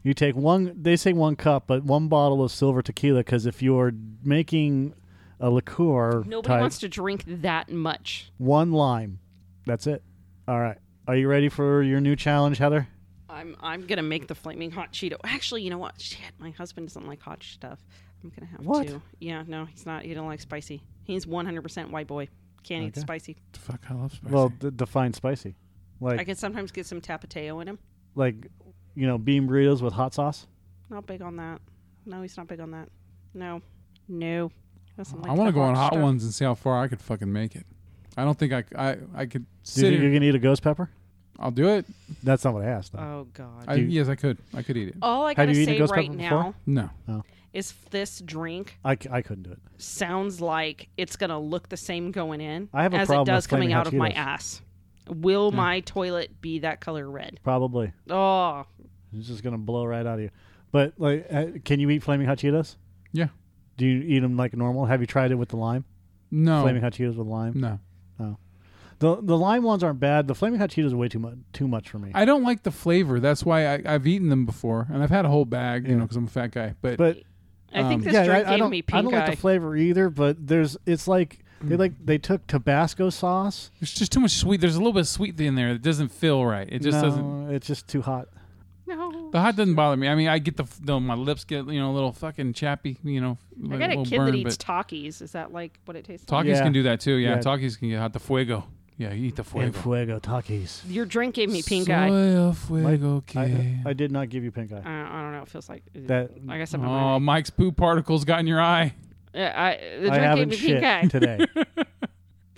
[SPEAKER 1] you take one. They say one cup, but one bottle of silver tequila because if you're making a liqueur
[SPEAKER 2] Nobody
[SPEAKER 1] type,
[SPEAKER 2] wants to drink that much.
[SPEAKER 1] one lime. That's it. All right. Are you ready for your new challenge, Heather?
[SPEAKER 2] I'm I'm gonna make the flaming hot Cheeto. Actually, you know what? Shit, my husband doesn't like hot stuff. I'm gonna have
[SPEAKER 1] What?
[SPEAKER 2] to. Yeah, no, he's not. He don't like spicy. He's 100% white boy. Can't eat spicy.
[SPEAKER 3] Fuck, I love spicy.
[SPEAKER 1] Well, d- define spicy. Like
[SPEAKER 2] I can sometimes get some tapatio in him.
[SPEAKER 1] like you know bean burritos with hot sauce.
[SPEAKER 2] Not big on that. No, he's not big on that. No, no.
[SPEAKER 1] Oh,
[SPEAKER 2] Doesn't
[SPEAKER 3] I
[SPEAKER 2] like
[SPEAKER 3] want
[SPEAKER 2] the
[SPEAKER 3] to go on hot
[SPEAKER 2] stuff.
[SPEAKER 3] ones and see how far I could fucking make it. I don't think I, c- I, I could
[SPEAKER 1] Do you
[SPEAKER 3] sit.
[SPEAKER 1] think
[SPEAKER 3] here-
[SPEAKER 1] you can eat a ghost pepper?
[SPEAKER 3] I'll do it.
[SPEAKER 1] That's not what I asked. though.
[SPEAKER 2] Oh God.
[SPEAKER 3] I,
[SPEAKER 1] Dude.
[SPEAKER 3] yes, I could. I could eat it.
[SPEAKER 2] All I
[SPEAKER 1] Have
[SPEAKER 2] gotta
[SPEAKER 1] you eaten
[SPEAKER 2] say
[SPEAKER 1] ghost
[SPEAKER 2] right
[SPEAKER 1] pepper
[SPEAKER 2] now
[SPEAKER 1] before?
[SPEAKER 3] No,
[SPEAKER 2] is this drink
[SPEAKER 1] I, c- I couldn't do it.
[SPEAKER 2] sounds like it's gonna look the same going in
[SPEAKER 1] I have a
[SPEAKER 2] as it
[SPEAKER 1] problem
[SPEAKER 2] does
[SPEAKER 1] with
[SPEAKER 2] coming
[SPEAKER 1] Flaming
[SPEAKER 2] out
[SPEAKER 1] Hot
[SPEAKER 2] of my
[SPEAKER 1] Cheetos.
[SPEAKER 2] ass. Will my toilet be that color red?
[SPEAKER 1] Probably.
[SPEAKER 2] Oh,
[SPEAKER 1] It's just gonna blow right out of you. But like, uh, can you eat flaming hot Cheetos?
[SPEAKER 3] yeah,
[SPEAKER 1] Do you eat them like normal? Have you tried it with the lime?
[SPEAKER 3] no,
[SPEAKER 1] Flaming hot Cheetos with lime.
[SPEAKER 3] no.
[SPEAKER 1] The the lime ones aren't bad. The flaming hot Cheetos are way too much too much for me.
[SPEAKER 3] I don't like the flavor. That's why I, I've eaten them before, and I've had a whole bag, you know, because I'm a fat guy. But,
[SPEAKER 1] but
[SPEAKER 2] I think
[SPEAKER 3] Um,
[SPEAKER 2] this
[SPEAKER 1] yeah,
[SPEAKER 2] drink
[SPEAKER 1] I, I
[SPEAKER 2] gave
[SPEAKER 1] don't
[SPEAKER 2] me
[SPEAKER 1] I
[SPEAKER 2] pink
[SPEAKER 1] don't
[SPEAKER 2] eye.
[SPEAKER 1] like the flavor either. But there's it's like they
[SPEAKER 3] Mm.
[SPEAKER 1] like they took Tabasco sauce.
[SPEAKER 3] there's just too much sweet. There's a little bit of sweet in there that doesn't feel right. It just
[SPEAKER 1] no,
[SPEAKER 3] doesn't.
[SPEAKER 1] It's just too hot.
[SPEAKER 2] no.
[SPEAKER 3] The hot doesn't bother me. I mean, I get the, f- the my lips get you know a little fucking chappy. You know,
[SPEAKER 2] I
[SPEAKER 3] like,
[SPEAKER 2] got a
[SPEAKER 3] little
[SPEAKER 2] kid
[SPEAKER 3] burn,
[SPEAKER 2] that eats
[SPEAKER 3] but
[SPEAKER 2] Takis. Is that like what it tastes like?
[SPEAKER 3] Takis
[SPEAKER 1] Yeah.
[SPEAKER 3] can do that too. Yeah,
[SPEAKER 1] Yeah.
[SPEAKER 3] Takis can get hot. The fuego. Yeah, you eat the fuego.
[SPEAKER 1] And fuego takis.
[SPEAKER 2] Your drink gave me pink
[SPEAKER 3] Soy
[SPEAKER 2] eye.
[SPEAKER 3] of fuego
[SPEAKER 1] I,
[SPEAKER 3] que-
[SPEAKER 1] I did not give you pink eye.
[SPEAKER 2] I don't, I don't know. It feels like
[SPEAKER 1] That-
[SPEAKER 2] I guess I'm
[SPEAKER 3] Oh, Mike's poo particles got in your eye.
[SPEAKER 2] Uh, I, the
[SPEAKER 1] I
[SPEAKER 2] drink gave
[SPEAKER 1] haven't
[SPEAKER 2] me pink
[SPEAKER 1] shit
[SPEAKER 2] eye.
[SPEAKER 1] today.
[SPEAKER 2] The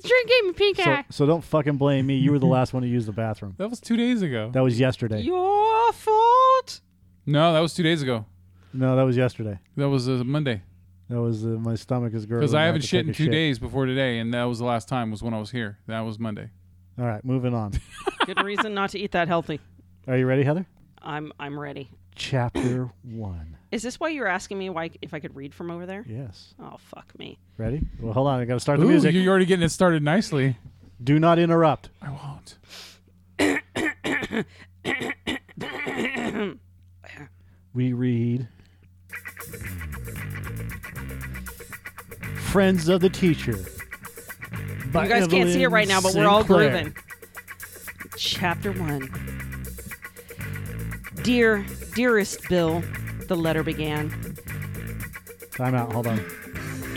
[SPEAKER 2] drink gave me pink
[SPEAKER 1] so
[SPEAKER 2] eye.
[SPEAKER 1] so don't fucking blame me. You were the last one to use the bathroom.
[SPEAKER 3] That was two days ago.
[SPEAKER 1] That was yesterday.
[SPEAKER 2] Your fault.
[SPEAKER 3] No, that was two days ago.
[SPEAKER 1] No, that was yesterday.
[SPEAKER 3] That was uh, Monday
[SPEAKER 1] That was uh, my stomach is gurgling.
[SPEAKER 3] because I
[SPEAKER 1] have
[SPEAKER 3] haven't
[SPEAKER 1] to
[SPEAKER 3] shit
[SPEAKER 1] take
[SPEAKER 3] in
[SPEAKER 1] a
[SPEAKER 3] two days before today, and that was the last time was when I was here. That was Monday.
[SPEAKER 1] All right, moving on.
[SPEAKER 2] Good reason not to eat that healthy.
[SPEAKER 1] Are you ready, Heather?
[SPEAKER 2] I'm I'm ready.
[SPEAKER 1] Chapter one.
[SPEAKER 2] Is this why you're asking me why if I could read from over there?
[SPEAKER 1] Yes.
[SPEAKER 2] Oh fuck me.
[SPEAKER 1] Ready? Well, hold on. I got to start the
[SPEAKER 3] Ooh,
[SPEAKER 1] music.
[SPEAKER 3] you're already getting it started nicely.
[SPEAKER 1] Do not interrupt.
[SPEAKER 3] I won't.
[SPEAKER 1] we read Friends of the Teacher. by
[SPEAKER 2] you guys can't see it
[SPEAKER 1] Evelyn
[SPEAKER 2] right now, but we're all
[SPEAKER 1] Sinclair.
[SPEAKER 2] grooving. Chapter one. Dear, dearest Bill, the letter began,
[SPEAKER 1] Time out. Hold on.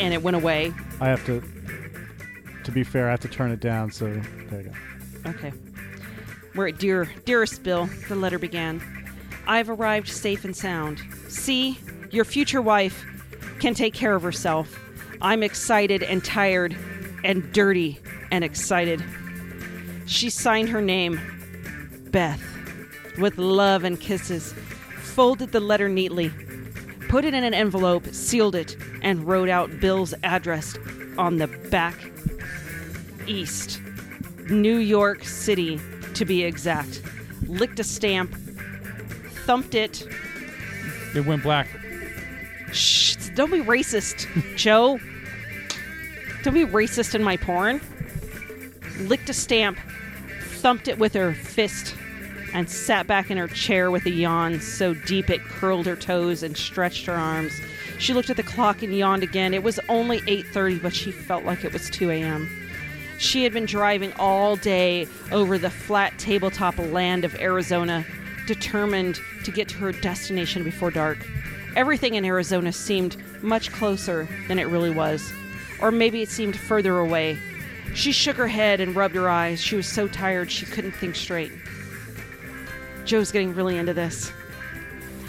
[SPEAKER 2] and it went away.
[SPEAKER 1] I have to. To be fair, I have to turn it down. So there you go.
[SPEAKER 2] Okay. We're at dear, dearest Bill, the letter began. I've arrived safe and sound. See, your future wife can take care of herself. I'm excited and tired and dirty and excited. She signed her name, Beth, with love and kisses, folded the letter neatly, put it in an envelope, sealed it, and wrote out Bill's address on the back east. New York City, to be exact. Licked a stamp, thumped it.
[SPEAKER 3] It went black.
[SPEAKER 2] Shh, don't be racist, Joe. Don't be racist in my porn. Licked a stamp, thumped it with her fist, and sat back in her chair with a yawn so deep it curled her toes and stretched her arms. She looked at the clock and yawned again. It was only 8:30, but she felt like it was 2 a.m. She had been driving all day over the flat tabletop land of Arizona, determined to get to her destination before dark. Everything in Arizona seemed much closer than it really was, or maybe it seemed further away. She shook her head and rubbed her eyes. She was so tired she couldn't think straight. Joe's getting really into this.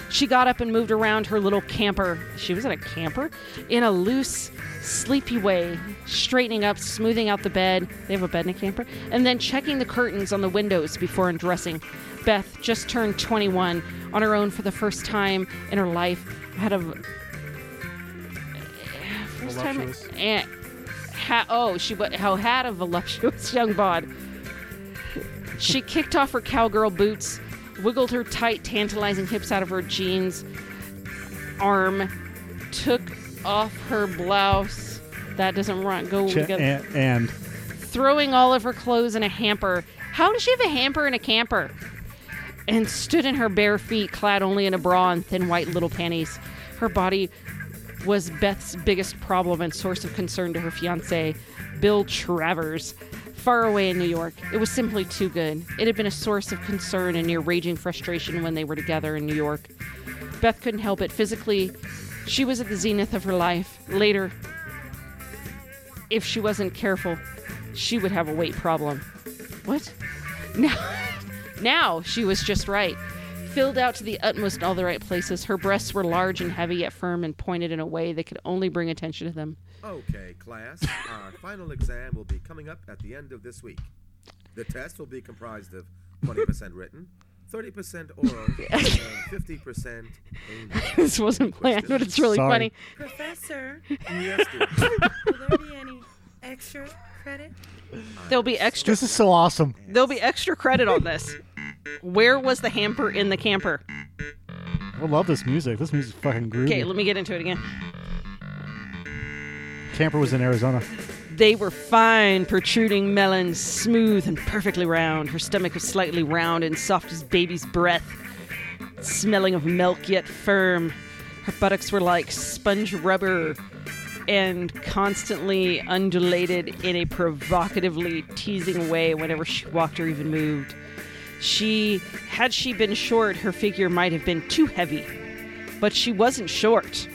[SPEAKER 2] She got up and moved around her little camper. She was in a camper? In a loose, sleepy way, straightening up, smoothing out the bed. They have a bed in a camper. And then checking the curtains on the windows before undressing. Beth just turned 21 on her own for the first time in her life. Had a. First time.
[SPEAKER 3] Voluptuous.
[SPEAKER 2] And, ha, oh, she wa- how had a voluptuous young bod. She kicked off her cowgirl boots, wiggled her tight, tantalizing hips out of her jeans arm, took off her blouse. That doesn't run, go
[SPEAKER 1] Ch-
[SPEAKER 2] together.
[SPEAKER 1] and, and
[SPEAKER 2] Throwing all of her clothes in a hamper. How does she have a hamper in a camper? And stood in her bare feet, clad only in a bra and thin white little panties. Her body was Beth's biggest problem and source of concern to her fiance, Bill Travers, far away in New York. It was simply too good. It had been a source of concern and near raging frustration when they were together in New York. Beth couldn't help it. Physically, she was at the zenith of her life. Later, if she wasn't careful, she would have a weight problem. What? Now, now she was just right. Filled out to the utmost in all the right places, her breasts were large and heavy, yet firm and pointed in a way that could only bring attention to them.
[SPEAKER 6] Okay, class. Our final exam will be coming up at the end of this week. The test will be comprised of 20% written, 30% oral, and 50% English.
[SPEAKER 2] This wasn't planned, but it's really
[SPEAKER 1] Sorry.
[SPEAKER 2] funny.
[SPEAKER 13] Professor,
[SPEAKER 6] Yes, dear.
[SPEAKER 13] will there be any extra credit?
[SPEAKER 2] There'll be extra.
[SPEAKER 1] this is so awesome.
[SPEAKER 2] There'll be extra credit on this. Where was the hamper in the camper?
[SPEAKER 1] I love this music. This music's fucking groovy.
[SPEAKER 2] Okay, let me get into it again.
[SPEAKER 1] Camper was in Arizona.
[SPEAKER 2] They were fine, protruding melons, smooth and perfectly round. Her stomach was slightly round and soft as baby's breath, smelling of milk yet firm. Her buttocks were like sponge rubber and constantly undulated in a provocatively teasing way whenever she walked or even moved. She, had she been short, her figure might have been too heavy, but she wasn't short.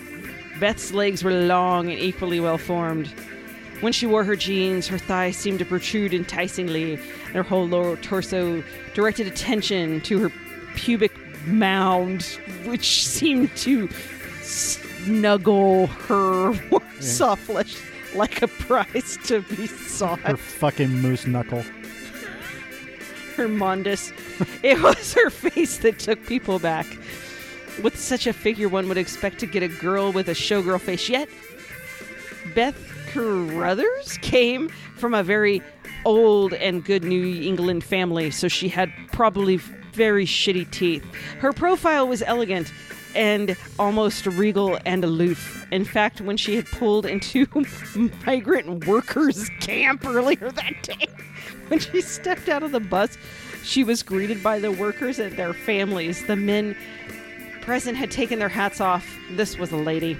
[SPEAKER 2] Beth's legs were long and equally well formed. When she wore her jeans, her thighs seemed to protrude enticingly, and her whole lower torso directed attention to her pubic mound, which seemed to snuggle her soft flesh like a prize to be sought
[SPEAKER 1] Her fucking moose knuckle.
[SPEAKER 2] hermondous. it was her face that took people back. With such a figure, one would expect to get a girl with a showgirl face. Yet, Beth Carruthers came from a very old and good New England family, so she had probably very shitty teeth. Her profile was elegant and almost regal and aloof. In fact, when she had pulled into migrant workers' camp earlier that day, when she stepped out of the bus, she was greeted by the workers and their families. The men present had taken their hats off. This was a lady,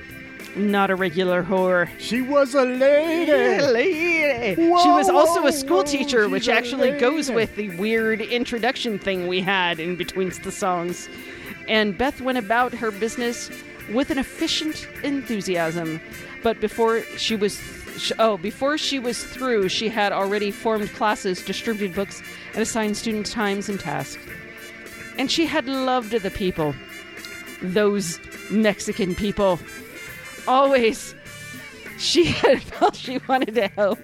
[SPEAKER 2] not a regular whore.
[SPEAKER 1] She was a lady.
[SPEAKER 2] Lady. she
[SPEAKER 1] Whoa,
[SPEAKER 2] was also
[SPEAKER 1] whoa,
[SPEAKER 2] a school teacher,
[SPEAKER 1] she's
[SPEAKER 2] which
[SPEAKER 1] a
[SPEAKER 2] actually goes
[SPEAKER 1] lady.
[SPEAKER 2] with the weird introduction thing we had in between the songs. And Beth went about her business with an efficient enthusiasm. But before she was sh- oh, before she was through, she had already formed classes, distributed books, and assigned students times and tasks. And she had loved the people. Those Mexican people. Always she had felt she wanted to help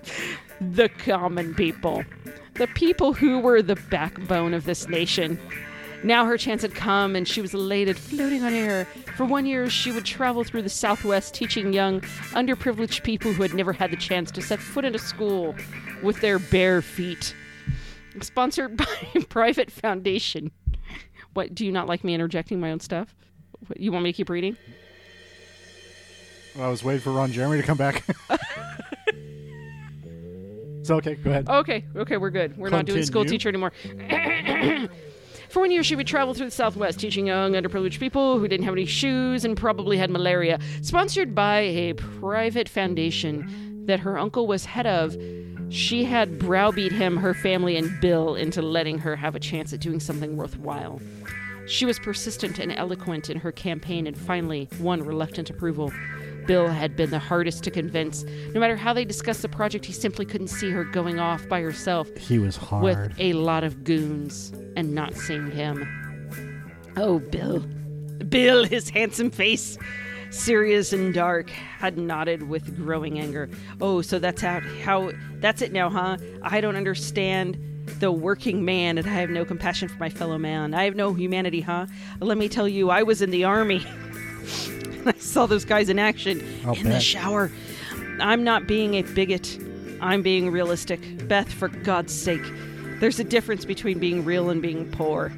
[SPEAKER 2] the common people, the people who were the backbone of this nation. Now her chance had come, and she was elated, floating on air. For one year, she would travel through the Southwest teaching young, underprivileged people who had never had the chance to set foot into school with their bare feet. Sponsored by a private foundation. What, do you not like me interjecting my own stuff? What, you want me to keep reading?
[SPEAKER 1] I was waiting for Ron Jeremy to come back. so okay, go ahead.
[SPEAKER 2] Okay, okay, we're good. We're not doing school
[SPEAKER 1] Continue.
[SPEAKER 2] teacher anymore. For one year, she would travel through the Southwest teaching young, underprivileged people who didn't have any shoes and probably had malaria. Sponsored by a private foundation that her uncle was head of, she had browbeat him, her family, and Bill into letting her have a chance at doing something worthwhile. She was persistent and eloquent in her campaign and finally won reluctant approval. Bill had been the hardest to convince. No matter how they discussed the project, he simply couldn't see her going off by herself
[SPEAKER 1] He was hard.
[SPEAKER 2] with a lot of goons and not seeing him. Oh, Bill. Bill, his handsome face, serious and dark, had nodded with growing anger. Oh, so that's how, how that's it now, huh? I don't understand the working man and I have no compassion for my fellow man. I have no humanity, huh? Let me tell you, I was in the army. I saw those guys in action
[SPEAKER 14] I'll
[SPEAKER 2] in the
[SPEAKER 14] bet.
[SPEAKER 2] shower. I'm not being a bigot. I'm being realistic. Beth, for God's sake, there's a difference between being real and being poor.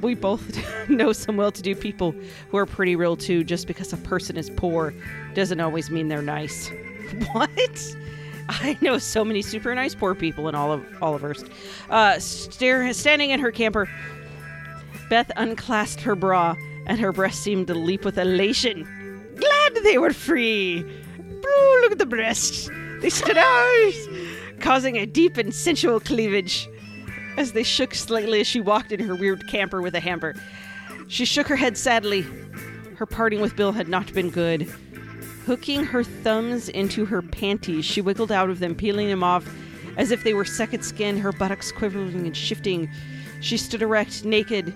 [SPEAKER 2] We both know some well to do people who are pretty real too. Just because a person is poor doesn't always mean they're nice. What? I know so many super nice poor people in all of Oliver's. Uh, stare, standing in her camper, Beth unclasped her bra, and her breasts seemed to leap with elation. Glad they were free! Bro, look at the breasts! They stood out, causing a deep and sensual cleavage. As they shook slightly as she walked in her weird camper with a hamper, she shook her head sadly. Her parting with Bill had not been good. Hooking her thumbs into her panties, she wiggled out of them, peeling them off as if they were second skin, her buttocks quivering and shifting. She stood erect, naked,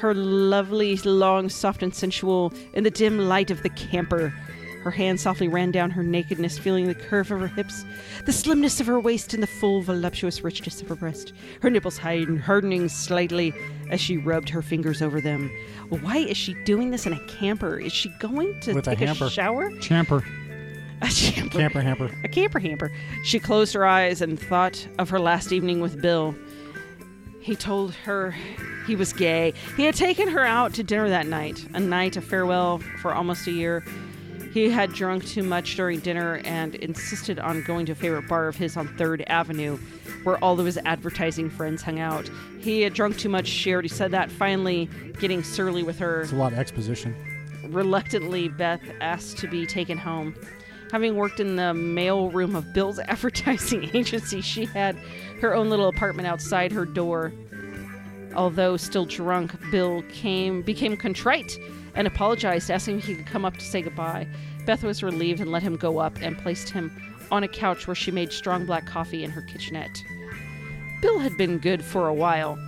[SPEAKER 2] her lovely, long, soft, and sensual in the dim light of the camper. Her hand softly ran down her nakedness, feeling the curve of her hips, the slimness of her waist, and the full, voluptuous richness of her breast. Her nipples hard- hardening slightly as she rubbed her fingers over them. Why is she doing this in a camper? Is she going to
[SPEAKER 1] With a
[SPEAKER 2] take
[SPEAKER 1] hamper.
[SPEAKER 2] a shower?
[SPEAKER 15] Champer.
[SPEAKER 2] A camper.
[SPEAKER 1] Camper hamper.
[SPEAKER 2] A camper hamper. She closed her eyes and thought of her last evening with Bill. He told her he was gay. He had taken her out to dinner that night, a night of farewell for almost a year. He had drunk too much during dinner and insisted on going to a favorite bar of his on 3rd Avenue, where all of his advertising friends hung out. He had drunk too much, she already said that, finally getting surly with her.
[SPEAKER 1] It's a lot of exposition.
[SPEAKER 2] Reluctantly, Beth asked to be taken home. Having worked in the mail room of Bill's advertising agency, she had her own little apartment outside her door. Although still drunk, Bill came became contrite and apologized, asking if he could come up to say goodbye. Beth was relieved and let him go up and placed him on a couch where she made strong black coffee in her kitchenette. Bill had been good for a while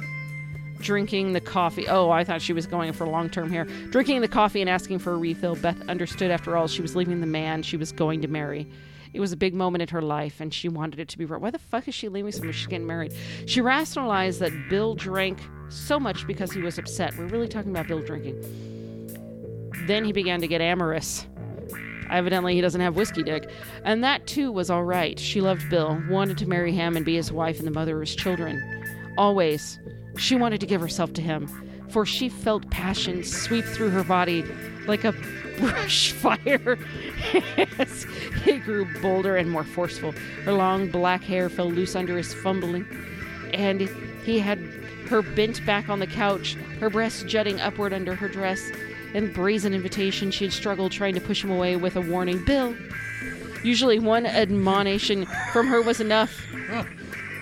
[SPEAKER 2] drinking the coffee. Oh, I thought she was going for long term here. Drinking the coffee and asking for a refill, Beth understood after all she was leaving the man she was going to marry. It was a big moment in her life, and she wanted it to be right. Why the fuck is she leaving someone she's getting married? She rationalized that Bill drank so much because he was upset. We're really talking about Bill drinking. Then he began to get amorous. Evidently, he doesn't have whiskey dick. And that too was all right. She loved Bill, wanted to marry him and be his wife and the mother of his children. Always. She wanted to give herself to him, for she felt passion sweep through her body like a brush fire. As he grew bolder and more forceful. Her long black hair fell loose under his fumbling, and he had her bent back on the couch, her breasts jutting upward under her dress. In brazen invitation, she had struggled trying to push him away with a warning Bill. Usually, one admonition from her was enough.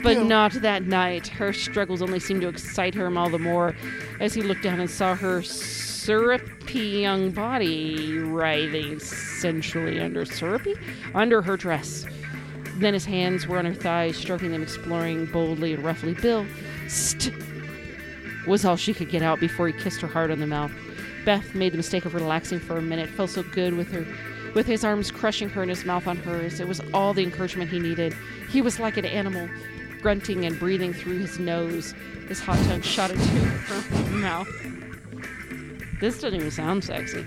[SPEAKER 2] But not that night. Her struggles only seemed to excite him all the more as he looked down and saw her syrupy young body writhing sensually under syrupy? Under her dress. Then his hands were on her thighs, stroking them, exploring boldly and roughly. Bill, st was all she could get out before he kissed her hard on the mouth. Beth made the mistake of relaxing for a minute. It felt so good with her with his arms crushing her and his mouth on hers. It was all the encouragement he needed. He was like an animal, grunting and breathing through his nose. His hot tongue shot into her mouth. This doesn't even sound sexy.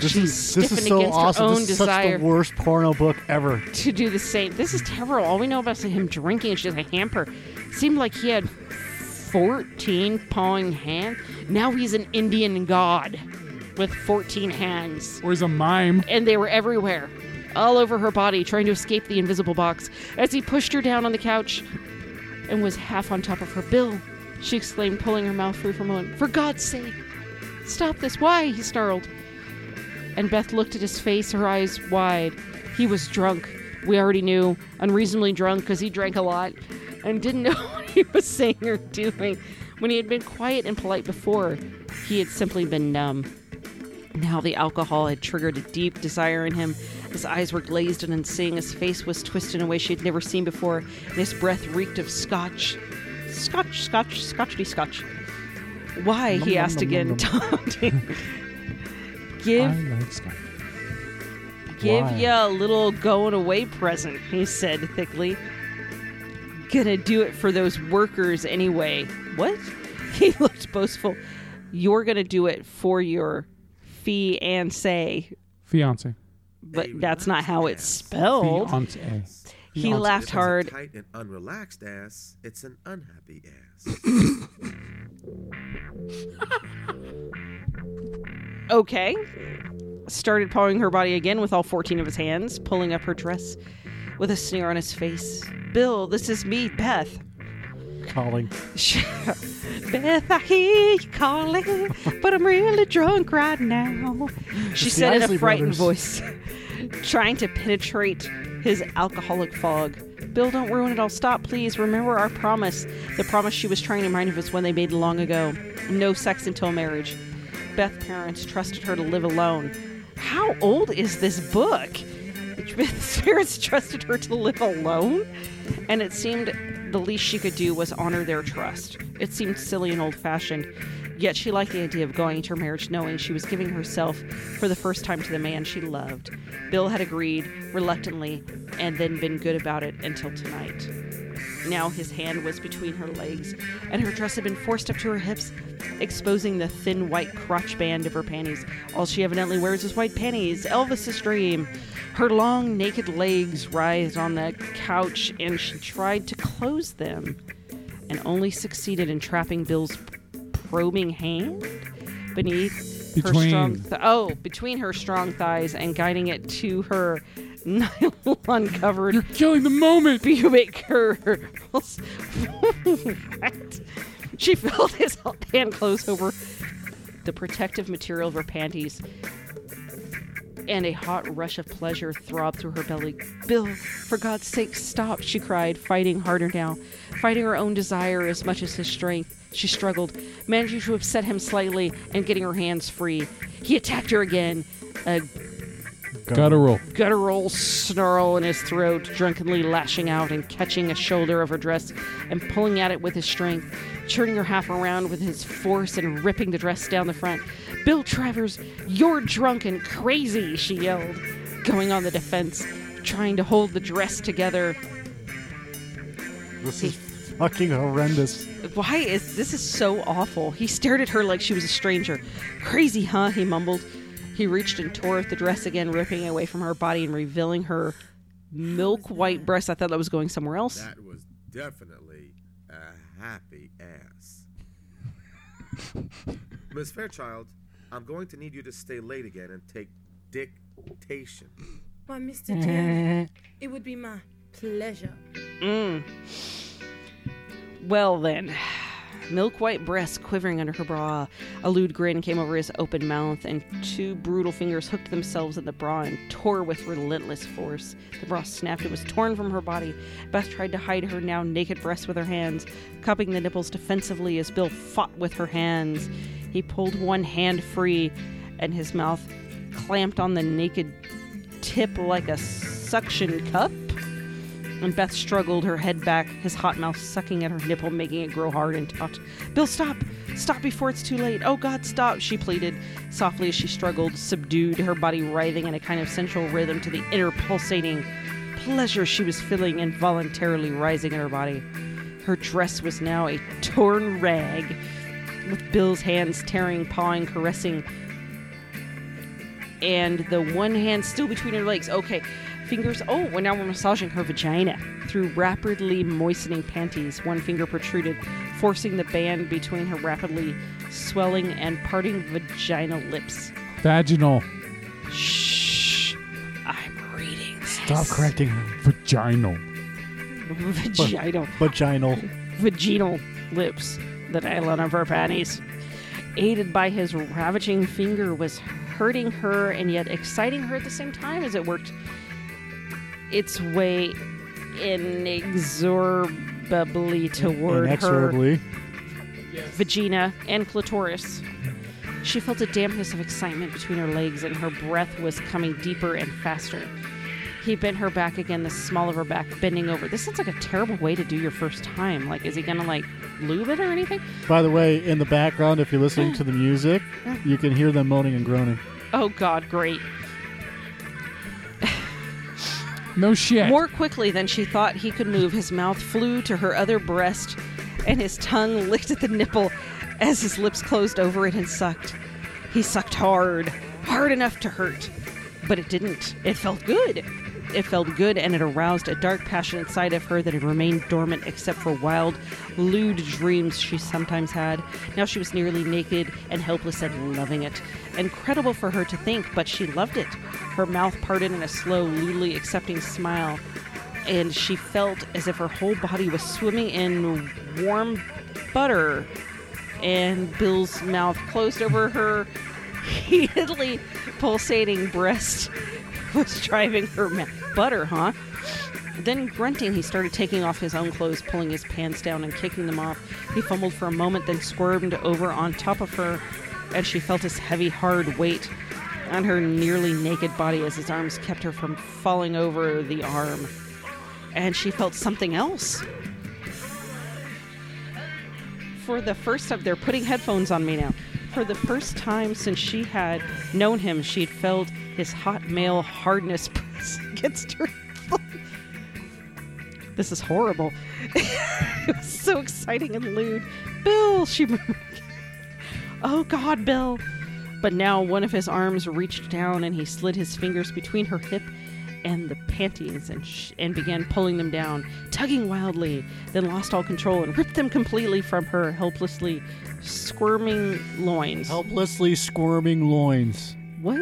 [SPEAKER 1] This is, this is
[SPEAKER 2] stiffened
[SPEAKER 1] so
[SPEAKER 2] against her
[SPEAKER 1] awesome.
[SPEAKER 2] own
[SPEAKER 1] This is
[SPEAKER 2] desire.
[SPEAKER 1] such the worst porno book ever.
[SPEAKER 2] to do the same. This is terrible. All we know about is him drinking is just a hamper. Seemed like he had 14 pawing hands. Now he's an Indian god with 14 hands.
[SPEAKER 3] Or he's a mime.
[SPEAKER 2] And they were everywhere, all over her body, trying to escape the invisible box. As he pushed her down on the couch and was half on top of her, Bill, she exclaimed, pulling her mouth free for a moment. For God's sake, stop this. Why? He snarled and Beth looked at his face, her eyes wide. He was drunk. We already knew. Unreasonably drunk because he drank a lot and didn't know what he was saying or doing. When he had been quiet and polite before, he had simply been numb.
[SPEAKER 16] Now the alcohol had triggered a deep desire in him. His eyes were glazed and unseeing, his face was twisted in a way she had never seen before, and his breath reeked of scotch. Scotch, scotch, scotchity scotch. Why? he
[SPEAKER 2] Nom,
[SPEAKER 16] asked
[SPEAKER 2] nom, nom,
[SPEAKER 16] again, taunting. Give Give
[SPEAKER 2] Why?
[SPEAKER 16] ya a little going away present, he said thickly. Gonna do it for those workers anyway. What? He looked boastful. You're gonna do it for your fiance,
[SPEAKER 3] Fiance.
[SPEAKER 16] but that's not how it's spelled.
[SPEAKER 3] Fiance.
[SPEAKER 16] He laughed
[SPEAKER 6] If it's a
[SPEAKER 16] hard.
[SPEAKER 6] Tight and unrelaxed ass. It's an unhappy ass.
[SPEAKER 16] Okay. Started pawing her body again with all 14 of his hands, pulling up her dress with a sneer on his face. Bill, this is me, Beth.
[SPEAKER 1] Calling.
[SPEAKER 16] Beth, I hear you calling, but I'm really drunk right now. She
[SPEAKER 2] It's the
[SPEAKER 16] said in
[SPEAKER 2] Isley
[SPEAKER 16] a frightened
[SPEAKER 2] Brothers.
[SPEAKER 16] voice, trying to penetrate his alcoholic fog. Bill, don't ruin it all. Stop, please. Remember our promise. The promise she was trying to remind of us when they made long ago. No sex until marriage. Beth's parents trusted her to live alone. How old is this book? Beth's parents trusted her to live alone? And it seemed the least she could do was honor their trust. It seemed silly and old fashioned. Yet she liked the idea of going into her marriage knowing she was giving herself for the first time to the man she loved. Bill had agreed, reluctantly, and then been good about it until tonight. Now his hand was between her legs, and her dress had been forced up to her hips, exposing the thin white crotch band of her panties. All she evidently wears is white panties, Elvis's dream. Her long, naked legs writhed on the couch, and she tried to close them, and only succeeded in trapping Bill's probing hand beneath her
[SPEAKER 3] Between.
[SPEAKER 16] strong th- oh between her strong thighs and guiding it to her nylon covered. You're
[SPEAKER 3] killing the moment.
[SPEAKER 16] Pubic curls. what? She felt his hand close over the protective material of her panties, and a hot rush of pleasure throbbed through her belly. Bill, for God's sake, stop! She cried, fighting harder now, fighting her own desire as much as his strength. She struggled, managing to upset him slightly and getting her hands free. He attacked her again. A
[SPEAKER 3] Guttural.
[SPEAKER 2] guttural snarl in his throat, drunkenly lashing out and catching a shoulder of her dress and pulling at it with his strength, churning her half around with his force and ripping the dress down the front. Bill Travers, you're drunk and crazy, she yelled, going on the defense, trying to hold the dress together.
[SPEAKER 1] This is fucking horrendous.
[SPEAKER 16] Why is this is so awful? He stared at her like she was a stranger. Crazy, huh? He mumbled. He reached and tore at the dress again, ripping it away from her body and revealing her milk white breast. I thought that was going somewhere else.
[SPEAKER 6] That was definitely a happy ass. Miss Fairchild, I'm going to need you to stay late again and take dictation.
[SPEAKER 13] Why, Mr. Jeff, it would be my pleasure.
[SPEAKER 2] Mm. Well, then. Milk white breasts quivering under her bra. A lewd grin came over his open mouth, and two brutal fingers hooked themselves in the bra and tore with relentless force. The bra snapped. It was torn from her body. Beth tried to hide her now naked breasts with her hands, cupping the nipples defensively as Bill fought with her hands. He pulled one hand free, and his mouth clamped on the naked tip like a suction cup. And Beth struggled, her head back, his hot mouth sucking at her nipple, making it grow hard and taut. Bill, stop! Stop before it's too late! Oh God, stop! She pleaded softly as she struggled, subdued, her body writhing in a kind of sensual rhythm to the inner pulsating pleasure she was feeling involuntarily rising in her body. Her dress was now a torn rag, with Bill's hands tearing, pawing, caressing, and the one hand still between her legs. Okay fingers. Oh, well, now we're massaging her vagina through rapidly moistening panties. One finger protruded, forcing the band between her rapidly swelling and parting vaginal lips.
[SPEAKER 3] Vaginal.
[SPEAKER 2] Shh. I'm reading. This.
[SPEAKER 1] Stop correcting her.
[SPEAKER 3] Vaginal.
[SPEAKER 2] Vaginal.
[SPEAKER 1] Vaginal.
[SPEAKER 2] Vaginal lips. The nylon of her panties. Aided by his ravaging finger, was hurting her and yet exciting her at the same time as it worked its way inexorably toward
[SPEAKER 1] Inexorably.
[SPEAKER 2] her vagina and clitoris. She felt a dampness of excitement between her legs, and her breath was coming deeper and faster. He bent her back again, the small of her back, bending over. This sounds like a terrible way to do your first time. Like, is he gonna like lube it or anything?
[SPEAKER 1] By the way, in the background, if you're listening to the music, you can hear them moaning and groaning.
[SPEAKER 2] Oh God, great!
[SPEAKER 3] No shit.
[SPEAKER 2] More quickly than she thought he could move, his mouth flew to her other breast, and his tongue licked at the nipple as his lips closed over it and sucked. He sucked hard, hard enough to hurt, but it didn't. It felt good. It felt good, and it aroused a dark passion inside of her that had remained dormant except for wild, lewd dreams she sometimes had. Now she was nearly naked and helpless and loving it. Incredible for her to think, but she loved it. Her mouth parted in a slow, lewdly accepting smile, and she felt as if her whole body was swimming in warm butter. And Bill's mouth closed over her heatedly pulsating breast was driving her mad. Butter, huh? Then grunting, he started taking off his own clothes, pulling his pants down and kicking them off. He fumbled for a moment, then squirmed over on top of her as she felt his heavy, hard weight on her nearly naked body as his arms kept her from falling over the arm. And she felt something else. For the first time, they're putting headphones on me now for the first time since she had known him, she'd felt his hot male hardness press against her. this is horrible. it was so exciting and lewd. Bill, she murmured. oh God, Bill. But now one of his arms reached down and he slid his fingers between her hip and the panties and, sh- and began pulling them down, tugging wildly, then lost all control and ripped them completely from her helplessly squirming loins.
[SPEAKER 1] Helplessly squirming loins.
[SPEAKER 2] What?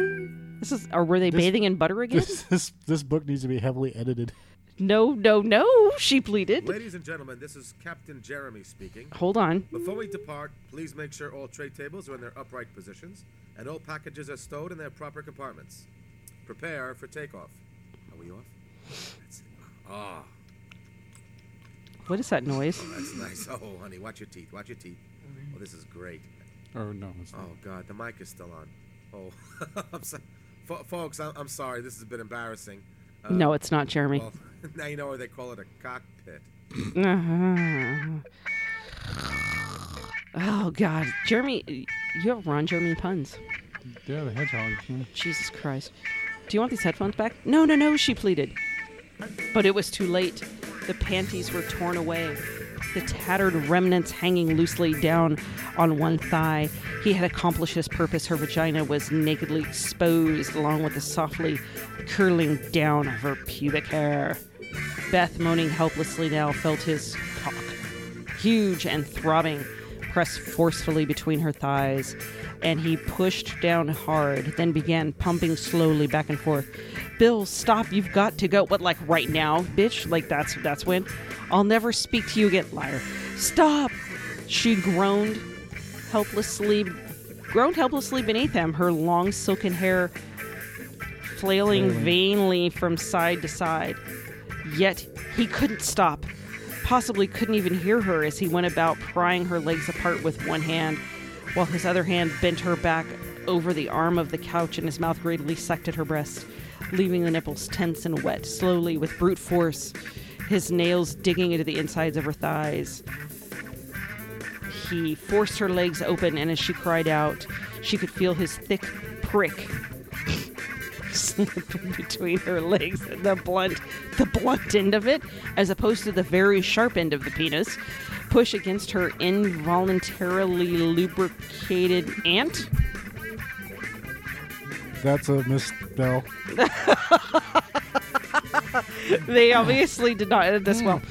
[SPEAKER 2] This is. Or were they
[SPEAKER 1] This-
[SPEAKER 2] bathing in butter again?
[SPEAKER 1] This, this this book needs to be heavily edited.
[SPEAKER 2] no, no, no! She pleaded.
[SPEAKER 6] Ladies and gentlemen, this is Captain Jeremy speaking.
[SPEAKER 2] Hold on.
[SPEAKER 6] Before we depart, please make sure all tray tables are in their upright positions and all packages are stowed in their proper compartments. Prepare for takeoff. Are we off? That's it. Ah,
[SPEAKER 2] What is that noise?
[SPEAKER 6] that's nice. Oh, honey, watch your teeth. Watch your teeth. Oh, this is great.
[SPEAKER 3] Oh no, it's not.
[SPEAKER 6] Oh God, the mic is still on. Oh, I'm so- fo- folks, I'm, I'm sorry. This has been embarrassing.
[SPEAKER 1] Uh,
[SPEAKER 2] No, it's not, Jeremy.
[SPEAKER 6] well, now you know why they call it a cockpit.
[SPEAKER 2] Uh-huh. oh God, Jeremy, you have Ron Jeremy puns.
[SPEAKER 3] Yeah, the hedgehog.
[SPEAKER 2] Jesus Christ. Do you want these headphones back? No, no, no, she pleaded. But it was too late. The panties were torn away, the tattered remnants hanging loosely down on one thigh. He had accomplished his purpose. Her vagina was nakedly exposed, along with the softly curling down of her pubic hair. Beth, moaning helplessly now, felt his cock, huge and throbbing, pressed forcefully between her thighs, and he pushed down hard, then began pumping slowly back and forth. Bill, stop, you've got to go. What like right now, bitch? Like that's that's when? I'll never speak to you again, liar. Stop she groaned helplessly groaned helplessly beneath him, her long silken hair flailing mm. vainly from side to side. Yet he couldn't stop, possibly couldn't even hear her as he went about prying her legs apart with one hand, while his other hand bent her back over the arm of the couch and his mouth greedily sucked at her breast, leaving the nipples tense and wet, slowly, with brute force, his nails digging into the insides of her thighs. He forced her legs open, and as she cried out, she could feel his thick prick slipping between her legs. The blunt, the blunt end of it, as opposed to the very sharp end of the penis, push against her involuntarily lubricated ant.
[SPEAKER 1] That's a misspell.
[SPEAKER 2] they obviously did not edit this well.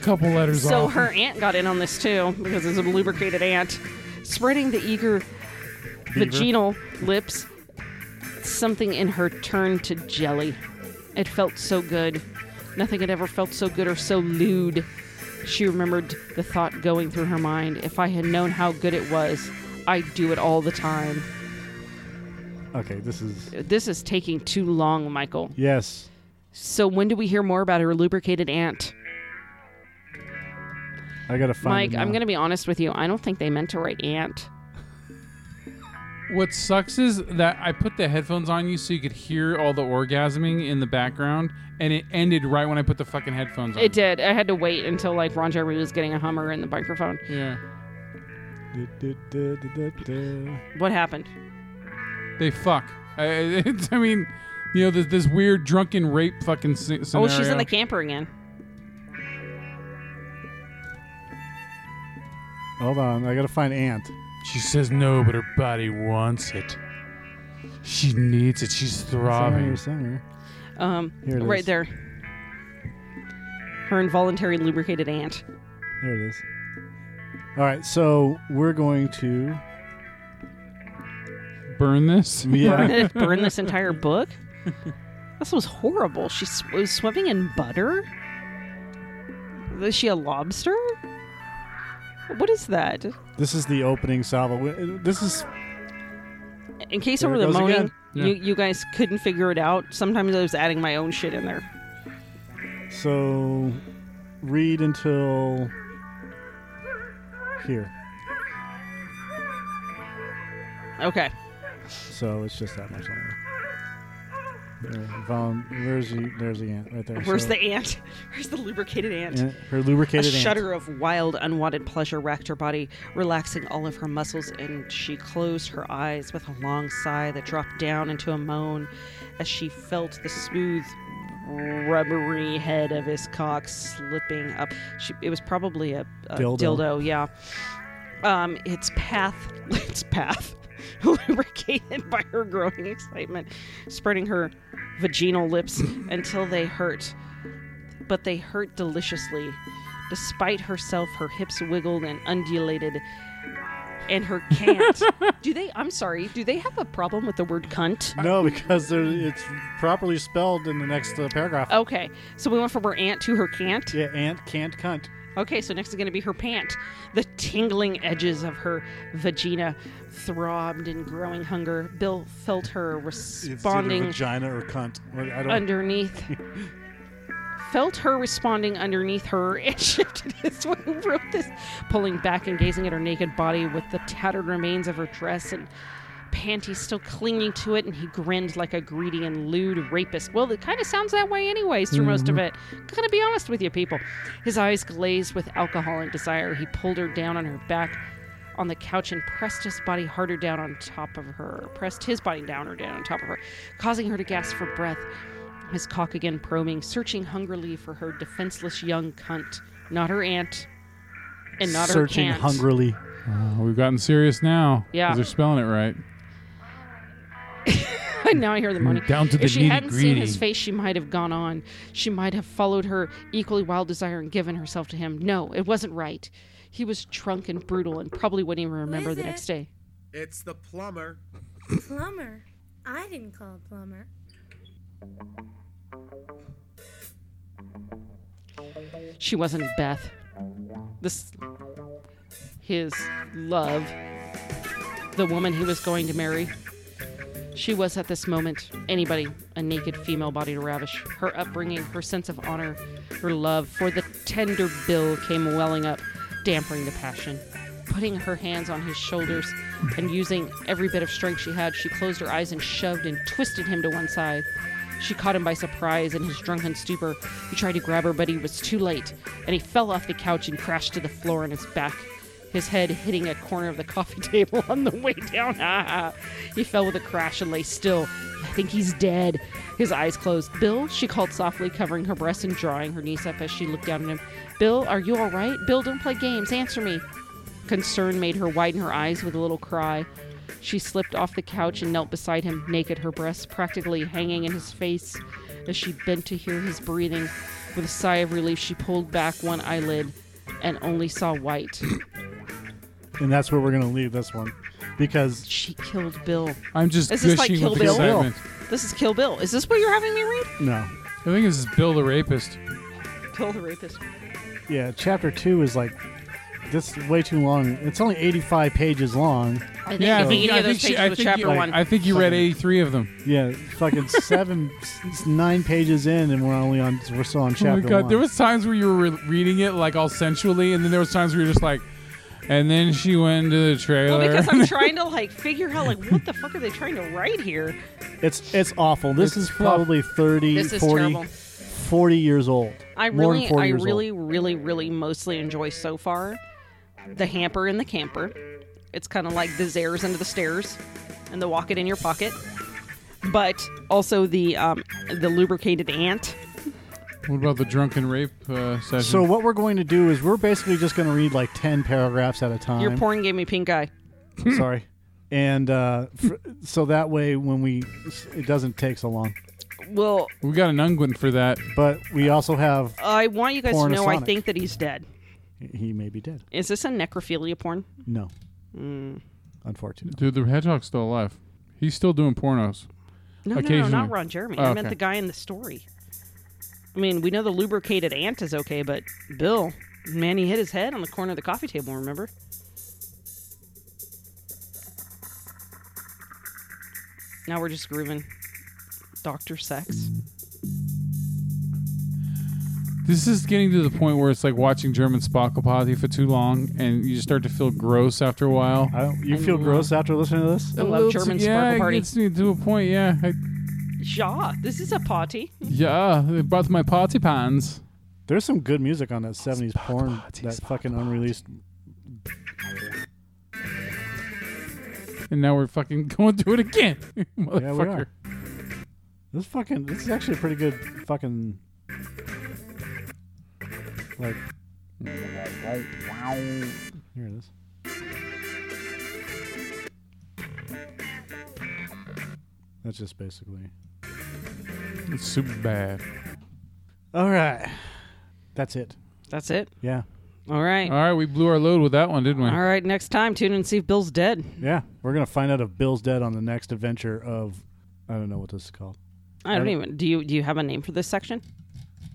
[SPEAKER 3] Couple letters
[SPEAKER 2] so
[SPEAKER 3] off.
[SPEAKER 2] her aunt got in on this too because it's a lubricated aunt, spreading the eager Beaver. vaginal lips. Something in her turned to jelly. It felt so good. Nothing had ever felt so good or so lewd. She remembered the thought going through her mind: if I had known how good it was, I'd do it all the time.
[SPEAKER 1] Okay, this is
[SPEAKER 2] this is taking too long, Michael.
[SPEAKER 1] Yes.
[SPEAKER 2] So when do we hear more about her lubricated aunt?
[SPEAKER 1] I gotta find.
[SPEAKER 2] Mike, I'm gonna be honest with you. I don't think they meant to write aunt.
[SPEAKER 3] What sucks is that I put the headphones on you so you could hear all the orgasming in the background, and it ended right when I put the fucking headphones on.
[SPEAKER 2] It did. I had to wait until like Ron Jeremy was getting a Hummer in the microphone.
[SPEAKER 3] Yeah.
[SPEAKER 2] What happened?
[SPEAKER 3] They fuck. I, I mean, you know, this, this weird drunken rape fucking scenario.
[SPEAKER 2] Oh, she's in the camper again.
[SPEAKER 1] Hold on, I gotta find Aunt.
[SPEAKER 3] She says no, but her body wants it. She needs it. She's throbbing.
[SPEAKER 1] Somewhere,
[SPEAKER 2] somewhere. Um, right
[SPEAKER 1] is.
[SPEAKER 2] there. Her involuntary lubricated aunt.
[SPEAKER 1] There it is. All right, so we're going to
[SPEAKER 3] burn this.
[SPEAKER 1] Yeah,
[SPEAKER 2] burn this entire book. This was horrible. She sw- was swimming in butter. Was she a lobster? What is that?
[SPEAKER 1] This is the opening salvo. This is.
[SPEAKER 2] In case there over the moaning, yeah. you, you guys couldn't figure it out. Sometimes I was adding my own shit in there.
[SPEAKER 1] So, read until here.
[SPEAKER 2] Okay.
[SPEAKER 1] So it's just that much longer. There, Vaughn, where's the there's the ant right there.
[SPEAKER 2] Where's
[SPEAKER 1] so,
[SPEAKER 2] the ant? Where's the lubricated ant?
[SPEAKER 1] ant her lubricated
[SPEAKER 2] A
[SPEAKER 1] ant.
[SPEAKER 2] shudder of wild, unwanted pleasure racked her body, relaxing all of her muscles, and she closed her eyes with a long sigh that dropped down into a moan as she felt the smooth, rubbery head of his cock slipping up. She, it was probably a, a
[SPEAKER 1] dildo.
[SPEAKER 2] dildo, yeah. Um, its path, its path lubricated by her growing excitement, spreading her vaginal lips until they hurt. But they hurt deliciously. Despite herself, her hips wiggled and undulated, and her cant. do they? I'm sorry. Do they have a problem with the word cunt?
[SPEAKER 1] No, because there- it's properly spelled in the next uh, paragraph.
[SPEAKER 2] Okay, so we went from her aunt to her cant.
[SPEAKER 1] Yeah, ant, can't, cunt.
[SPEAKER 2] Okay, so next is going to be her pant. The tingling edges of her vagina throbbed in growing hunger. Bill felt her responding
[SPEAKER 1] it's either vagina or cunt. I don't
[SPEAKER 2] underneath. felt her responding underneath her and shifted his way wrote this, pulling back and gazing at her naked body with the tattered remains of her dress and panties still clinging to it, and he grinned like a greedy and lewd rapist. Well, it kind of sounds that way, anyways, through most of it.
[SPEAKER 1] Mm-hmm.
[SPEAKER 2] Gotta be honest with you, people. His eyes glazed with alcohol and desire. He pulled her down on her back on the couch and pressed his body harder down on top of her, pressed his body down or down on top of her, causing her to gasp for breath. His cock again probing, searching hungrily for her defenseless young cunt, not her aunt, and not
[SPEAKER 1] Searching
[SPEAKER 2] her aunt.
[SPEAKER 1] hungrily.
[SPEAKER 3] Uh, we've gotten serious now.
[SPEAKER 2] Yeah.
[SPEAKER 3] 'cause They're spelling it right.
[SPEAKER 2] now I hear the moaning.
[SPEAKER 3] Down to the
[SPEAKER 2] if she hadn't seen
[SPEAKER 3] nitty-gritty.
[SPEAKER 2] his face, she might have gone on. She might have followed her equally wild desire and given herself to him. No, it wasn't right. He was drunk and brutal and probably wouldn't even remember the
[SPEAKER 13] it?
[SPEAKER 2] next day.
[SPEAKER 17] It's the plumber.
[SPEAKER 13] Plumber? I didn't call a plumber.
[SPEAKER 2] She wasn't Beth. This his love. The woman he was going to marry. She was at this moment anybody, a naked female body to ravish. Her upbringing, her sense of honor, her love for the tender Bill came welling up, dampering the passion. Putting her hands on his shoulders and using every bit of strength she had, she closed her eyes and shoved and twisted him to one side. She caught him by surprise in his drunken stupor. He tried to grab her, but he was too late, and he fell off the couch and crashed to the floor on his back, his head hitting a corner of the coffee table on the way down. Ah, he fell with a crash and lay still. I think he's dead. His eyes closed. Bill, she called softly, covering her breasts and drawing her knees up as she looked down at him. Bill, are you all right? Bill, don't play games. Answer me. Concern made her widen her eyes with a little cry. She slipped off the couch and knelt beside him, naked, her breasts practically hanging in his face as she bent to hear his breathing. With a sigh of relief, she pulled back one eyelid and only saw white.
[SPEAKER 1] And that's where we're going to leave this one because
[SPEAKER 2] she killed Bill.
[SPEAKER 3] I'm just
[SPEAKER 18] Is this like
[SPEAKER 3] gushing
[SPEAKER 18] Kill
[SPEAKER 3] with
[SPEAKER 18] Bill?
[SPEAKER 3] excitement.
[SPEAKER 18] This is Kill Bill. Is this what you're having me read?
[SPEAKER 1] No.
[SPEAKER 3] I think this is Bill the Rapist.
[SPEAKER 18] Kill the rapist.
[SPEAKER 1] Yeah, chapter two is like this is way too long. It's only 85 pages long.
[SPEAKER 2] I think Yeah, the I think- beginning I of those think she- pages I was think chapter you- one.
[SPEAKER 3] I think you read 83 of them. Oh
[SPEAKER 1] Yeah, fucking seven, s- nine pages in, and we're only on. We're still on
[SPEAKER 3] Oh my
[SPEAKER 1] chapter
[SPEAKER 3] god,
[SPEAKER 1] one.
[SPEAKER 3] there was times where you were re- reading it like all sensually, and then there was times where you're just like, and then she went to the trailer.
[SPEAKER 18] Well, because I'm trying to like figure out like what the fuck are they trying to write here?
[SPEAKER 1] it's it's awful. This
[SPEAKER 3] It's
[SPEAKER 1] is probably 30,
[SPEAKER 18] This is
[SPEAKER 1] 40,
[SPEAKER 18] terrible.
[SPEAKER 1] 40 years old.
[SPEAKER 18] I
[SPEAKER 1] More than
[SPEAKER 18] really,
[SPEAKER 1] 40
[SPEAKER 18] I
[SPEAKER 1] years
[SPEAKER 18] really, really, really mostly enjoy so far the hamper and the camper. It's kind of like the zares under the stairs and the walk it in your pocket, but also the um, the lubricated ant.
[SPEAKER 3] What about the drunken rape uh, session?
[SPEAKER 1] old. So what we're going to do is we're basically just going to read like 10 paragraphs at a time.
[SPEAKER 18] Your porn gave me pink eye.
[SPEAKER 1] Sorry. And uh, fr so that way, when we, it doesn't take so long.
[SPEAKER 18] Well,
[SPEAKER 3] we got an unguent for that,
[SPEAKER 1] but we also have.
[SPEAKER 18] I want you guys to
[SPEAKER 1] Porn
[SPEAKER 18] know I
[SPEAKER 1] Sonic.
[SPEAKER 18] think that he's dead.
[SPEAKER 1] He may be dead.
[SPEAKER 18] Is this a necrophilia porn?
[SPEAKER 1] No,
[SPEAKER 18] Mm.
[SPEAKER 1] unfortunately.
[SPEAKER 3] dude, the hedgehog's still alive. He's still doing pornos.
[SPEAKER 18] No, no, no,
[SPEAKER 3] Occasionally.
[SPEAKER 18] not Ron Jeremy.
[SPEAKER 3] Oh,
[SPEAKER 18] I meant
[SPEAKER 3] okay.
[SPEAKER 18] the guy in the story. I mean, we know the lubricated ant is okay, but Bill, man, he hit his head on the corner of the coffee table, remember? Now we're just grooving. Dr. Sex.
[SPEAKER 3] This is getting to the point where it's like watching German Spockopathy for too long, and you just start to feel gross after a while.
[SPEAKER 1] you feel gross after listening to this?
[SPEAKER 18] I love German
[SPEAKER 3] yeah,
[SPEAKER 18] Sparkle Party.
[SPEAKER 3] it gets me to a point. Yeah, I,
[SPEAKER 18] Ja, this is a potty.
[SPEAKER 3] yeah, they brought my party pans.
[SPEAKER 1] There's some good music on that 70s porn, that fucking unreleased.
[SPEAKER 3] And now we're fucking going through it again, motherfucker.
[SPEAKER 1] Yeah, we are. This fucking, this is actually a pretty good fucking. Like. Here it is. That's just basically.
[SPEAKER 3] It's super bad.
[SPEAKER 1] All right. That's it.
[SPEAKER 18] That's it.
[SPEAKER 1] Yeah.
[SPEAKER 18] All right.
[SPEAKER 3] All right, we blew our load with that one, didn't we?
[SPEAKER 18] All right, next time, tune in and see if Bill's dead.
[SPEAKER 1] Yeah. We're going to find out if Bill's dead on the next adventure of. I don't know what this is called.
[SPEAKER 18] I don't even. Do you do you have a name for this section?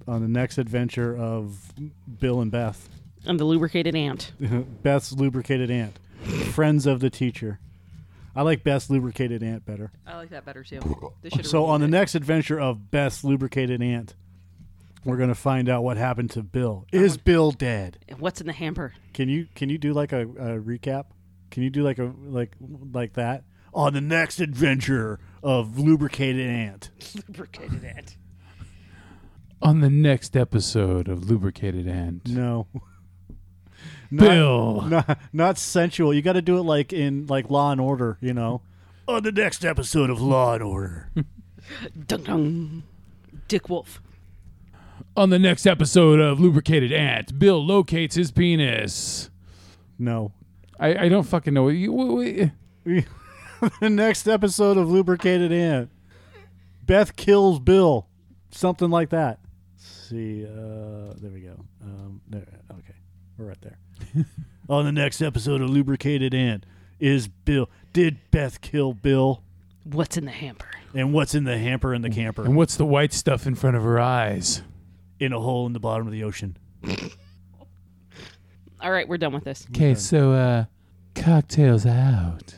[SPEAKER 1] On the next adventure of Bill and Beth.
[SPEAKER 18] And the lubricated ant.
[SPEAKER 1] Beth's lubricated ant. Friends of the teacher. I like Beth's lubricated ant better.
[SPEAKER 18] I like that better too.
[SPEAKER 1] So on the next adventure of Beth's lubricated ant, we're gonna find out what happened to Bill. Is Bill dead?
[SPEAKER 18] What's in the hamper?
[SPEAKER 1] Can you can you do like a, a recap? Can you do like a like like that on the next adventure of lubricated ant?
[SPEAKER 18] Lubricated ant.
[SPEAKER 3] On the next episode of Lubricated Ant.
[SPEAKER 1] No. Not-
[SPEAKER 3] Bill.
[SPEAKER 1] not, not sensual. You got to do it like in like Law and Order, you know. On the next episode of Law and Order.
[SPEAKER 18] Dun dun. Dick Wolf.
[SPEAKER 3] On the next episode of Lubricated Ant, Bill locates his penis.
[SPEAKER 1] No.
[SPEAKER 3] I, I don't fucking know. You- w- w-
[SPEAKER 1] the next episode of Lubricated Ant. Beth kills Bill. Something like that. see, uh, there we go. Um, there, okay. We're right there. On the next episode of Lubricated and is Bill. Did Beth kill Bill?
[SPEAKER 2] What's in the hamper?
[SPEAKER 1] And what's in the hamper and the camper?
[SPEAKER 3] And what's the white stuff in front of her eyes?
[SPEAKER 1] In a hole in the bottom of the ocean.
[SPEAKER 2] All right, we're done with this.
[SPEAKER 3] Okay, so uh cocktails out.